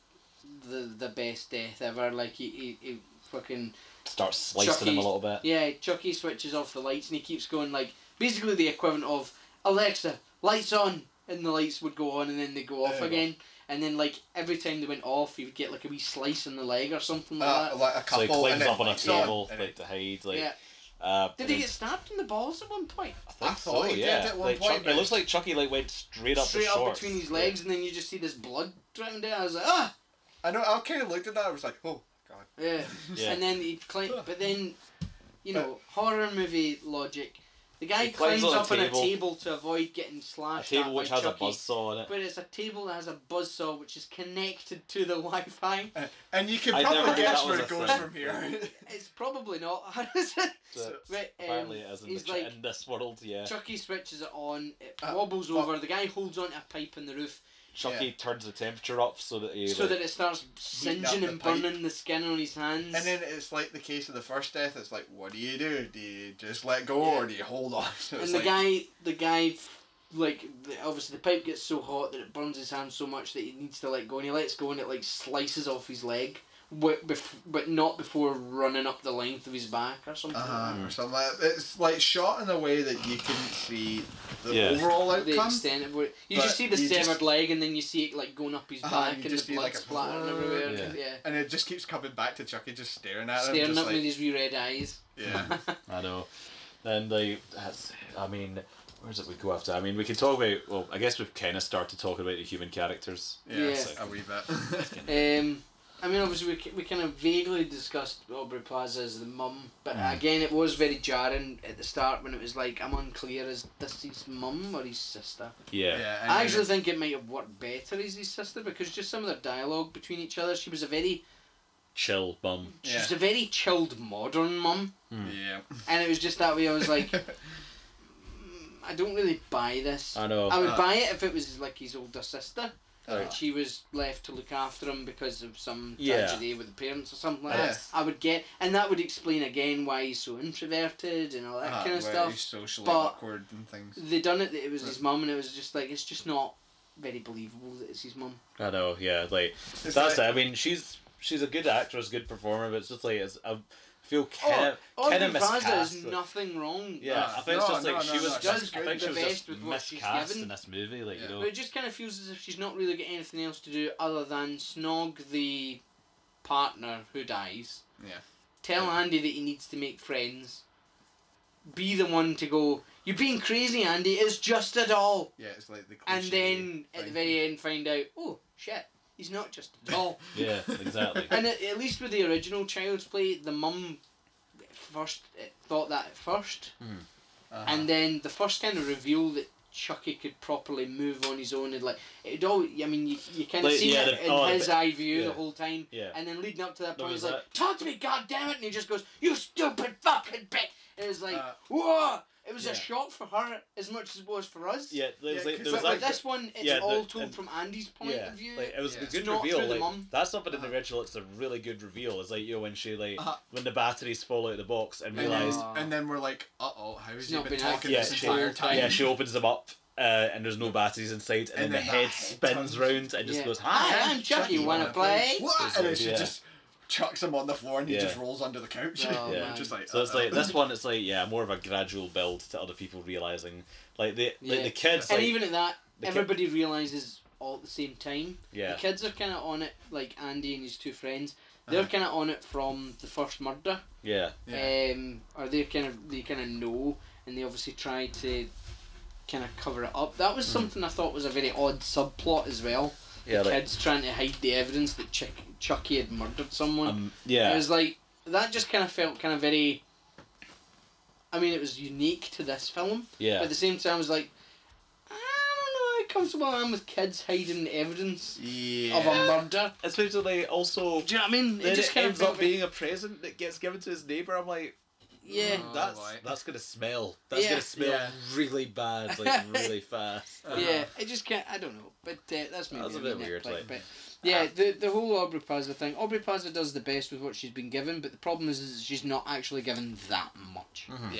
[SPEAKER 2] the the best death ever. Like he he, he fucking
[SPEAKER 1] Starts slicing him a
[SPEAKER 2] Chucky-
[SPEAKER 1] little bit.
[SPEAKER 2] yeah. Chucky switches off the lights and he keeps going like basically the equivalent of Alexa lights on and the lights would go on and then they go off
[SPEAKER 3] There you go.
[SPEAKER 2] again. And then like every time they went off, he would get like a wee slice in the leg or something like
[SPEAKER 3] uh,
[SPEAKER 2] that.
[SPEAKER 3] like a
[SPEAKER 1] So he
[SPEAKER 3] couple. and
[SPEAKER 1] climbs
[SPEAKER 3] then
[SPEAKER 1] up on a
[SPEAKER 3] lights on,
[SPEAKER 1] table
[SPEAKER 3] and
[SPEAKER 1] like
[SPEAKER 3] it-
[SPEAKER 1] to hide. Like,
[SPEAKER 2] Yeah.
[SPEAKER 1] uh,
[SPEAKER 2] Did
[SPEAKER 1] and
[SPEAKER 2] he
[SPEAKER 1] then-
[SPEAKER 2] get stabbed in the balls at one point?
[SPEAKER 3] I
[SPEAKER 1] think
[SPEAKER 3] thought he did at one
[SPEAKER 1] Like,
[SPEAKER 3] point,
[SPEAKER 1] Chucky-
[SPEAKER 3] but-
[SPEAKER 1] it looks like Chucky like went straight up
[SPEAKER 2] Straight
[SPEAKER 1] the
[SPEAKER 2] up
[SPEAKER 1] shorts.
[SPEAKER 2] between his legs, and then you just see this blood dripping down. I was like, ah,
[SPEAKER 3] I know. I kind of looked at that. I was like, oh god.
[SPEAKER 2] Yeah.
[SPEAKER 1] Yeah.
[SPEAKER 2] And then he climbs, but then, you know, horror movie logic. The guy
[SPEAKER 1] He
[SPEAKER 2] climbs,
[SPEAKER 1] climbs on a
[SPEAKER 2] up on a
[SPEAKER 1] table.
[SPEAKER 2] table to avoid getting
[SPEAKER 1] A
[SPEAKER 2] slashed.
[SPEAKER 1] table
[SPEAKER 2] at
[SPEAKER 1] which
[SPEAKER 2] by
[SPEAKER 1] has a
[SPEAKER 2] Chucky,
[SPEAKER 1] buzzsaw on it.
[SPEAKER 2] But it's a table that has a buzzsaw which is connected to the Wi-Fi.
[SPEAKER 3] Uh, And you can
[SPEAKER 1] I never
[SPEAKER 3] probably
[SPEAKER 1] knew
[SPEAKER 3] guess
[SPEAKER 1] that
[SPEAKER 3] where
[SPEAKER 1] was
[SPEAKER 3] it
[SPEAKER 1] a
[SPEAKER 3] goes
[SPEAKER 1] thing.
[SPEAKER 3] from here.
[SPEAKER 2] It's probably not.
[SPEAKER 1] So,
[SPEAKER 2] But, um,
[SPEAKER 1] apparently, it is in, the
[SPEAKER 2] he's
[SPEAKER 1] ch-
[SPEAKER 2] like-
[SPEAKER 1] in this world. Yeah,
[SPEAKER 2] Chucky switches it on. It
[SPEAKER 3] Uh,
[SPEAKER 2] wobbles
[SPEAKER 3] fuck.
[SPEAKER 2] over. The guy holds onto a pipe in the roof
[SPEAKER 1] Chucky turns the temperature up so that he.
[SPEAKER 2] so
[SPEAKER 1] like-
[SPEAKER 2] that it starts
[SPEAKER 3] up
[SPEAKER 2] singeing
[SPEAKER 3] the
[SPEAKER 2] and
[SPEAKER 3] pipe.
[SPEAKER 2] burning the skin on his hands.
[SPEAKER 3] And then it's like the case of the first death. It's like, what do you do? Do you just let go or do you hold on? So
[SPEAKER 2] and
[SPEAKER 3] it's
[SPEAKER 2] the
[SPEAKER 3] like,
[SPEAKER 2] guy, the guy, f- like the, obviously the pipe gets so hot that it burns his hand so much that he needs to let go, and he lets go, and it like slices off his leg, but bef- but not before running up the length of his back or something.
[SPEAKER 1] Hmm.
[SPEAKER 3] uh, or something like that. It's like shot in a way that you couldn't see the
[SPEAKER 1] Yeah.
[SPEAKER 3] overall
[SPEAKER 2] The
[SPEAKER 3] outcome.
[SPEAKER 2] extent of it, you
[SPEAKER 3] but
[SPEAKER 2] just see the
[SPEAKER 3] you
[SPEAKER 2] severed
[SPEAKER 3] just-
[SPEAKER 2] leg, and then you see it like going up his
[SPEAKER 3] Uh-huh,
[SPEAKER 2] back, and
[SPEAKER 3] you
[SPEAKER 2] the
[SPEAKER 3] just see,
[SPEAKER 2] blood
[SPEAKER 3] like, a-
[SPEAKER 2] splattering everywhere.
[SPEAKER 1] Yeah.
[SPEAKER 2] Yeah,
[SPEAKER 3] And it just keeps coming back to Chucky just staring at him.
[SPEAKER 2] staring
[SPEAKER 3] just
[SPEAKER 2] up
[SPEAKER 3] like,
[SPEAKER 2] with his wee red eyes.
[SPEAKER 3] yeah.
[SPEAKER 1] I know. And like that's I mean, where's it we go after? I mean we could talk about well, I guess we've kinda started talking about the human characters.
[SPEAKER 3] Yeah,
[SPEAKER 1] Yeah.
[SPEAKER 3] a wee bit.
[SPEAKER 2] Um, I mean, obviously, we, ki- we kind of vaguely discussed Aubrey Plaza as the mum, but
[SPEAKER 3] Mm.
[SPEAKER 2] again, it was very jarring at the start when it was like, I'm unclear is this his mum or his sister?
[SPEAKER 1] Yeah.
[SPEAKER 3] yeah,
[SPEAKER 2] I actually
[SPEAKER 3] and
[SPEAKER 2] think it might have worked better as his sister because just some of their dialogue between each other, she was a very
[SPEAKER 1] chill bum.
[SPEAKER 3] Yeah.
[SPEAKER 2] She's a very chilled modern mum,
[SPEAKER 3] Yeah. Oh,
[SPEAKER 2] and it was just that way. I was like, I don't really buy this.
[SPEAKER 1] I know.
[SPEAKER 2] Mm. I would
[SPEAKER 3] Uh,
[SPEAKER 2] buy it if it was like his older sister,
[SPEAKER 3] Oh.
[SPEAKER 2] and she was left to look after him because of some
[SPEAKER 1] Yeah.
[SPEAKER 2] tragedy with the parents or something like
[SPEAKER 3] Yeah.
[SPEAKER 2] that. I would get, and that would explain again why he's so introverted and all that
[SPEAKER 3] Ah,
[SPEAKER 2] kind of
[SPEAKER 3] where
[SPEAKER 2] stuff.
[SPEAKER 3] he's socially
[SPEAKER 2] but-
[SPEAKER 3] awkward and things.
[SPEAKER 2] They done it. that It was his mum, and it was just like it's just not very believable that it's his mum.
[SPEAKER 1] I know. Yeah, like
[SPEAKER 3] It's
[SPEAKER 1] that's
[SPEAKER 3] like-
[SPEAKER 1] it. I mean, she's she's a good actress, good performer, but it's just like it's, I feel kind
[SPEAKER 2] Oh,
[SPEAKER 1] of kind of
[SPEAKER 2] Audrey Plaza
[SPEAKER 1] miscast.
[SPEAKER 2] is nothing wrong. with
[SPEAKER 1] yeah,
[SPEAKER 2] that.
[SPEAKER 3] Ah,
[SPEAKER 1] I think it's
[SPEAKER 3] no,
[SPEAKER 1] just like
[SPEAKER 3] no,
[SPEAKER 1] she
[SPEAKER 3] no,
[SPEAKER 1] was
[SPEAKER 3] no,
[SPEAKER 1] just.
[SPEAKER 2] she's
[SPEAKER 1] I
[SPEAKER 2] good
[SPEAKER 1] think she
[SPEAKER 2] the
[SPEAKER 1] was
[SPEAKER 2] best
[SPEAKER 1] just
[SPEAKER 2] with what she's
[SPEAKER 1] miscast
[SPEAKER 2] given.
[SPEAKER 1] in this movie. Like
[SPEAKER 3] Yeah.
[SPEAKER 1] you know.
[SPEAKER 2] But it just kind of feels as if she's not really got anything else to do other than snog the partner who dies.
[SPEAKER 3] Yeah.
[SPEAKER 2] Tell Andy that he needs to make friends. Be the one to go. You're being crazy, Andy. It's just a doll.
[SPEAKER 3] Yeah, it's like the.
[SPEAKER 2] And
[SPEAKER 3] cliche
[SPEAKER 2] then at the
[SPEAKER 3] thing.
[SPEAKER 2] very end, find out. Oh shit, he's not just a doll.
[SPEAKER 1] Yeah, exactly.
[SPEAKER 2] and at, at least with the original Child's Play, the mum first uh, thought that at 1st
[SPEAKER 3] Uh-huh.
[SPEAKER 2] and then the first kind of reveal that Chucky could properly move on his own and like it all. I mean, you, you kind of
[SPEAKER 1] Like,
[SPEAKER 2] see
[SPEAKER 1] yeah,
[SPEAKER 2] it
[SPEAKER 1] the-
[SPEAKER 2] in
[SPEAKER 1] oh, the
[SPEAKER 2] his
[SPEAKER 1] bit-
[SPEAKER 2] eye view
[SPEAKER 1] yeah.
[SPEAKER 2] the whole time.
[SPEAKER 1] Yeah.
[SPEAKER 2] And then leading up to that
[SPEAKER 1] There
[SPEAKER 2] point,
[SPEAKER 1] was
[SPEAKER 2] he's like,
[SPEAKER 1] that-
[SPEAKER 2] "Talk to me, God damn it!" And he just goes, "You stupid fucking bitch!" And it's like,
[SPEAKER 3] Uh,
[SPEAKER 2] whoa. It was
[SPEAKER 1] yeah.
[SPEAKER 2] a shock for her as much as it was for us.
[SPEAKER 1] yeah, there was
[SPEAKER 3] Yeah,
[SPEAKER 1] like,
[SPEAKER 3] 'cause
[SPEAKER 1] there was
[SPEAKER 2] But with
[SPEAKER 1] that.
[SPEAKER 3] like-
[SPEAKER 2] this one, it's
[SPEAKER 1] yeah, the-
[SPEAKER 2] all told
[SPEAKER 1] and-
[SPEAKER 2] from Andy's point
[SPEAKER 1] Yeah,
[SPEAKER 2] of view.
[SPEAKER 1] like, it was
[SPEAKER 3] yeah.
[SPEAKER 1] a good
[SPEAKER 2] Not
[SPEAKER 1] reveal.
[SPEAKER 2] through the
[SPEAKER 1] Like,
[SPEAKER 2] mum.
[SPEAKER 1] that's something in the
[SPEAKER 3] Uh-huh.
[SPEAKER 1] original. It's a really good reveal. It's like you know when she like
[SPEAKER 3] Uh-huh.
[SPEAKER 1] when the batteries fall out of the box and
[SPEAKER 3] And then,
[SPEAKER 1] realize
[SPEAKER 2] Aw.
[SPEAKER 3] and then we're like, uh oh, how has
[SPEAKER 2] It's
[SPEAKER 3] he
[SPEAKER 2] not
[SPEAKER 3] been
[SPEAKER 2] been
[SPEAKER 3] talking
[SPEAKER 1] Yeah,
[SPEAKER 3] this
[SPEAKER 1] she-
[SPEAKER 3] entire time?
[SPEAKER 1] yeah she opens them up uh, and there's no batteries inside and, then, the head, spins
[SPEAKER 3] turns.
[SPEAKER 1] round and just
[SPEAKER 2] Yeah.
[SPEAKER 1] goes
[SPEAKER 2] Hi,
[SPEAKER 1] hi.
[SPEAKER 2] I'm Chucky, wanna play?
[SPEAKER 3] What? And then she
[SPEAKER 1] Yeah.
[SPEAKER 3] just chucks him on the floor and he
[SPEAKER 1] Yeah.
[SPEAKER 3] just rolls under the couch.
[SPEAKER 2] Oh,
[SPEAKER 1] Yeah. man.
[SPEAKER 3] just like,
[SPEAKER 1] So it's
[SPEAKER 3] uh-oh.
[SPEAKER 1] like this one. It's like yeah, more of a gradual build to other people realizing like the like
[SPEAKER 2] Yeah.
[SPEAKER 1] the kids
[SPEAKER 2] and
[SPEAKER 1] like
[SPEAKER 2] even at that,
[SPEAKER 1] the kid-
[SPEAKER 2] everybody realizes all at the same time.
[SPEAKER 1] yeah
[SPEAKER 2] The kids are kind of on it, like Andy and his two friends. They're
[SPEAKER 3] Uh-huh.
[SPEAKER 2] kind of on it from the first murder.
[SPEAKER 1] yeah
[SPEAKER 3] Yeah.
[SPEAKER 2] Um, or they kind of they kind of know, and they obviously try to kind of cover it up. That was something I thought was a very odd subplot as well.
[SPEAKER 1] Mm. yeah like,
[SPEAKER 2] Kids trying to hide the evidence that Chuck, Chucky had murdered someone.
[SPEAKER 1] um
[SPEAKER 2] It
[SPEAKER 1] yeah
[SPEAKER 2] was like that just kind of felt kind of very. I mean, it was unique to this film. But
[SPEAKER 1] yeah
[SPEAKER 2] at the same time, I was like, I don't know how comfortable I am with kids hiding evidence
[SPEAKER 3] yeah.
[SPEAKER 2] of a murder.
[SPEAKER 1] especially also.
[SPEAKER 2] Do you know what I mean?
[SPEAKER 1] Then it,
[SPEAKER 2] just kind
[SPEAKER 1] ends
[SPEAKER 2] of
[SPEAKER 1] up being a present that gets given to his neighbor. I'm like, "Mm,
[SPEAKER 2] yeah.
[SPEAKER 3] Oh,
[SPEAKER 1] that's
[SPEAKER 3] right.
[SPEAKER 1] that's gonna smell. That's
[SPEAKER 2] Yeah.
[SPEAKER 1] gonna smell
[SPEAKER 3] Yeah.
[SPEAKER 1] really bad, like really fast.
[SPEAKER 3] Uh-huh.
[SPEAKER 2] Yeah, I just can't. I don't know, but uh, that's maybe
[SPEAKER 1] That's a
[SPEAKER 2] wee
[SPEAKER 1] bit
[SPEAKER 2] nitpick,
[SPEAKER 1] weird, like- Uh-huh.
[SPEAKER 2] but yeah, the the whole Aubrey Plaza thing. Aubrey Plaza does the best with what she's been given, but the problem is, is she's not actually given that much.
[SPEAKER 1] Uh-huh.
[SPEAKER 3] Yeah.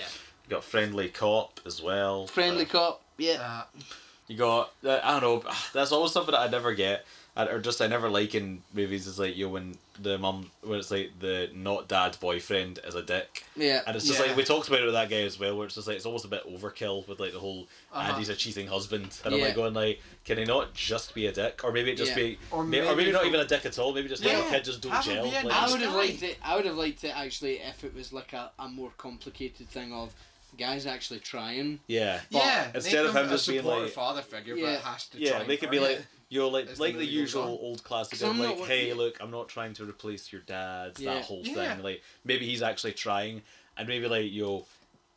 [SPEAKER 1] You got friendly cop as well.
[SPEAKER 2] Friendly
[SPEAKER 1] Uh,
[SPEAKER 2] cop, yeah.
[SPEAKER 3] Uh,
[SPEAKER 1] You got uh, I don't know. That's always something that I never get, I, or just I never like in movies. Is like you know, when the mum, when it's like the not dad boyfriend is a dick,
[SPEAKER 2] yeah,
[SPEAKER 1] and it's just
[SPEAKER 3] Yeah.
[SPEAKER 1] like we talked about it with that guy as well, where it's just like it's almost a bit overkill with like the whole
[SPEAKER 3] Uh-huh.
[SPEAKER 1] Andy's a cheating husband, and I'm
[SPEAKER 2] Yeah.
[SPEAKER 1] like going like, can he not just be a dick, or maybe it just
[SPEAKER 2] Yeah.
[SPEAKER 1] be,
[SPEAKER 3] Or
[SPEAKER 1] or maybe, or
[SPEAKER 3] maybe
[SPEAKER 1] maybe not
[SPEAKER 3] from-
[SPEAKER 1] even a dick at all. Maybe just like
[SPEAKER 3] Yeah.
[SPEAKER 1] a kid just don't
[SPEAKER 3] Have him
[SPEAKER 1] gel.
[SPEAKER 3] be a
[SPEAKER 1] Like,
[SPEAKER 3] nice
[SPEAKER 2] I
[SPEAKER 1] just-
[SPEAKER 2] would have
[SPEAKER 3] guy.
[SPEAKER 2] liked it. I would have liked it actually if it was like a, a more complicated thing of guys actually trying.
[SPEAKER 1] yeah,
[SPEAKER 3] yeah. make
[SPEAKER 1] instead of him
[SPEAKER 3] a
[SPEAKER 1] just being
[SPEAKER 3] supportive
[SPEAKER 1] like-
[SPEAKER 3] father figure,
[SPEAKER 2] Yeah.
[SPEAKER 3] but has to.
[SPEAKER 1] yeah.
[SPEAKER 3] try
[SPEAKER 1] They
[SPEAKER 3] and
[SPEAKER 1] could be
[SPEAKER 3] earn
[SPEAKER 1] like.
[SPEAKER 3] it.
[SPEAKER 1] You're like
[SPEAKER 3] As the
[SPEAKER 1] like the
[SPEAKER 3] movie goes
[SPEAKER 1] usual
[SPEAKER 3] on.
[SPEAKER 1] old classic
[SPEAKER 2] So
[SPEAKER 1] of
[SPEAKER 2] I'm not
[SPEAKER 1] like,
[SPEAKER 2] what-
[SPEAKER 1] hey, look, I'm not trying to replace your dad's
[SPEAKER 2] Yeah.
[SPEAKER 1] that whole
[SPEAKER 3] Yeah.
[SPEAKER 1] thing. Like maybe he's actually trying, and maybe like yo,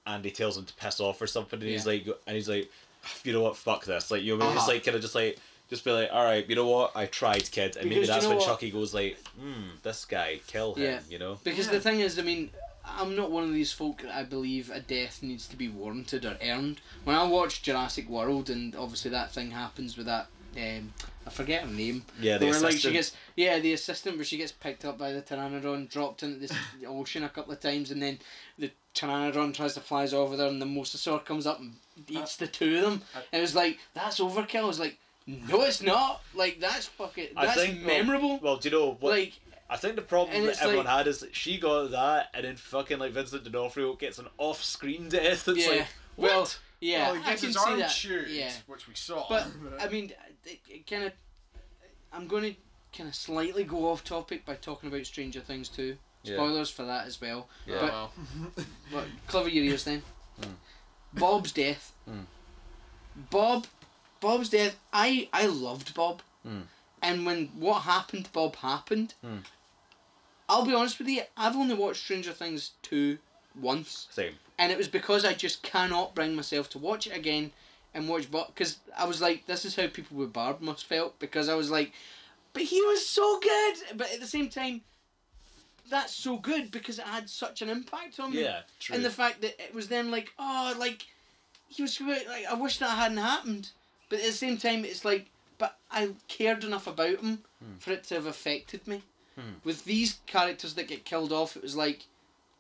[SPEAKER 1] Andy tells him to piss off or something, and he's
[SPEAKER 2] Yeah.
[SPEAKER 1] like, and he's like, "Ah, you know what, fuck this. Like you know, maybe
[SPEAKER 3] Uh-huh.
[SPEAKER 1] just like kind of just like just be like, all right, you know what, I tried, kid, and maybe
[SPEAKER 2] Because you
[SPEAKER 1] that's
[SPEAKER 2] know
[SPEAKER 1] when
[SPEAKER 2] what?
[SPEAKER 1] Chucky goes like, hmm, this guy, kill him.
[SPEAKER 2] Yeah.
[SPEAKER 1] You know.
[SPEAKER 2] Because
[SPEAKER 3] Yeah.
[SPEAKER 2] the thing is, I mean, I'm not one of these folk that I believe a death needs to be warranted or earned. When I watch Jurassic World, and obviously that thing happens with that, um, I forget her name.
[SPEAKER 1] Yeah, the
[SPEAKER 2] where, like, she
[SPEAKER 1] assistant.
[SPEAKER 2] gets yeah the assistant where she gets picked up by the pteranodon, dropped into this the ocean a couple of times, and then the pteranodon tries to flies over there, and the mosasaur comes up and eats the two of them. and it was like that's overkill. I was like, no, it's not. Like that's fucking
[SPEAKER 1] I
[SPEAKER 2] that's
[SPEAKER 1] think-
[SPEAKER 2] memorable.
[SPEAKER 1] Well, do you know what?
[SPEAKER 2] like
[SPEAKER 1] I think the problem
[SPEAKER 2] And
[SPEAKER 1] that
[SPEAKER 2] it's
[SPEAKER 1] everyone
[SPEAKER 2] like-
[SPEAKER 1] had is that she got that, and then fucking like Vincent D'Onofrio gets an off-screen death. It's
[SPEAKER 2] yeah.
[SPEAKER 1] like, what?
[SPEAKER 2] well, yeah,
[SPEAKER 3] well, "Oh, he
[SPEAKER 2] I
[SPEAKER 3] gets
[SPEAKER 2] can
[SPEAKER 3] his
[SPEAKER 2] see
[SPEAKER 3] arm
[SPEAKER 2] that.
[SPEAKER 3] chewed,
[SPEAKER 2] Yeah,
[SPEAKER 3] which we saw.
[SPEAKER 2] but I mean, it, it kind of. I'm going to kind of slightly go off topic by talking about Stranger Things too.
[SPEAKER 1] Yeah.
[SPEAKER 2] Spoilers for that as well.
[SPEAKER 1] Yeah. Mm.
[SPEAKER 2] But
[SPEAKER 3] well.
[SPEAKER 2] but cover your ears then. Bob's death. Bob, Bob's death. I I loved Bob,
[SPEAKER 1] Mm.
[SPEAKER 2] and when what happened to Bob happened. I'll be honest with you. I've only watched Stranger Things two once
[SPEAKER 1] Same.
[SPEAKER 2] and it was because I just cannot bring myself to watch it again and watch Bob because I was like, this is how people with Barb must felt because I was like, but he was so good, but at the same time, that's so good because it had such an impact on me.
[SPEAKER 1] Yeah, true.
[SPEAKER 2] mm. And the fact that it was then like, oh, like he was great, like I wish that hadn't happened, but at the same time, it's like, but I cared enough about him
[SPEAKER 1] Hmm.
[SPEAKER 2] for it to have affected me. With these characters that get killed off, it was like,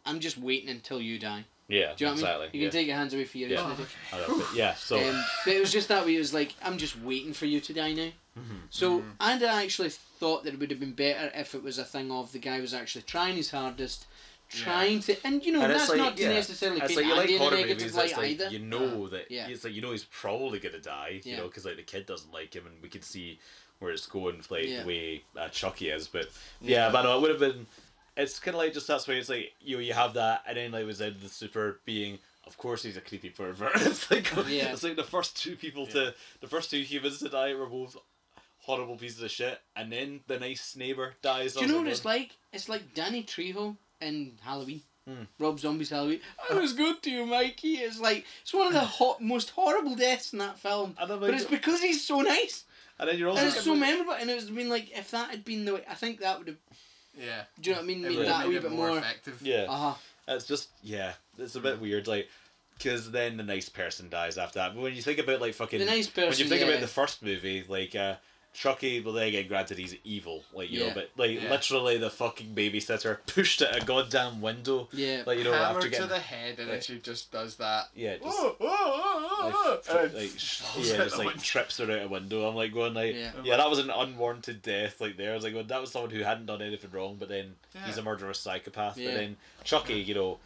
[SPEAKER 2] I'm just waiting until you die.
[SPEAKER 1] yeah,
[SPEAKER 2] Do you know what
[SPEAKER 1] exactly.
[SPEAKER 2] I mean? You
[SPEAKER 1] yeah.
[SPEAKER 2] can take your hands away from your
[SPEAKER 1] Yeah.
[SPEAKER 2] head.
[SPEAKER 1] I love it. yeah, so
[SPEAKER 2] Um, but it was just that way. It was like I'm just waiting for you to die now.
[SPEAKER 1] Mm-hmm.
[SPEAKER 2] So and I actually thought that it would have been better if it was a thing of the guy was actually trying his hardest, trying to, and you know
[SPEAKER 1] And it's
[SPEAKER 2] that's
[SPEAKER 1] like-
[SPEAKER 2] not to
[SPEAKER 1] yeah.
[SPEAKER 2] necessarily
[SPEAKER 1] It's
[SPEAKER 2] paint
[SPEAKER 1] like you like
[SPEAKER 2] Andy in a
[SPEAKER 1] horror
[SPEAKER 2] negative
[SPEAKER 1] movies.
[SPEAKER 2] light
[SPEAKER 1] It's like
[SPEAKER 2] either. Ah,
[SPEAKER 1] you know that
[SPEAKER 2] Yeah.
[SPEAKER 1] it's like you know he's probably gonna die. You
[SPEAKER 2] Yeah.
[SPEAKER 1] know because like the kid doesn't like him, and we can see where it's going, with, like
[SPEAKER 2] Yeah.
[SPEAKER 1] the way uh, Chucky is. But yeah, but no, it would have been. It's kind of like just that's why it's like you know, you have that, and then like was in the super being. Of course, he's a creepy pervert. it's like
[SPEAKER 2] Yeah.
[SPEAKER 1] it's like the first two people to the first two humans to die were both horrible pieces of shit, and then the nice neighbor dies.
[SPEAKER 2] Do you know what it's like? It's like Danny Trejo in Halloween.
[SPEAKER 1] Hmm.
[SPEAKER 2] Rob Zombie's Halloween. I was good to you, Mikey. It's like it's one of the hot, most horrible deaths in that film.
[SPEAKER 1] I don't
[SPEAKER 2] But
[SPEAKER 1] like
[SPEAKER 2] it's
[SPEAKER 1] it.
[SPEAKER 2] because he's so nice.
[SPEAKER 1] And then you're also
[SPEAKER 2] And it's so memorable. And it was I mean like if that had been the way, I think that would have.
[SPEAKER 3] Yeah.
[SPEAKER 2] Do you know what I mean?
[SPEAKER 3] It
[SPEAKER 2] Made
[SPEAKER 3] would
[SPEAKER 2] that
[SPEAKER 3] have
[SPEAKER 2] a wee
[SPEAKER 3] made it
[SPEAKER 2] bit
[SPEAKER 3] more,
[SPEAKER 2] more.
[SPEAKER 3] effective.
[SPEAKER 1] yeah.
[SPEAKER 2] Uh huh.
[SPEAKER 1] It's just yeah, it's a
[SPEAKER 2] Hmm.
[SPEAKER 1] bit weird, like because then the nice person dies after that. But when you think about like fucking
[SPEAKER 2] The nice
[SPEAKER 1] when you
[SPEAKER 2] person,
[SPEAKER 1] think
[SPEAKER 2] yeah.
[SPEAKER 1] about the first movie, like uh, Chucky, well then again, granted he's evil, like you
[SPEAKER 2] Yeah.
[SPEAKER 1] know, but like
[SPEAKER 3] Yeah.
[SPEAKER 1] literally the fucking babysitter pushed at a goddamn window,
[SPEAKER 2] Yeah.
[SPEAKER 1] like you know
[SPEAKER 3] Hammer
[SPEAKER 1] after
[SPEAKER 3] to
[SPEAKER 1] getting
[SPEAKER 3] the head, and then
[SPEAKER 1] Yeah.
[SPEAKER 3] she just does that.
[SPEAKER 1] yeah, just.
[SPEAKER 3] Oh, oh, oh,
[SPEAKER 1] Like,
[SPEAKER 3] oh, and
[SPEAKER 1] fr- like, sh-
[SPEAKER 3] falls
[SPEAKER 1] yeah,
[SPEAKER 3] out
[SPEAKER 1] just
[SPEAKER 3] the
[SPEAKER 1] like
[SPEAKER 3] window.
[SPEAKER 1] trips her out a window. I'm like going like,
[SPEAKER 2] Yeah.
[SPEAKER 1] yeah. that was an unwarranted death. Like there, I was like, well, that was someone who hadn't done anything wrong, but then he's
[SPEAKER 3] Yeah.
[SPEAKER 1] a murderous psychopath.
[SPEAKER 2] Yeah.
[SPEAKER 1] But then Chucky, you know,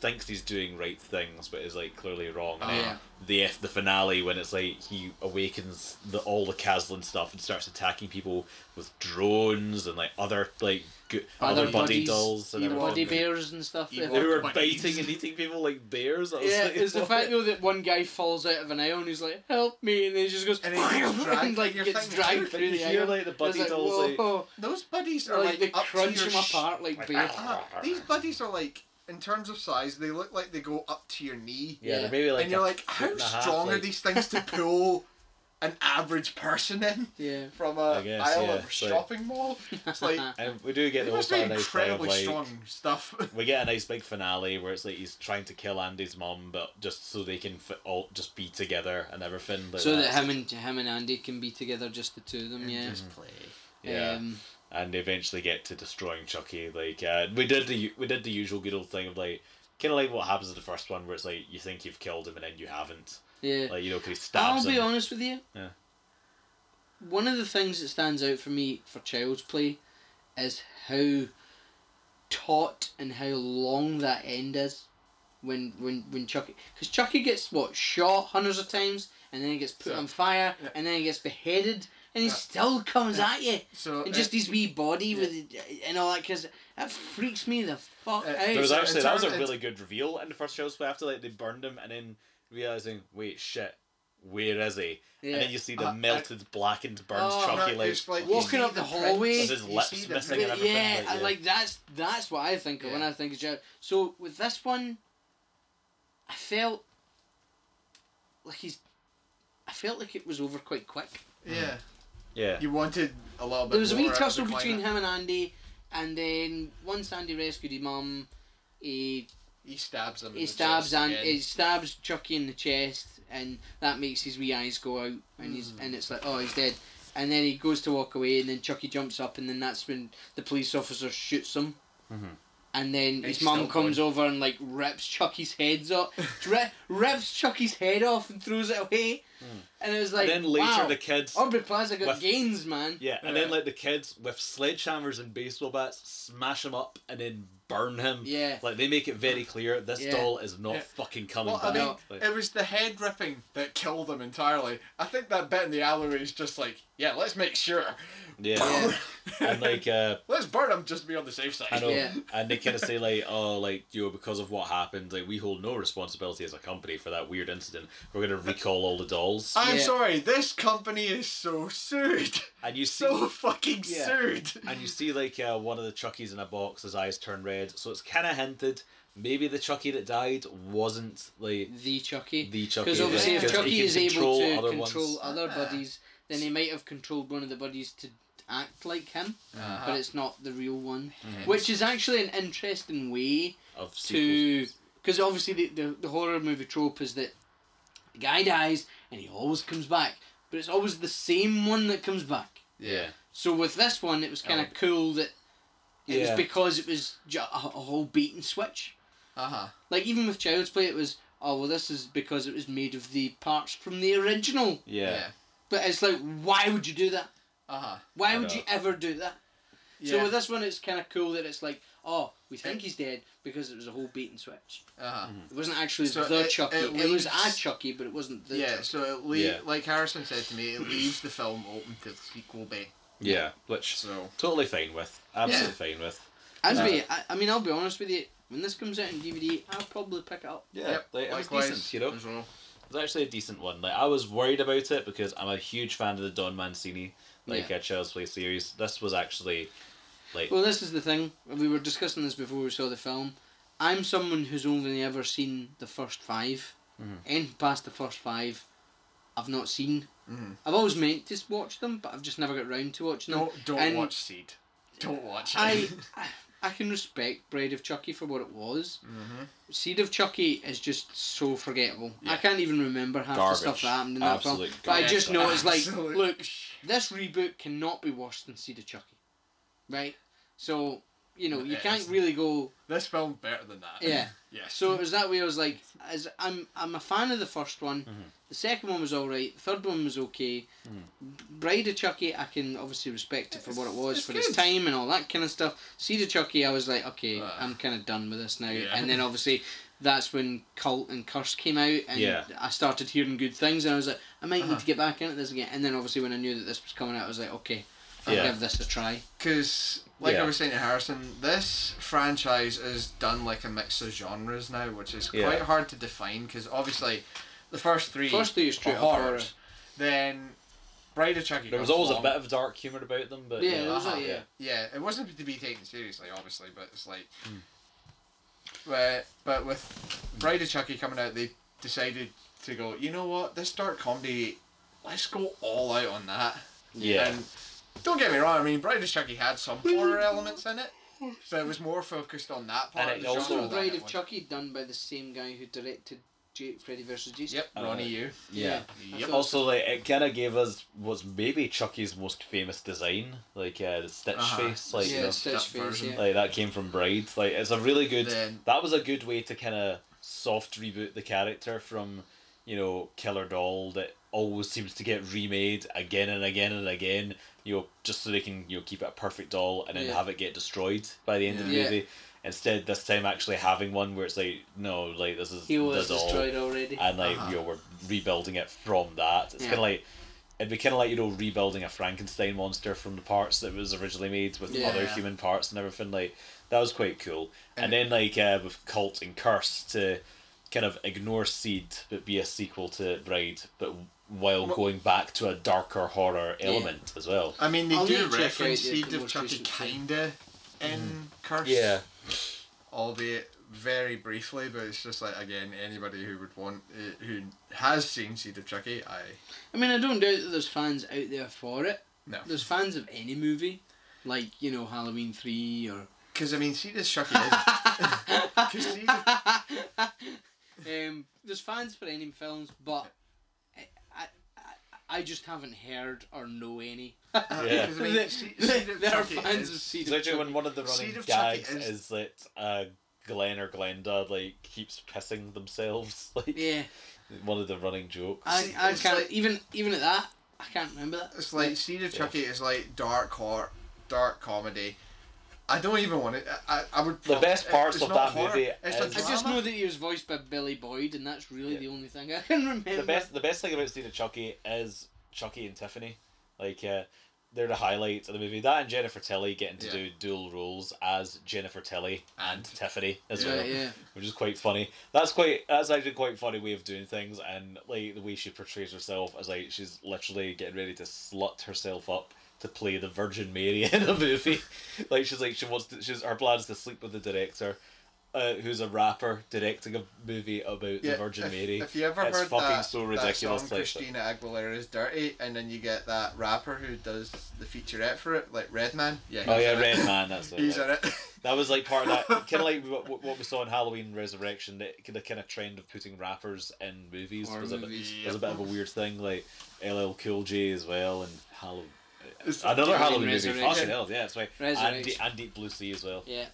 [SPEAKER 1] thinks he's doing right things, but is like clearly wrong. And then
[SPEAKER 2] Oh, Yeah.
[SPEAKER 1] the f the finale when it's like he awakens the all the Caslin stuff and starts attacking people with drones and like other like good, other, body
[SPEAKER 2] buddies,
[SPEAKER 1] dolls and
[SPEAKER 2] evil body
[SPEAKER 1] everything.
[SPEAKER 2] bears and stuff.
[SPEAKER 3] Evil
[SPEAKER 1] They
[SPEAKER 2] Yeah,
[SPEAKER 1] were
[SPEAKER 3] Buddies.
[SPEAKER 1] biting and eating people like bears. I was
[SPEAKER 2] yeah
[SPEAKER 1] like,
[SPEAKER 2] it's the
[SPEAKER 1] what?
[SPEAKER 2] fact though that one guy falls out of an aisle and he's like, "Help me!" and then he just goes
[SPEAKER 3] And he gets dragged-
[SPEAKER 2] and like
[SPEAKER 3] you're
[SPEAKER 2] gets
[SPEAKER 3] thinking,
[SPEAKER 2] dragged
[SPEAKER 3] "Dude,
[SPEAKER 2] through
[SPEAKER 1] you
[SPEAKER 2] the
[SPEAKER 1] hear,
[SPEAKER 2] aisle.
[SPEAKER 1] like, the
[SPEAKER 2] And it's
[SPEAKER 1] buddy dolls, like-
[SPEAKER 2] "Whoa."
[SPEAKER 3] Those buddies are
[SPEAKER 2] like,
[SPEAKER 3] like,
[SPEAKER 2] they
[SPEAKER 3] up
[SPEAKER 2] crunch
[SPEAKER 3] to your
[SPEAKER 2] him
[SPEAKER 3] sh-
[SPEAKER 2] apart like beer.
[SPEAKER 3] Ah, these buddies are like, in terms of size, they look like they go up to your knee.
[SPEAKER 1] Yeah,
[SPEAKER 2] Yeah.
[SPEAKER 1] they're maybe like
[SPEAKER 3] and you're
[SPEAKER 1] a
[SPEAKER 3] like,
[SPEAKER 1] foot
[SPEAKER 3] how
[SPEAKER 1] and a half,
[SPEAKER 3] strong are
[SPEAKER 1] like-
[SPEAKER 3] these things to pull an average person in
[SPEAKER 2] Yeah.
[SPEAKER 3] from a
[SPEAKER 1] I guess,
[SPEAKER 3] aisle
[SPEAKER 1] yeah,
[SPEAKER 3] of a
[SPEAKER 1] it's like-
[SPEAKER 3] shopping mall? It's like
[SPEAKER 1] And we do get
[SPEAKER 3] it
[SPEAKER 1] the whole
[SPEAKER 3] must be
[SPEAKER 1] sort of nice thing of
[SPEAKER 3] incredibly
[SPEAKER 1] like
[SPEAKER 3] strong stuff.
[SPEAKER 1] we get a nice big finale where it's like he's trying to kill Andy's mom, but just so they can fit all just be together and everything. Like
[SPEAKER 2] So that
[SPEAKER 1] that's-
[SPEAKER 2] him and him and Andy can be together, just the two of them. Yeah.
[SPEAKER 3] Just
[SPEAKER 1] Mm-hmm.
[SPEAKER 3] play.
[SPEAKER 1] yeah,
[SPEAKER 2] Um,
[SPEAKER 1] and they eventually get to destroying Chucky. Like uh, we did the u- we did the usual good old thing of like kind of like what happens in the first one where it's like you think you've killed him and then you haven't.
[SPEAKER 2] yeah.
[SPEAKER 1] Like you know, 'cause he stabs
[SPEAKER 2] I'll be
[SPEAKER 1] him.
[SPEAKER 2] honest with you.
[SPEAKER 1] Yeah.
[SPEAKER 2] One of the things that stands out for me for Child's Play is how taut and how long that end is when when when Chucky because Chucky gets what shot hundreds of times and then he gets put
[SPEAKER 3] So-
[SPEAKER 2] on fire
[SPEAKER 3] yeah.
[SPEAKER 2] and then he gets beheaded and he
[SPEAKER 3] Yeah.
[SPEAKER 2] still comes
[SPEAKER 3] Yeah.
[SPEAKER 2] at you
[SPEAKER 3] So
[SPEAKER 2] and just
[SPEAKER 3] uh,
[SPEAKER 2] his wee body
[SPEAKER 3] yeah.
[SPEAKER 2] with and all that because that freaks me the fuck
[SPEAKER 3] Uh,
[SPEAKER 2] out.
[SPEAKER 1] There was
[SPEAKER 3] So in
[SPEAKER 1] actually that was a
[SPEAKER 3] terms-
[SPEAKER 1] really good reveal in the first Child's Play after like they burned him and then realizing wait shit where is he
[SPEAKER 2] Yeah.
[SPEAKER 1] and then you see the
[SPEAKER 3] Uh, I-
[SPEAKER 1] melted blackened burnt
[SPEAKER 2] Oh,
[SPEAKER 3] no,
[SPEAKER 1] Chucky like,
[SPEAKER 3] it's like
[SPEAKER 1] fucking-
[SPEAKER 2] Walking up the hallway.
[SPEAKER 1] With his lips missing
[SPEAKER 2] But
[SPEAKER 1] and everything,
[SPEAKER 2] yeah,
[SPEAKER 1] like,
[SPEAKER 2] I-
[SPEAKER 1] yeah.
[SPEAKER 2] like that's that's what I think of when
[SPEAKER 3] Yeah.
[SPEAKER 2] I think of Jared. So with this one, I felt like he's. I felt like it was over quite quick.
[SPEAKER 3] Yeah,
[SPEAKER 1] yeah
[SPEAKER 3] you wanted a little bit.
[SPEAKER 2] There was a wee
[SPEAKER 3] more out of
[SPEAKER 2] tussle
[SPEAKER 3] the
[SPEAKER 2] between
[SPEAKER 3] climate.
[SPEAKER 2] him and Andy, and then once Andy rescued his mum, he
[SPEAKER 3] He stabs him. in
[SPEAKER 2] he
[SPEAKER 3] the
[SPEAKER 2] stabs
[SPEAKER 3] chest
[SPEAKER 2] and
[SPEAKER 3] again.
[SPEAKER 2] he stabs Chucky in the chest, and that makes his wee eyes go out, and he's and it's like oh he's dead, and then he goes to walk away, and then Chucky jumps up, and then that's when the police officer shoots him, and then his
[SPEAKER 3] he's
[SPEAKER 2] mum
[SPEAKER 3] still
[SPEAKER 2] comes over and like rips Chucky's heads off, ri- rips Chucky's head off and throws it away, and it was like
[SPEAKER 1] then later
[SPEAKER 2] wow,
[SPEAKER 1] the kids
[SPEAKER 3] Oh,
[SPEAKER 2] Aubrey Plaza got
[SPEAKER 1] With-
[SPEAKER 2] gains man,
[SPEAKER 1] yeah and then like the kids with sledgehammers and baseball bats smash him up and then burn him
[SPEAKER 2] Yeah.
[SPEAKER 1] like they make it very clear this
[SPEAKER 2] Yeah.
[SPEAKER 1] doll is not
[SPEAKER 3] Yeah.
[SPEAKER 1] fucking coming
[SPEAKER 3] Well, I
[SPEAKER 1] back
[SPEAKER 3] mean,
[SPEAKER 1] Like,
[SPEAKER 3] it was the head ripping that killed him entirely. I think that bit in the alleyway is just like, yeah, let's make sure.
[SPEAKER 1] yeah and like uh
[SPEAKER 3] let's burn him just to be on the safe side.
[SPEAKER 1] I know,
[SPEAKER 2] Yeah.
[SPEAKER 1] and they kind of say like, "Oh, like you know, because of what happened, like we hold no responsibility as a company for that weird incident. We're gonna recall all the dolls."
[SPEAKER 3] I'm
[SPEAKER 2] Yeah.
[SPEAKER 3] sorry, this company is so sued.
[SPEAKER 1] And you see,
[SPEAKER 3] So fucking
[SPEAKER 1] Yeah.
[SPEAKER 3] sued.
[SPEAKER 1] and you see like uh, one of the Chuckies in a box. His eyes turn red, so it's kind of hinted maybe the Chucky that died wasn't like
[SPEAKER 2] the Chucky,
[SPEAKER 1] the Chucky.
[SPEAKER 2] Because obviously,
[SPEAKER 1] yeah,
[SPEAKER 2] if
[SPEAKER 3] because
[SPEAKER 1] he
[SPEAKER 2] Chucky
[SPEAKER 1] can
[SPEAKER 2] is able to
[SPEAKER 1] other ones.
[SPEAKER 2] control other
[SPEAKER 3] Ah.
[SPEAKER 2] buddies, then he might have controlled one of the buddies to act like him,
[SPEAKER 3] Uh-huh.
[SPEAKER 2] but it's not the real one,
[SPEAKER 1] Mm-hmm.
[SPEAKER 2] which is actually an interesting way
[SPEAKER 1] of sequels.
[SPEAKER 2] to because obviously the, the the horror movie trope is that the guy dies and he always comes back, but it's always the same one that comes back.
[SPEAKER 1] Yeah.
[SPEAKER 2] So with this one, it was kind of cool that it
[SPEAKER 1] Oh. Yeah.
[SPEAKER 2] was because it was ju- a, a whole beat and switch.
[SPEAKER 3] Uh huh.
[SPEAKER 2] Like even with Child's Play, it was oh well, this is because it was made of the parts from the original.
[SPEAKER 1] Yeah.
[SPEAKER 3] Yeah.
[SPEAKER 2] But it's like, why would you do that?
[SPEAKER 3] Uh huh.
[SPEAKER 2] Why
[SPEAKER 1] I
[SPEAKER 2] would
[SPEAKER 1] know.
[SPEAKER 2] you ever do that? So
[SPEAKER 3] Yeah.
[SPEAKER 2] with this one, it's kind of cool that it's like, oh, we think he's dead because it was a whole beat and switch.
[SPEAKER 3] Uh huh.
[SPEAKER 2] It wasn't actually
[SPEAKER 3] So
[SPEAKER 2] the
[SPEAKER 3] it-
[SPEAKER 2] Chucky. It,
[SPEAKER 3] it
[SPEAKER 2] was a
[SPEAKER 3] leaves-
[SPEAKER 2] Chucky, but it wasn't the.
[SPEAKER 3] Yeah.
[SPEAKER 2] Chucky.
[SPEAKER 3] So it le-
[SPEAKER 1] Yeah.
[SPEAKER 3] like Harrison said to me, it leaves the film open to sequel bay.
[SPEAKER 1] Yeah. Which
[SPEAKER 3] So
[SPEAKER 1] totally fine with. Absolutely fine with.
[SPEAKER 2] I'd
[SPEAKER 1] Uh,
[SPEAKER 2] be, I, I mean, I'll be honest with you. When this comes out on DVD, I'll probably pick it up.
[SPEAKER 1] Yeah.
[SPEAKER 3] yep,
[SPEAKER 1] Like, it was
[SPEAKER 3] likewise.
[SPEAKER 1] decent, you
[SPEAKER 2] Mm-hmm.
[SPEAKER 1] know.
[SPEAKER 3] as well.
[SPEAKER 1] It was actually a decent one. Like I was worried about it because I'm a huge fan of the Don Mancini, like
[SPEAKER 2] Yeah.
[SPEAKER 1] uh, Child's Play series. This was actually, like,
[SPEAKER 2] Well, this is the thing. We were discussing this before we saw the film. I'm someone who's only ever seen the first five.
[SPEAKER 3] Mm-hmm.
[SPEAKER 2] And past the first five, I've not seen.
[SPEAKER 3] Mhm.
[SPEAKER 2] I've always meant to watch them, but I've just never got round to watching them.
[SPEAKER 3] Don't don't
[SPEAKER 2] And
[SPEAKER 3] watch Seed. Don't watch it.
[SPEAKER 2] I, I, I can respect Bride of Chucky for what it was. Seed of Chucky is just so forgettable. I
[SPEAKER 3] Mm-hmm. Yeah.
[SPEAKER 2] can't even remember half
[SPEAKER 1] Garbage.
[SPEAKER 2] the stuff that happened in that film.
[SPEAKER 1] Absolute
[SPEAKER 2] But I just
[SPEAKER 1] garbage.
[SPEAKER 2] know it's like,
[SPEAKER 3] Absolute
[SPEAKER 2] look,
[SPEAKER 3] sh-
[SPEAKER 2] this reboot cannot be worse than Seed of Chucky, right? So you know you
[SPEAKER 3] It
[SPEAKER 2] can't
[SPEAKER 3] isn't.
[SPEAKER 2] really go.
[SPEAKER 3] this film better than that.
[SPEAKER 2] Yeah.
[SPEAKER 3] Yes.
[SPEAKER 2] So it was that way. I was like, as I'm, I'm a fan of the first one. The second one was all right. The third one was okay. Bride of Chucky, I can obviously respect it for what it
[SPEAKER 3] It's-
[SPEAKER 2] was
[SPEAKER 3] it's
[SPEAKER 2] for its
[SPEAKER 3] good.
[SPEAKER 2] time and all that kind of stuff. Seed of Chucky, I was like, okay,
[SPEAKER 3] Ah.
[SPEAKER 2] I'm kind of done with this now.
[SPEAKER 3] Yeah.
[SPEAKER 2] And then obviously. That's when Cult and Curse came out, and
[SPEAKER 1] Yeah.
[SPEAKER 2] I started hearing good things, and I was like, I might need to get back into this again. And then obviously when I knew that this was coming out, I was like, okay, I'll
[SPEAKER 1] Yeah.
[SPEAKER 2] give this a try.
[SPEAKER 3] Because, like
[SPEAKER 1] Yeah.
[SPEAKER 3] I was saying to Harrison, this franchise is done like a mix of genres now, which is
[SPEAKER 1] Yeah.
[SPEAKER 3] quite hard to define. Because obviously, the first three,
[SPEAKER 2] First three is straight
[SPEAKER 3] were
[SPEAKER 2] up
[SPEAKER 3] horrors. Then, Bride of Chucky.
[SPEAKER 1] there was
[SPEAKER 3] comes
[SPEAKER 1] always a
[SPEAKER 3] along.
[SPEAKER 1] bit of dark humor about them, but
[SPEAKER 2] Yeah, there was
[SPEAKER 3] uh-huh.
[SPEAKER 2] that, yeah.
[SPEAKER 3] Yeah, it wasn't to be taken seriously, obviously, but it's like,
[SPEAKER 1] Hmm.
[SPEAKER 3] but but with Bride of Chucky coming out, they decided to go. You know what? This dark comedy, let's go all out on that.
[SPEAKER 1] yeah,
[SPEAKER 3] And don't get me wrong, I mean, Bride of Chucky had some horror elements in it, but it was more focused on that part
[SPEAKER 1] And
[SPEAKER 3] of
[SPEAKER 1] it
[SPEAKER 3] the
[SPEAKER 1] also-
[SPEAKER 3] genre.
[SPEAKER 2] Also,
[SPEAKER 3] than
[SPEAKER 2] Bride
[SPEAKER 3] it
[SPEAKER 2] of
[SPEAKER 3] was-
[SPEAKER 2] Chucky, done by the same guy who directed J- Freddy vs. Jason.
[SPEAKER 3] Yep,
[SPEAKER 1] Uh,
[SPEAKER 3] Ronnie Yu.
[SPEAKER 1] yeah.
[SPEAKER 2] I
[SPEAKER 3] Yep.
[SPEAKER 2] thought-
[SPEAKER 1] Also, like it kind of gave us what's maybe Chucky's most famous design, like uh, the stitch
[SPEAKER 3] Uh-huh.
[SPEAKER 1] face, like
[SPEAKER 2] yeah,
[SPEAKER 1] you know,
[SPEAKER 3] it's
[SPEAKER 2] Stitch
[SPEAKER 3] that
[SPEAKER 2] Face,
[SPEAKER 3] version.
[SPEAKER 2] yeah.
[SPEAKER 1] like that came from Bride. Like it's a really good.
[SPEAKER 3] Then-
[SPEAKER 1] that was a good way to kind of soft reboot the character from, you know, Killer Doll that always seems to get remade again and again and again. You know, just so they can you know keep it a perfect doll and then
[SPEAKER 2] Yeah.
[SPEAKER 1] have it get destroyed by the end of the
[SPEAKER 2] Yeah. Yeah.
[SPEAKER 1] movie. Instead, this time actually having one where it's like, no, like this is
[SPEAKER 2] He was
[SPEAKER 1] the doll
[SPEAKER 2] destroyed already.
[SPEAKER 1] and like
[SPEAKER 3] Uh-huh.
[SPEAKER 1] you know we're rebuilding it from that. It's
[SPEAKER 2] Yeah.
[SPEAKER 1] kind of like it'd be kind of like you know rebuilding a Frankenstein monster from the parts that was originally made with
[SPEAKER 2] Yeah.
[SPEAKER 1] other human parts and everything. Like that was quite cool. And, then like uh, with Cult and Curse to kind of ignore Seed but be a sequel to Bride, but while
[SPEAKER 3] Well-
[SPEAKER 1] going back to a darker horror element as well.
[SPEAKER 3] I mean, they
[SPEAKER 2] I'll
[SPEAKER 3] do
[SPEAKER 2] need to check out the-
[SPEAKER 3] reference Seed
[SPEAKER 2] the
[SPEAKER 3] of
[SPEAKER 2] most
[SPEAKER 3] Chucky
[SPEAKER 2] recent thing.
[SPEAKER 3] kinda in
[SPEAKER 1] Mm.
[SPEAKER 3] Curse. albeit very briefly, but it's just like again, anybody who would want uh, who has seen Seed of Chucky, I
[SPEAKER 2] I mean, I don't doubt that there's fans out there for it.
[SPEAKER 3] no,
[SPEAKER 2] There's fans of any movie, like you know Halloween three or.
[SPEAKER 3] because I mean Seed of Chucky is. 'cause Seed of- uh,
[SPEAKER 2] um, there's fans for any films, but I, I, I- I just haven't heard or know any.
[SPEAKER 3] uh,
[SPEAKER 1] Yeah.
[SPEAKER 3] 'cause I mean, Se- Seed of
[SPEAKER 2] there are
[SPEAKER 3] Chucky
[SPEAKER 2] fans
[SPEAKER 3] is-
[SPEAKER 2] of Seed
[SPEAKER 1] It's
[SPEAKER 2] of
[SPEAKER 1] literally
[SPEAKER 2] Chucky.
[SPEAKER 1] when one of the running
[SPEAKER 3] Seed of Chucky
[SPEAKER 1] gags
[SPEAKER 3] is-
[SPEAKER 1] is that uh, Glenn or Glenda like keeps pissing themselves. Like
[SPEAKER 2] Yeah,
[SPEAKER 1] one of the running jokes.
[SPEAKER 2] I,
[SPEAKER 3] See,
[SPEAKER 2] I
[SPEAKER 3] it's
[SPEAKER 2] can't
[SPEAKER 3] like-
[SPEAKER 2] even even at that. I can't remember that.
[SPEAKER 3] It's like Seed of Chucky is like dark horror, dark comedy. I don't even want it. I, I- I would.
[SPEAKER 1] The best
[SPEAKER 3] it-
[SPEAKER 1] parts
[SPEAKER 3] it's
[SPEAKER 1] of
[SPEAKER 3] not
[SPEAKER 1] that movie
[SPEAKER 3] It's a
[SPEAKER 1] is-
[SPEAKER 2] I just
[SPEAKER 3] drama.
[SPEAKER 2] know that he was voiced by Billy Boyd, and that's really
[SPEAKER 1] Yeah.
[SPEAKER 2] the only thing I can remember.
[SPEAKER 1] the best the best thing about seeing Chucky is Chucky and Tiffany. Like uh, they're the highlights of the movie. That and Jennifer Tilly getting to
[SPEAKER 3] Yeah.
[SPEAKER 1] do dual roles as Jennifer Tilly and
[SPEAKER 3] And-
[SPEAKER 1] Tiffany as
[SPEAKER 3] Yeah.
[SPEAKER 1] well.
[SPEAKER 2] Right, yeah.
[SPEAKER 1] Which is quite funny. That's quite that's actually quite funny way of doing things and like the way she portrays herself as like she's literally getting ready to slut herself up to play the Virgin Mary in a movie. like she's like she wants to she's her plan is to sleep with the director uh, who's a rapper directing a movie about the Virgin
[SPEAKER 3] if,
[SPEAKER 1] Mary.
[SPEAKER 3] If you ever
[SPEAKER 1] it's
[SPEAKER 3] heard
[SPEAKER 1] fucking
[SPEAKER 3] that,
[SPEAKER 1] so
[SPEAKER 3] that
[SPEAKER 1] ridiculous.
[SPEAKER 3] song,
[SPEAKER 1] like,
[SPEAKER 3] Christina Aguilera's "Dirty," and then you get that rapper who does the featurette for it, like Redman. Yeah.
[SPEAKER 1] oh
[SPEAKER 3] he's
[SPEAKER 1] yeah,
[SPEAKER 3] in it.
[SPEAKER 1] Red Man. That's it.
[SPEAKER 3] He's
[SPEAKER 1] right.
[SPEAKER 3] in it.
[SPEAKER 1] That was like part of that, kind of like what, what- what we saw in Halloween Resurrection. That the kind of trend of putting rappers in movies
[SPEAKER 3] Horror
[SPEAKER 1] was a bit,
[SPEAKER 3] movies.
[SPEAKER 1] was a bit of a weird thing. Like LL Cool J as well, and Halloween.
[SPEAKER 3] It's-
[SPEAKER 1] Another
[SPEAKER 2] Halloween
[SPEAKER 1] Halloween movie.
[SPEAKER 2] Resurrection.
[SPEAKER 1] Fucking hell, yeah, that's right. And, Deep-
[SPEAKER 2] Resurrection.
[SPEAKER 1] and Deep Blue Sea as well.
[SPEAKER 2] Yeah.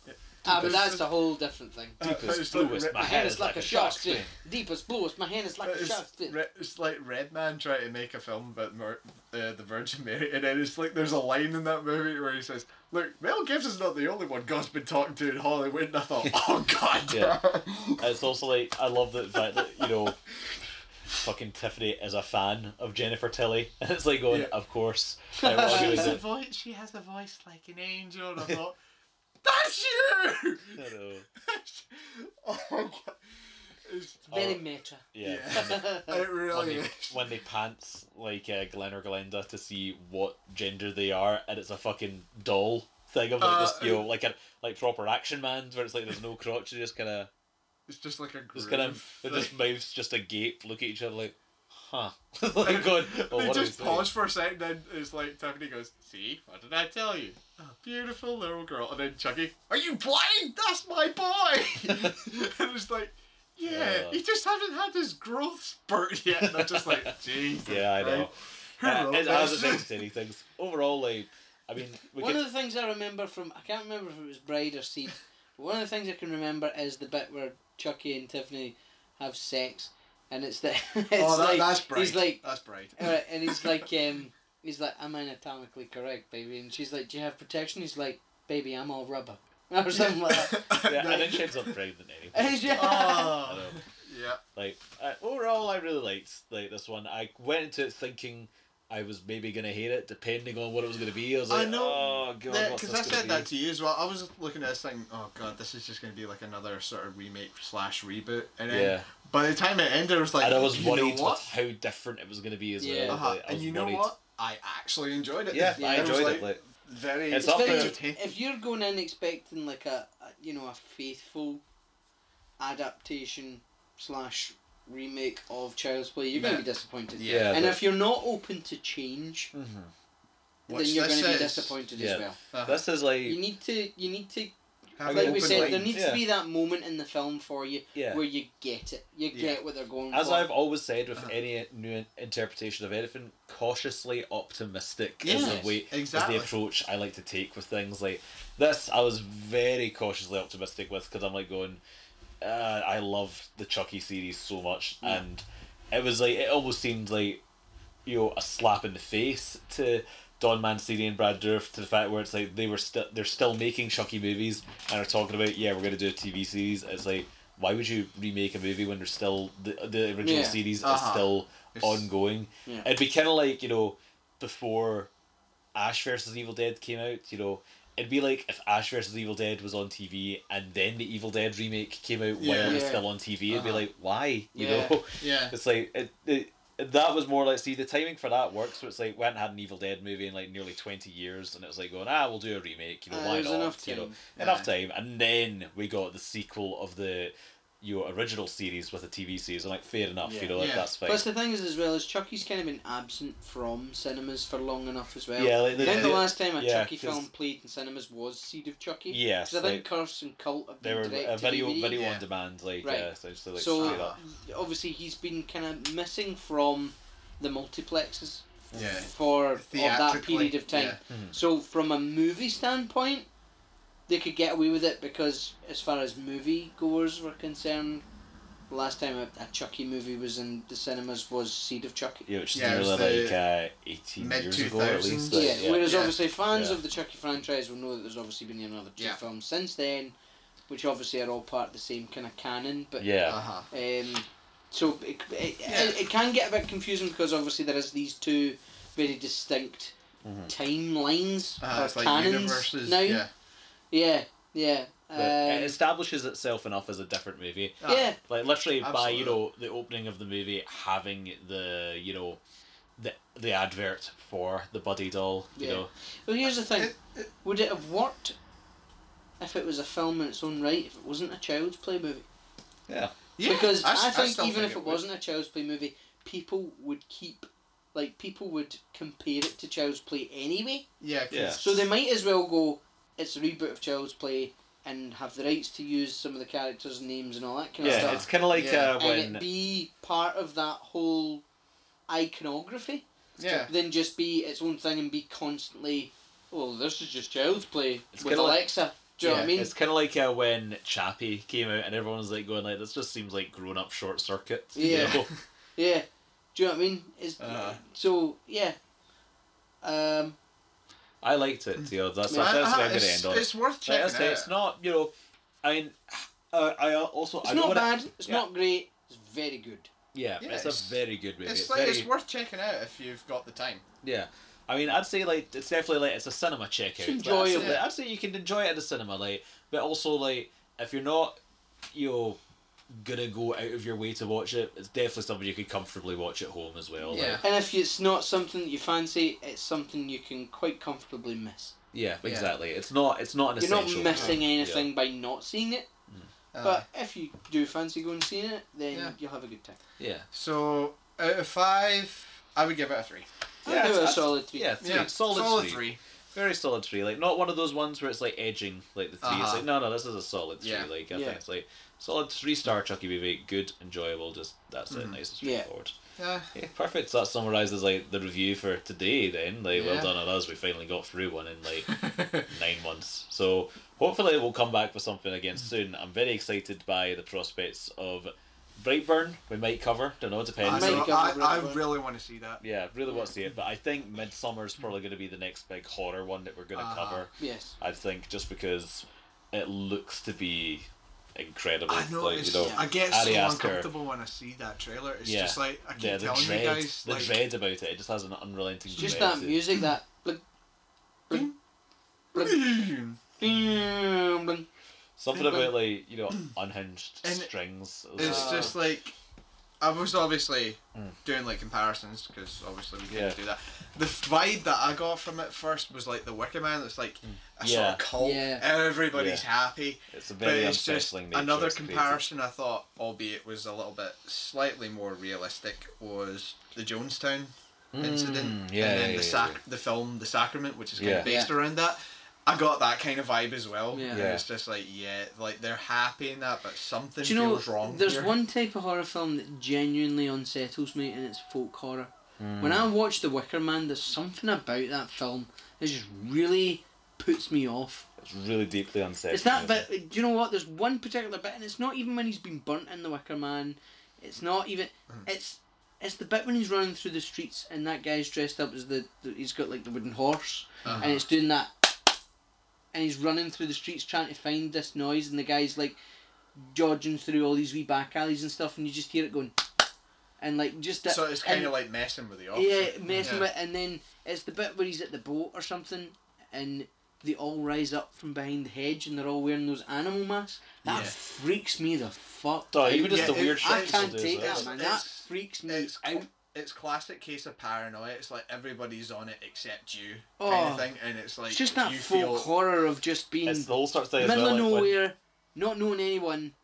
[SPEAKER 2] Ah, but
[SPEAKER 3] Deepest-
[SPEAKER 2] that's a whole different thing.
[SPEAKER 3] Uh,
[SPEAKER 1] Deepest,
[SPEAKER 3] it's like
[SPEAKER 1] bluest,
[SPEAKER 3] Red-
[SPEAKER 1] my
[SPEAKER 2] My hand
[SPEAKER 1] head
[SPEAKER 2] is like a shark's fin.
[SPEAKER 1] fin.
[SPEAKER 2] Deepest, bluest, my hand is like a shark's
[SPEAKER 3] It's,
[SPEAKER 2] fin.
[SPEAKER 3] Re- it's like Redman trying to make a film about Mer- uh, the Virgin Mary, and then it's like there's a line in that movie where he says, "Look, Mel Gibson's not the only one God's been talking to in Hollywood." And I thought, "Oh God,
[SPEAKER 1] Yeah. It's also like I love the fact that you know, fucking Tiffany is a fan of Jennifer Tilly, and it's like going,
[SPEAKER 3] Yeah.
[SPEAKER 1] of course. I was doing it.
[SPEAKER 3] voice. She has a voice like an angel." And I thought, "That's you!"
[SPEAKER 1] I know.
[SPEAKER 3] oh my God. It's,
[SPEAKER 2] Very
[SPEAKER 1] Oh,
[SPEAKER 2] meta.
[SPEAKER 1] Yeah.
[SPEAKER 3] it
[SPEAKER 1] When
[SPEAKER 3] really
[SPEAKER 1] they,
[SPEAKER 3] is.
[SPEAKER 1] when they pants like uh, Glenn or Glenda to see what gender they are, and it's a fucking doll thing of like
[SPEAKER 3] Uh,
[SPEAKER 1] this, you know, like a like proper action man, where it's like there's no crotch, they just kind of
[SPEAKER 3] It's just like a groove.
[SPEAKER 1] just kind of
[SPEAKER 3] Like,
[SPEAKER 1] just mouths just agape, look at each other like, huh, like going, oh,
[SPEAKER 3] they
[SPEAKER 1] what are we
[SPEAKER 3] just
[SPEAKER 1] doing?
[SPEAKER 3] pause for a second, then it's like Tiffany goes, "See, what did I tell you? A beautiful little girl." And then Chucky, "Are you blind? That's my boy." and it's like, "Yeah,
[SPEAKER 1] Uh.
[SPEAKER 3] he just hasn't had his growth spurt yet." And I'm just like, "Jesus."
[SPEAKER 1] Yeah, I know.
[SPEAKER 3] Christ, who
[SPEAKER 1] Uh,
[SPEAKER 3] wrote
[SPEAKER 1] it has
[SPEAKER 3] this?
[SPEAKER 1] its entertaining things. Overall, like, I mean, we
[SPEAKER 2] One
[SPEAKER 1] could,
[SPEAKER 2] of the things I remember from I can't remember if it was Bride or Seed, but one of the things I can remember is the bit where Chucky and Tiffany have sex, and it's the it's
[SPEAKER 3] oh, that,
[SPEAKER 2] like
[SPEAKER 3] that's bright.
[SPEAKER 2] he's like
[SPEAKER 3] that's bright.
[SPEAKER 1] uh,
[SPEAKER 2] alright, and he's like um he's like I'm anatomically correct, baby, and she's like, do you have protection? He's like, baby, I'm all rubber or something like that.
[SPEAKER 1] yeah, and then
[SPEAKER 3] Like,
[SPEAKER 1] she ends up pregnant anyway.
[SPEAKER 2] And yeah.
[SPEAKER 1] I
[SPEAKER 3] oh,
[SPEAKER 1] know.
[SPEAKER 3] yeah.
[SPEAKER 1] Like uh, overall, I really liked like this one. I went into it thinking I was maybe gonna hate it, depending on what it was gonna be. I was
[SPEAKER 3] I
[SPEAKER 1] like,
[SPEAKER 3] know.
[SPEAKER 1] oh god, what's this
[SPEAKER 3] Because I
[SPEAKER 1] gonna
[SPEAKER 3] said
[SPEAKER 1] be?
[SPEAKER 3] that to you as well. I was looking at this thing. Oh god, this is just going to be like another sort of remake slash reboot. And then
[SPEAKER 1] Yeah.
[SPEAKER 3] by the time it ended, I was like,
[SPEAKER 1] and I was
[SPEAKER 3] you know
[SPEAKER 1] worried
[SPEAKER 3] what?
[SPEAKER 1] with how different it was gonna be as
[SPEAKER 2] Yeah.
[SPEAKER 1] well.
[SPEAKER 3] Uh-huh.
[SPEAKER 1] Like, I
[SPEAKER 3] And
[SPEAKER 1] was
[SPEAKER 3] you know
[SPEAKER 1] worried.
[SPEAKER 3] what? I actually enjoyed it.
[SPEAKER 1] Yeah,
[SPEAKER 2] Yeah.
[SPEAKER 1] I
[SPEAKER 2] It was
[SPEAKER 1] enjoyed
[SPEAKER 3] like-
[SPEAKER 1] it. Like,
[SPEAKER 3] Very.
[SPEAKER 1] It's
[SPEAKER 2] It's
[SPEAKER 1] up
[SPEAKER 2] very-
[SPEAKER 1] there.
[SPEAKER 3] entertaining.
[SPEAKER 2] if you're going in expecting like a, a you know a faithful adaptation slash remake of Child's Play, you're going to
[SPEAKER 3] Yeah.
[SPEAKER 2] be disappointed.
[SPEAKER 3] Yeah,
[SPEAKER 2] and
[SPEAKER 1] but-
[SPEAKER 2] if you're not open to change,
[SPEAKER 1] Mhm.
[SPEAKER 3] Which
[SPEAKER 2] then you're
[SPEAKER 3] this
[SPEAKER 2] going to be
[SPEAKER 3] is.
[SPEAKER 2] disappointed
[SPEAKER 1] Yeah.
[SPEAKER 2] as well.
[SPEAKER 3] Uh-huh.
[SPEAKER 1] This is like
[SPEAKER 2] You need to you need to
[SPEAKER 3] Have
[SPEAKER 2] like
[SPEAKER 3] an
[SPEAKER 2] we
[SPEAKER 3] open
[SPEAKER 2] said
[SPEAKER 3] mind.
[SPEAKER 2] there needs
[SPEAKER 1] Yeah.
[SPEAKER 2] to be that moment in the film for you
[SPEAKER 1] yeah.
[SPEAKER 2] where you get it. You
[SPEAKER 3] Yeah.
[SPEAKER 2] get what they're going
[SPEAKER 1] As
[SPEAKER 2] for.
[SPEAKER 1] I've always said with
[SPEAKER 3] Uh-huh.
[SPEAKER 1] any new interpretation of anything, cautiously optimistic is
[SPEAKER 3] Yes,
[SPEAKER 1] the way
[SPEAKER 3] exactly.
[SPEAKER 1] is the approach I like to take with things like this. I was very cautiously optimistic with because I'm like going, uh, I love the Chucky series so much,
[SPEAKER 2] Yeah.
[SPEAKER 1] and it was like it almost seemed like you know a slap in the face to Don Mancini and Brad Dourif to the fact where it's like they were still they're still making Chucky movies and are talking about yeah we're gonna do a TV series. It's like why would you remake a movie when there's still the the original
[SPEAKER 2] Yeah.
[SPEAKER 1] series is
[SPEAKER 3] Uh-huh.
[SPEAKER 1] still
[SPEAKER 3] It's-
[SPEAKER 1] ongoing?
[SPEAKER 2] Yeah.
[SPEAKER 1] It'd be kind of like you know before Ash versus Evil Dead came out. You know. It'd be like if Ash versus Evil Dead was on TV and then the Evil Dead remake came out while it was
[SPEAKER 2] Yeah.
[SPEAKER 1] still on TV. It'd be
[SPEAKER 3] Uh-huh.
[SPEAKER 1] like, why? You
[SPEAKER 2] Yeah.
[SPEAKER 1] know,
[SPEAKER 3] Yeah.
[SPEAKER 1] it's like it, it, that was more like see the timing for that works. So it's like we hadn't had an Evil Dead movie in like nearly twenty years, and it was like going ah we'll do a remake. You know
[SPEAKER 2] Ah,
[SPEAKER 1] why
[SPEAKER 2] there's
[SPEAKER 1] not?
[SPEAKER 2] enough
[SPEAKER 1] You know
[SPEAKER 2] time.
[SPEAKER 1] enough time, and then we got the sequel of the your original series with a TV series. I'm like fair enough. You
[SPEAKER 2] Yeah.
[SPEAKER 1] know like,
[SPEAKER 3] Yeah.
[SPEAKER 1] that's fine.
[SPEAKER 2] Plus the thing is as well is Chucky's kind of been absent from cinemas for long enough as well.
[SPEAKER 1] yeah, like
[SPEAKER 2] I
[SPEAKER 1] the,
[SPEAKER 2] think the
[SPEAKER 1] the-
[SPEAKER 2] last time a
[SPEAKER 1] yeah,
[SPEAKER 2] Chucky
[SPEAKER 1] 'cause-
[SPEAKER 2] film played in cinemas was Seed of Chucky.
[SPEAKER 1] yes,
[SPEAKER 2] Because I think
[SPEAKER 1] like,
[SPEAKER 2] Curse and Cult have
[SPEAKER 1] they
[SPEAKER 2] been
[SPEAKER 1] were
[SPEAKER 2] direct
[SPEAKER 1] a
[SPEAKER 2] to
[SPEAKER 1] video
[SPEAKER 2] DVD.
[SPEAKER 1] video on
[SPEAKER 3] Yeah.
[SPEAKER 1] demand like
[SPEAKER 2] Right.
[SPEAKER 1] yeah, essentially like
[SPEAKER 2] So-
[SPEAKER 1] straight up.
[SPEAKER 2] Obviously, he's been kind of missing from the multiplexes
[SPEAKER 3] Yeah.
[SPEAKER 2] for of that
[SPEAKER 3] Theatrically,
[SPEAKER 2] period of time.
[SPEAKER 1] Mm-hmm.
[SPEAKER 2] So, from a movie standpoint, they could get away with it because, as far as movie goers were concerned, the last time a, a Chucky movie was in the cinemas was Seed of Chucky.
[SPEAKER 1] Yeah, which is
[SPEAKER 3] Yeah, it was
[SPEAKER 1] nearly like
[SPEAKER 3] the
[SPEAKER 1] uh, eighteen
[SPEAKER 3] mid-
[SPEAKER 1] years ago at least.
[SPEAKER 3] 2000s.
[SPEAKER 1] like,
[SPEAKER 2] Yeah,
[SPEAKER 1] yeah.
[SPEAKER 2] whereas
[SPEAKER 3] Yeah.
[SPEAKER 2] obviously fans
[SPEAKER 1] Yeah.
[SPEAKER 2] of the Chucky franchise will know that there's obviously been another two
[SPEAKER 3] Yeah.
[SPEAKER 2] films since then, which obviously are all part of the same kind of canon. But
[SPEAKER 1] Yeah.
[SPEAKER 3] Uh huh.
[SPEAKER 2] Um, so it, it,
[SPEAKER 3] Yeah.
[SPEAKER 2] it, it can get a bit confusing because obviously there is these two very distinct
[SPEAKER 1] Mhm.
[SPEAKER 2] timelines
[SPEAKER 3] Uh,
[SPEAKER 2] or
[SPEAKER 3] it's like
[SPEAKER 2] canons
[SPEAKER 3] universes.
[SPEAKER 2] now.
[SPEAKER 3] Yeah.
[SPEAKER 2] yeah, yeah.
[SPEAKER 1] But it
[SPEAKER 2] um,
[SPEAKER 1] establishes itself enough as a different movie.
[SPEAKER 3] Ah,
[SPEAKER 2] yeah,
[SPEAKER 1] Like literally by you
[SPEAKER 3] Absolutely.
[SPEAKER 1] know the opening of the movie having the you know the the advert for the buddy doll. You
[SPEAKER 2] Yeah.
[SPEAKER 1] know
[SPEAKER 2] Well, here's the thing:
[SPEAKER 3] It- it-
[SPEAKER 2] would it have worked if it was a film in its own right, if it wasn't a child's play movie.
[SPEAKER 1] Yeah.
[SPEAKER 3] Yeah,
[SPEAKER 2] because
[SPEAKER 3] s-
[SPEAKER 2] I, think
[SPEAKER 3] still
[SPEAKER 2] even
[SPEAKER 3] think
[SPEAKER 2] if it
[SPEAKER 3] would.
[SPEAKER 2] wasn't a child's play movie, people would keep, like people would compare it to child's play anyway.
[SPEAKER 3] yeah, 'cause-
[SPEAKER 1] Yeah.
[SPEAKER 2] So they might as well go. It's a reboot of Child's Play, and have the rights to use some of the characters' names and all that kind of
[SPEAKER 1] Yeah,
[SPEAKER 2] stuff.
[SPEAKER 1] it's kind of like
[SPEAKER 3] Yeah.
[SPEAKER 1] uh,
[SPEAKER 2] and it
[SPEAKER 1] when
[SPEAKER 2] be part of that whole iconography
[SPEAKER 3] yeah,
[SPEAKER 2] than just be its own thing and be constantly, well, this is just child's play
[SPEAKER 1] It's
[SPEAKER 2] with
[SPEAKER 1] kinda like-
[SPEAKER 2] Alexa. Do you know what I
[SPEAKER 3] Yeah,
[SPEAKER 2] mean?
[SPEAKER 1] it's kind of like uh, when Chappie came out and everyone was like going like this just seems like grown up short circuit. you
[SPEAKER 2] Yeah.
[SPEAKER 1] know?
[SPEAKER 2] Yeah. Do you know what I mean? It's,
[SPEAKER 3] Uh-huh.
[SPEAKER 2] so, yeah. Um,
[SPEAKER 1] I liked it. You know, that's
[SPEAKER 2] Yeah,
[SPEAKER 1] that's,
[SPEAKER 3] Uh-huh,
[SPEAKER 1] where I'm going to
[SPEAKER 3] it's,
[SPEAKER 1] end on. it.
[SPEAKER 3] it's worth
[SPEAKER 1] Like I
[SPEAKER 3] checking
[SPEAKER 1] say,
[SPEAKER 3] out.
[SPEAKER 1] it's not you know, I mean, uh, I also
[SPEAKER 2] it's
[SPEAKER 1] I don't
[SPEAKER 2] not
[SPEAKER 1] wanna-
[SPEAKER 2] bad. It's
[SPEAKER 1] yeah.
[SPEAKER 2] not great. It's very good.
[SPEAKER 1] Yeah,
[SPEAKER 3] Yeah,
[SPEAKER 1] it's,
[SPEAKER 3] it's-
[SPEAKER 1] a very good movie.
[SPEAKER 3] it's,
[SPEAKER 1] It's
[SPEAKER 3] like
[SPEAKER 1] very-
[SPEAKER 3] it's worth checking out if you've got the time.
[SPEAKER 1] Yeah. I mean, I'd say like it's definitely like it's a cinema checkout. Like,
[SPEAKER 2] It's
[SPEAKER 1] I'd say-
[SPEAKER 2] enjoyable.
[SPEAKER 1] I'd say you can enjoy it at the cinema, like, but also like if you're not, you know, gonna go out of your way to watch it, it's definitely something you could comfortably watch at home as well. like.
[SPEAKER 3] Yeah.
[SPEAKER 2] And if it's not something that you fancy, it's something you can quite comfortably miss.
[SPEAKER 1] yeah,
[SPEAKER 3] Yeah.
[SPEAKER 1] exactly. It's not. It's not an
[SPEAKER 2] You're not
[SPEAKER 1] essential.
[SPEAKER 2] missing
[SPEAKER 1] Yeah.
[SPEAKER 2] anything by not seeing it.
[SPEAKER 3] Uh,
[SPEAKER 2] But if you do fancy going and seeing it, then
[SPEAKER 3] Yeah.
[SPEAKER 2] you'll have a good time.
[SPEAKER 1] Yeah.
[SPEAKER 3] so out of five, I would give it a three.
[SPEAKER 2] I'll
[SPEAKER 1] Yeah,
[SPEAKER 2] give it a
[SPEAKER 1] that's-
[SPEAKER 2] solid three.
[SPEAKER 1] Yeah, three.
[SPEAKER 3] Yeah,
[SPEAKER 1] solid,
[SPEAKER 3] solid
[SPEAKER 1] three.
[SPEAKER 3] three.
[SPEAKER 1] Very solid three. Like not one of those ones where it's like edging like the 3 It's
[SPEAKER 3] Uh-huh.
[SPEAKER 1] like no, no, this is a solid three.
[SPEAKER 3] Yeah.
[SPEAKER 1] Like I
[SPEAKER 2] Yeah.
[SPEAKER 1] think it's like solid three star Chucky Baby, good, enjoyable. Just that's it.
[SPEAKER 3] Mhm.
[SPEAKER 1] Nice and
[SPEAKER 2] Mm-hmm. Yeah.
[SPEAKER 1] straightforward.
[SPEAKER 3] Yeah,
[SPEAKER 1] Yeah, perfect. So that summarizes like the review for today. Then, like, well
[SPEAKER 3] Yeah.
[SPEAKER 1] done on us. We finally got through one in like nine months. So hopefully we'll come back with something again
[SPEAKER 3] Mm.
[SPEAKER 1] soon. I'm very excited by the prospects of Brightburn. We might cover. Don't know.
[SPEAKER 3] I,
[SPEAKER 1] Depends.
[SPEAKER 2] Might
[SPEAKER 3] know,
[SPEAKER 2] give it
[SPEAKER 3] I,
[SPEAKER 2] a
[SPEAKER 3] I
[SPEAKER 2] run.
[SPEAKER 3] really want to see that.
[SPEAKER 1] Yeah, really want to see it, but I think Midsummer's probably going to be the next big horror one that we're going to
[SPEAKER 3] Uh-huh.
[SPEAKER 1] cover.
[SPEAKER 2] Yes.
[SPEAKER 1] I think just because it looks to be incredible.
[SPEAKER 3] I know.
[SPEAKER 1] like,
[SPEAKER 3] it's,
[SPEAKER 1] you know,
[SPEAKER 3] I get
[SPEAKER 1] Ari
[SPEAKER 3] so
[SPEAKER 1] Aster.
[SPEAKER 3] uncomfortable when I see that trailer. It's
[SPEAKER 1] Yeah.
[SPEAKER 3] just like I keep
[SPEAKER 1] yeah, the
[SPEAKER 3] telling
[SPEAKER 1] dread,
[SPEAKER 3] you guys,
[SPEAKER 1] the
[SPEAKER 3] like,
[SPEAKER 1] dread about it. It just has an unrelenting.
[SPEAKER 2] It's just
[SPEAKER 1] dread
[SPEAKER 2] that
[SPEAKER 1] to-
[SPEAKER 2] music, that. Bling, bling, bling,
[SPEAKER 3] and
[SPEAKER 2] bling, bling.
[SPEAKER 1] Something
[SPEAKER 3] But-
[SPEAKER 1] about like you know unhinged
[SPEAKER 3] And
[SPEAKER 1] strings. It was like-
[SPEAKER 3] it's
[SPEAKER 2] Uh,
[SPEAKER 3] just like I was obviously
[SPEAKER 1] Mm.
[SPEAKER 3] doing like comparisons because obviously we couldn't
[SPEAKER 1] Yeah.
[SPEAKER 3] do that. The vibe that I got from it first was like the Wicker Man. It's like a sort
[SPEAKER 1] Hmm. Yeah.
[SPEAKER 3] of cult.
[SPEAKER 2] Yeah.
[SPEAKER 3] Everybody's
[SPEAKER 1] Yeah.
[SPEAKER 3] happy.
[SPEAKER 1] it's a
[SPEAKER 3] But
[SPEAKER 1] very
[SPEAKER 3] it's just
[SPEAKER 1] unsettling nature
[SPEAKER 3] another
[SPEAKER 1] it's created.
[SPEAKER 3] comparison I thought, albeit was a little bit slightly more realistic, was the Jonestown incident,
[SPEAKER 1] Mm, yeah,
[SPEAKER 3] and then
[SPEAKER 1] yeah,
[SPEAKER 3] the
[SPEAKER 1] yeah,
[SPEAKER 3] sac- the film The Sacrament, which is kind
[SPEAKER 1] Yeah.
[SPEAKER 3] of based around that. I got that kind of vibe as well.
[SPEAKER 2] Yeah.
[SPEAKER 3] and
[SPEAKER 1] Yeah.
[SPEAKER 3] it's just like yeah, like they're happy in that, but something
[SPEAKER 2] Do you know,
[SPEAKER 3] feels wrong.
[SPEAKER 2] there's
[SPEAKER 3] here.
[SPEAKER 2] one type of horror film that genuinely unsettles me, and it's folk horror.
[SPEAKER 1] Hmm.
[SPEAKER 2] When I watch The Wicker Man, there's something about that film that just really puts me off.
[SPEAKER 1] It's really deeply unsettling.
[SPEAKER 2] It's that
[SPEAKER 1] isn't it?
[SPEAKER 2] bit. Do you know what? There's one particular bit, and it's not even when he's been burnt in The Wicker Man. It's not even.
[SPEAKER 3] Hmm.
[SPEAKER 2] It's it's the bit when he's running through the streets, and that guy's dressed up as the, the he's got like the wooden horse,
[SPEAKER 3] Uh-huh.
[SPEAKER 2] and it's doing that, and he's running through the streets trying to find this noise, and the guy's like, dodging through all these wee back alleys and stuff, and you just hear it going, and like just that.
[SPEAKER 3] so it's kind
[SPEAKER 2] and-
[SPEAKER 3] of like messing with the officer.
[SPEAKER 2] yeah, messing
[SPEAKER 3] Yeah.
[SPEAKER 2] with, and then it's the bit where he's at the boat or something, and they all rise up from behind the hedge, and they're all wearing those animal masks. That
[SPEAKER 3] Yeah.
[SPEAKER 2] freaks me the fuck.
[SPEAKER 1] Oh,
[SPEAKER 2] out.
[SPEAKER 1] even just
[SPEAKER 3] Yeah,
[SPEAKER 1] the
[SPEAKER 3] it-
[SPEAKER 1] weird shit
[SPEAKER 2] I
[SPEAKER 3] it's-
[SPEAKER 1] people
[SPEAKER 2] can't
[SPEAKER 1] do
[SPEAKER 3] it's-
[SPEAKER 2] take
[SPEAKER 1] as
[SPEAKER 2] that,
[SPEAKER 1] well.
[SPEAKER 2] man. That
[SPEAKER 3] it's-
[SPEAKER 2] freaks me
[SPEAKER 3] It's
[SPEAKER 2] out.
[SPEAKER 3] cl- it's classic case of paranoia. It's like everybody's on it except you, kind
[SPEAKER 2] Oh.
[SPEAKER 3] of thing, and it's like
[SPEAKER 2] It's just that
[SPEAKER 3] you
[SPEAKER 2] folk
[SPEAKER 3] feel
[SPEAKER 2] horror of just being
[SPEAKER 1] It's the whole sort of thing. as
[SPEAKER 2] middle
[SPEAKER 1] well,
[SPEAKER 2] of
[SPEAKER 1] like, when-
[SPEAKER 2] nowhere, not knowing anyone,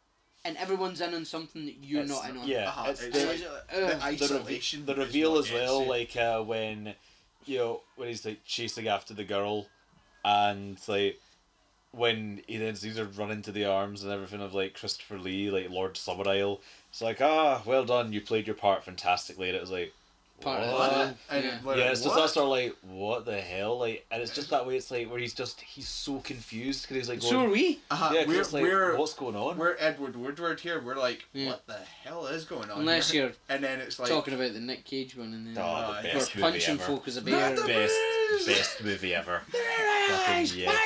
[SPEAKER 2] and everyone's in on something that you're
[SPEAKER 1] It's-
[SPEAKER 2] not in on.
[SPEAKER 1] yeah,
[SPEAKER 3] Uh-huh,
[SPEAKER 1] it's
[SPEAKER 3] it's
[SPEAKER 1] the-
[SPEAKER 2] And
[SPEAKER 3] like-
[SPEAKER 2] it's, uh,
[SPEAKER 3] the
[SPEAKER 2] ugh.
[SPEAKER 1] the, rev-
[SPEAKER 3] isolation.
[SPEAKER 1] the
[SPEAKER 3] is
[SPEAKER 1] reveal
[SPEAKER 3] what
[SPEAKER 1] as
[SPEAKER 3] gets
[SPEAKER 1] well,
[SPEAKER 3] you.
[SPEAKER 1] like uh, when you know when he's like chasing after the girl, and like when he then sees her run into the arms and everything of like Christopher Lee, like Lord Summerisle. It's like ah, well done, you played your part fantastically, and it was like.
[SPEAKER 2] Part of
[SPEAKER 1] what?
[SPEAKER 2] Uh,
[SPEAKER 3] and
[SPEAKER 2] yeah.
[SPEAKER 3] like,
[SPEAKER 1] yeah, it's just
[SPEAKER 3] what?
[SPEAKER 1] that sort of like, what the hell? Like, and it's just that way. It's like where he's just he's so confused because he's like,
[SPEAKER 2] so are
[SPEAKER 1] going,
[SPEAKER 2] we.
[SPEAKER 3] Uh-huh,
[SPEAKER 1] yeah, 'cause
[SPEAKER 3] we're,
[SPEAKER 1] it's like,
[SPEAKER 3] we're,
[SPEAKER 1] what's going on? Oh,
[SPEAKER 3] we're Edward Woodward here. We're like,
[SPEAKER 2] Yeah.
[SPEAKER 3] what the hell is going on?
[SPEAKER 2] Unless
[SPEAKER 3] here?
[SPEAKER 2] you're
[SPEAKER 3] and then it's like
[SPEAKER 2] talking about the Nick Cage one, and then
[SPEAKER 1] oh,
[SPEAKER 3] uh,
[SPEAKER 1] the
[SPEAKER 3] yeah.
[SPEAKER 1] best
[SPEAKER 2] we're
[SPEAKER 1] movie
[SPEAKER 2] punching
[SPEAKER 1] ever.
[SPEAKER 2] folk as a bear.
[SPEAKER 3] Not the
[SPEAKER 1] Best,
[SPEAKER 3] best.
[SPEAKER 1] best movie ever. Fucking yeah.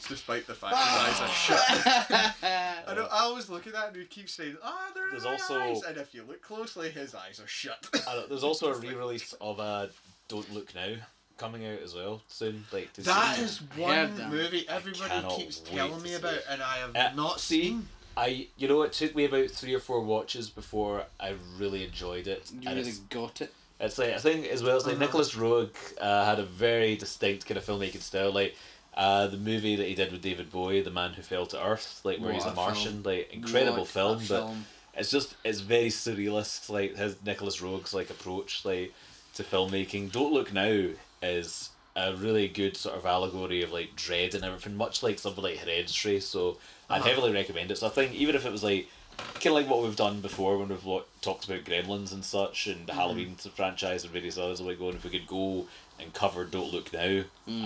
[SPEAKER 3] despite the fact that his eyes are shut. I, know, I always look at that and he keeps saying, ah, oh, they're
[SPEAKER 1] There's
[SPEAKER 3] my
[SPEAKER 1] also-
[SPEAKER 3] eyes. And if you look closely, his eyes are shut.
[SPEAKER 1] I don't- there's also a re-release of uh, Don't Look Now coming out as well soon. Like to
[SPEAKER 3] that
[SPEAKER 1] see.
[SPEAKER 3] is
[SPEAKER 2] Heard
[SPEAKER 3] one
[SPEAKER 2] that.
[SPEAKER 3] movie
[SPEAKER 1] cannot
[SPEAKER 3] everybody keeps
[SPEAKER 1] wait to
[SPEAKER 3] telling me
[SPEAKER 1] see
[SPEAKER 3] about,
[SPEAKER 1] it.
[SPEAKER 3] and I have
[SPEAKER 1] Uh,
[SPEAKER 3] not
[SPEAKER 1] see,
[SPEAKER 3] seen.
[SPEAKER 1] I you know it took me about three or four watches before I really enjoyed it.
[SPEAKER 2] You
[SPEAKER 1] and
[SPEAKER 2] really
[SPEAKER 1] it's,
[SPEAKER 2] got it.
[SPEAKER 1] it's like I think as well. It's like
[SPEAKER 3] Uh-huh.
[SPEAKER 1] Nicholas Roeg uh, had a very distinct kind of filmmaking style. Like Uh, the movie that he did with David Bowie, The Man Who Fell to Earth, like where
[SPEAKER 3] What
[SPEAKER 1] he's a
[SPEAKER 3] a
[SPEAKER 1] Martian, like incredible
[SPEAKER 3] What a
[SPEAKER 1] film, but
[SPEAKER 3] film.
[SPEAKER 1] it's just it's very surrealist. Like his Nicholas Rogue's like approach, like to filmmaking. Don't Look Now is a really good sort of allegory of like dread and everything, much like something like Hereditary. So I'd
[SPEAKER 3] Uh-huh.
[SPEAKER 1] heavily recommend it. So I think even if it was like kind of like what we've done before when we've lo- talked about Gremlins and such and
[SPEAKER 3] Mm.
[SPEAKER 1] the Halloween franchise and various others, I'm like going if we could go and cover Don't Look Now,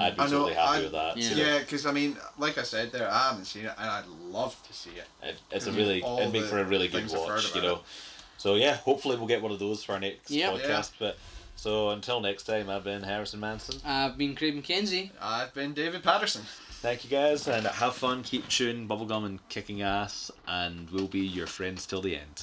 [SPEAKER 1] I'd be
[SPEAKER 3] I know,
[SPEAKER 1] totally happy
[SPEAKER 3] I-
[SPEAKER 1] with that.
[SPEAKER 3] Mm. Yeah,
[SPEAKER 1] So
[SPEAKER 3] 'cause Yeah, because I mean, like I said there, I haven't seen it, and I'd love to see it.
[SPEAKER 1] It, it's a
[SPEAKER 3] Mhm.
[SPEAKER 1] really
[SPEAKER 3] All
[SPEAKER 1] it'd make
[SPEAKER 3] the
[SPEAKER 1] for a really good
[SPEAKER 3] things I've heard
[SPEAKER 1] watch, you
[SPEAKER 3] about
[SPEAKER 1] know. So yeah, hopefully we'll get one of those for our next
[SPEAKER 2] Yeah.
[SPEAKER 1] podcast.
[SPEAKER 3] Yeah.
[SPEAKER 1] But so until next time, I've been Harrison Manson.
[SPEAKER 2] I've been Craig McKenzie.
[SPEAKER 3] I've been David Patterson.
[SPEAKER 1] Thank you guys, and have fun. Keep chewing bubblegum and kicking ass, and we'll be your friends till the end.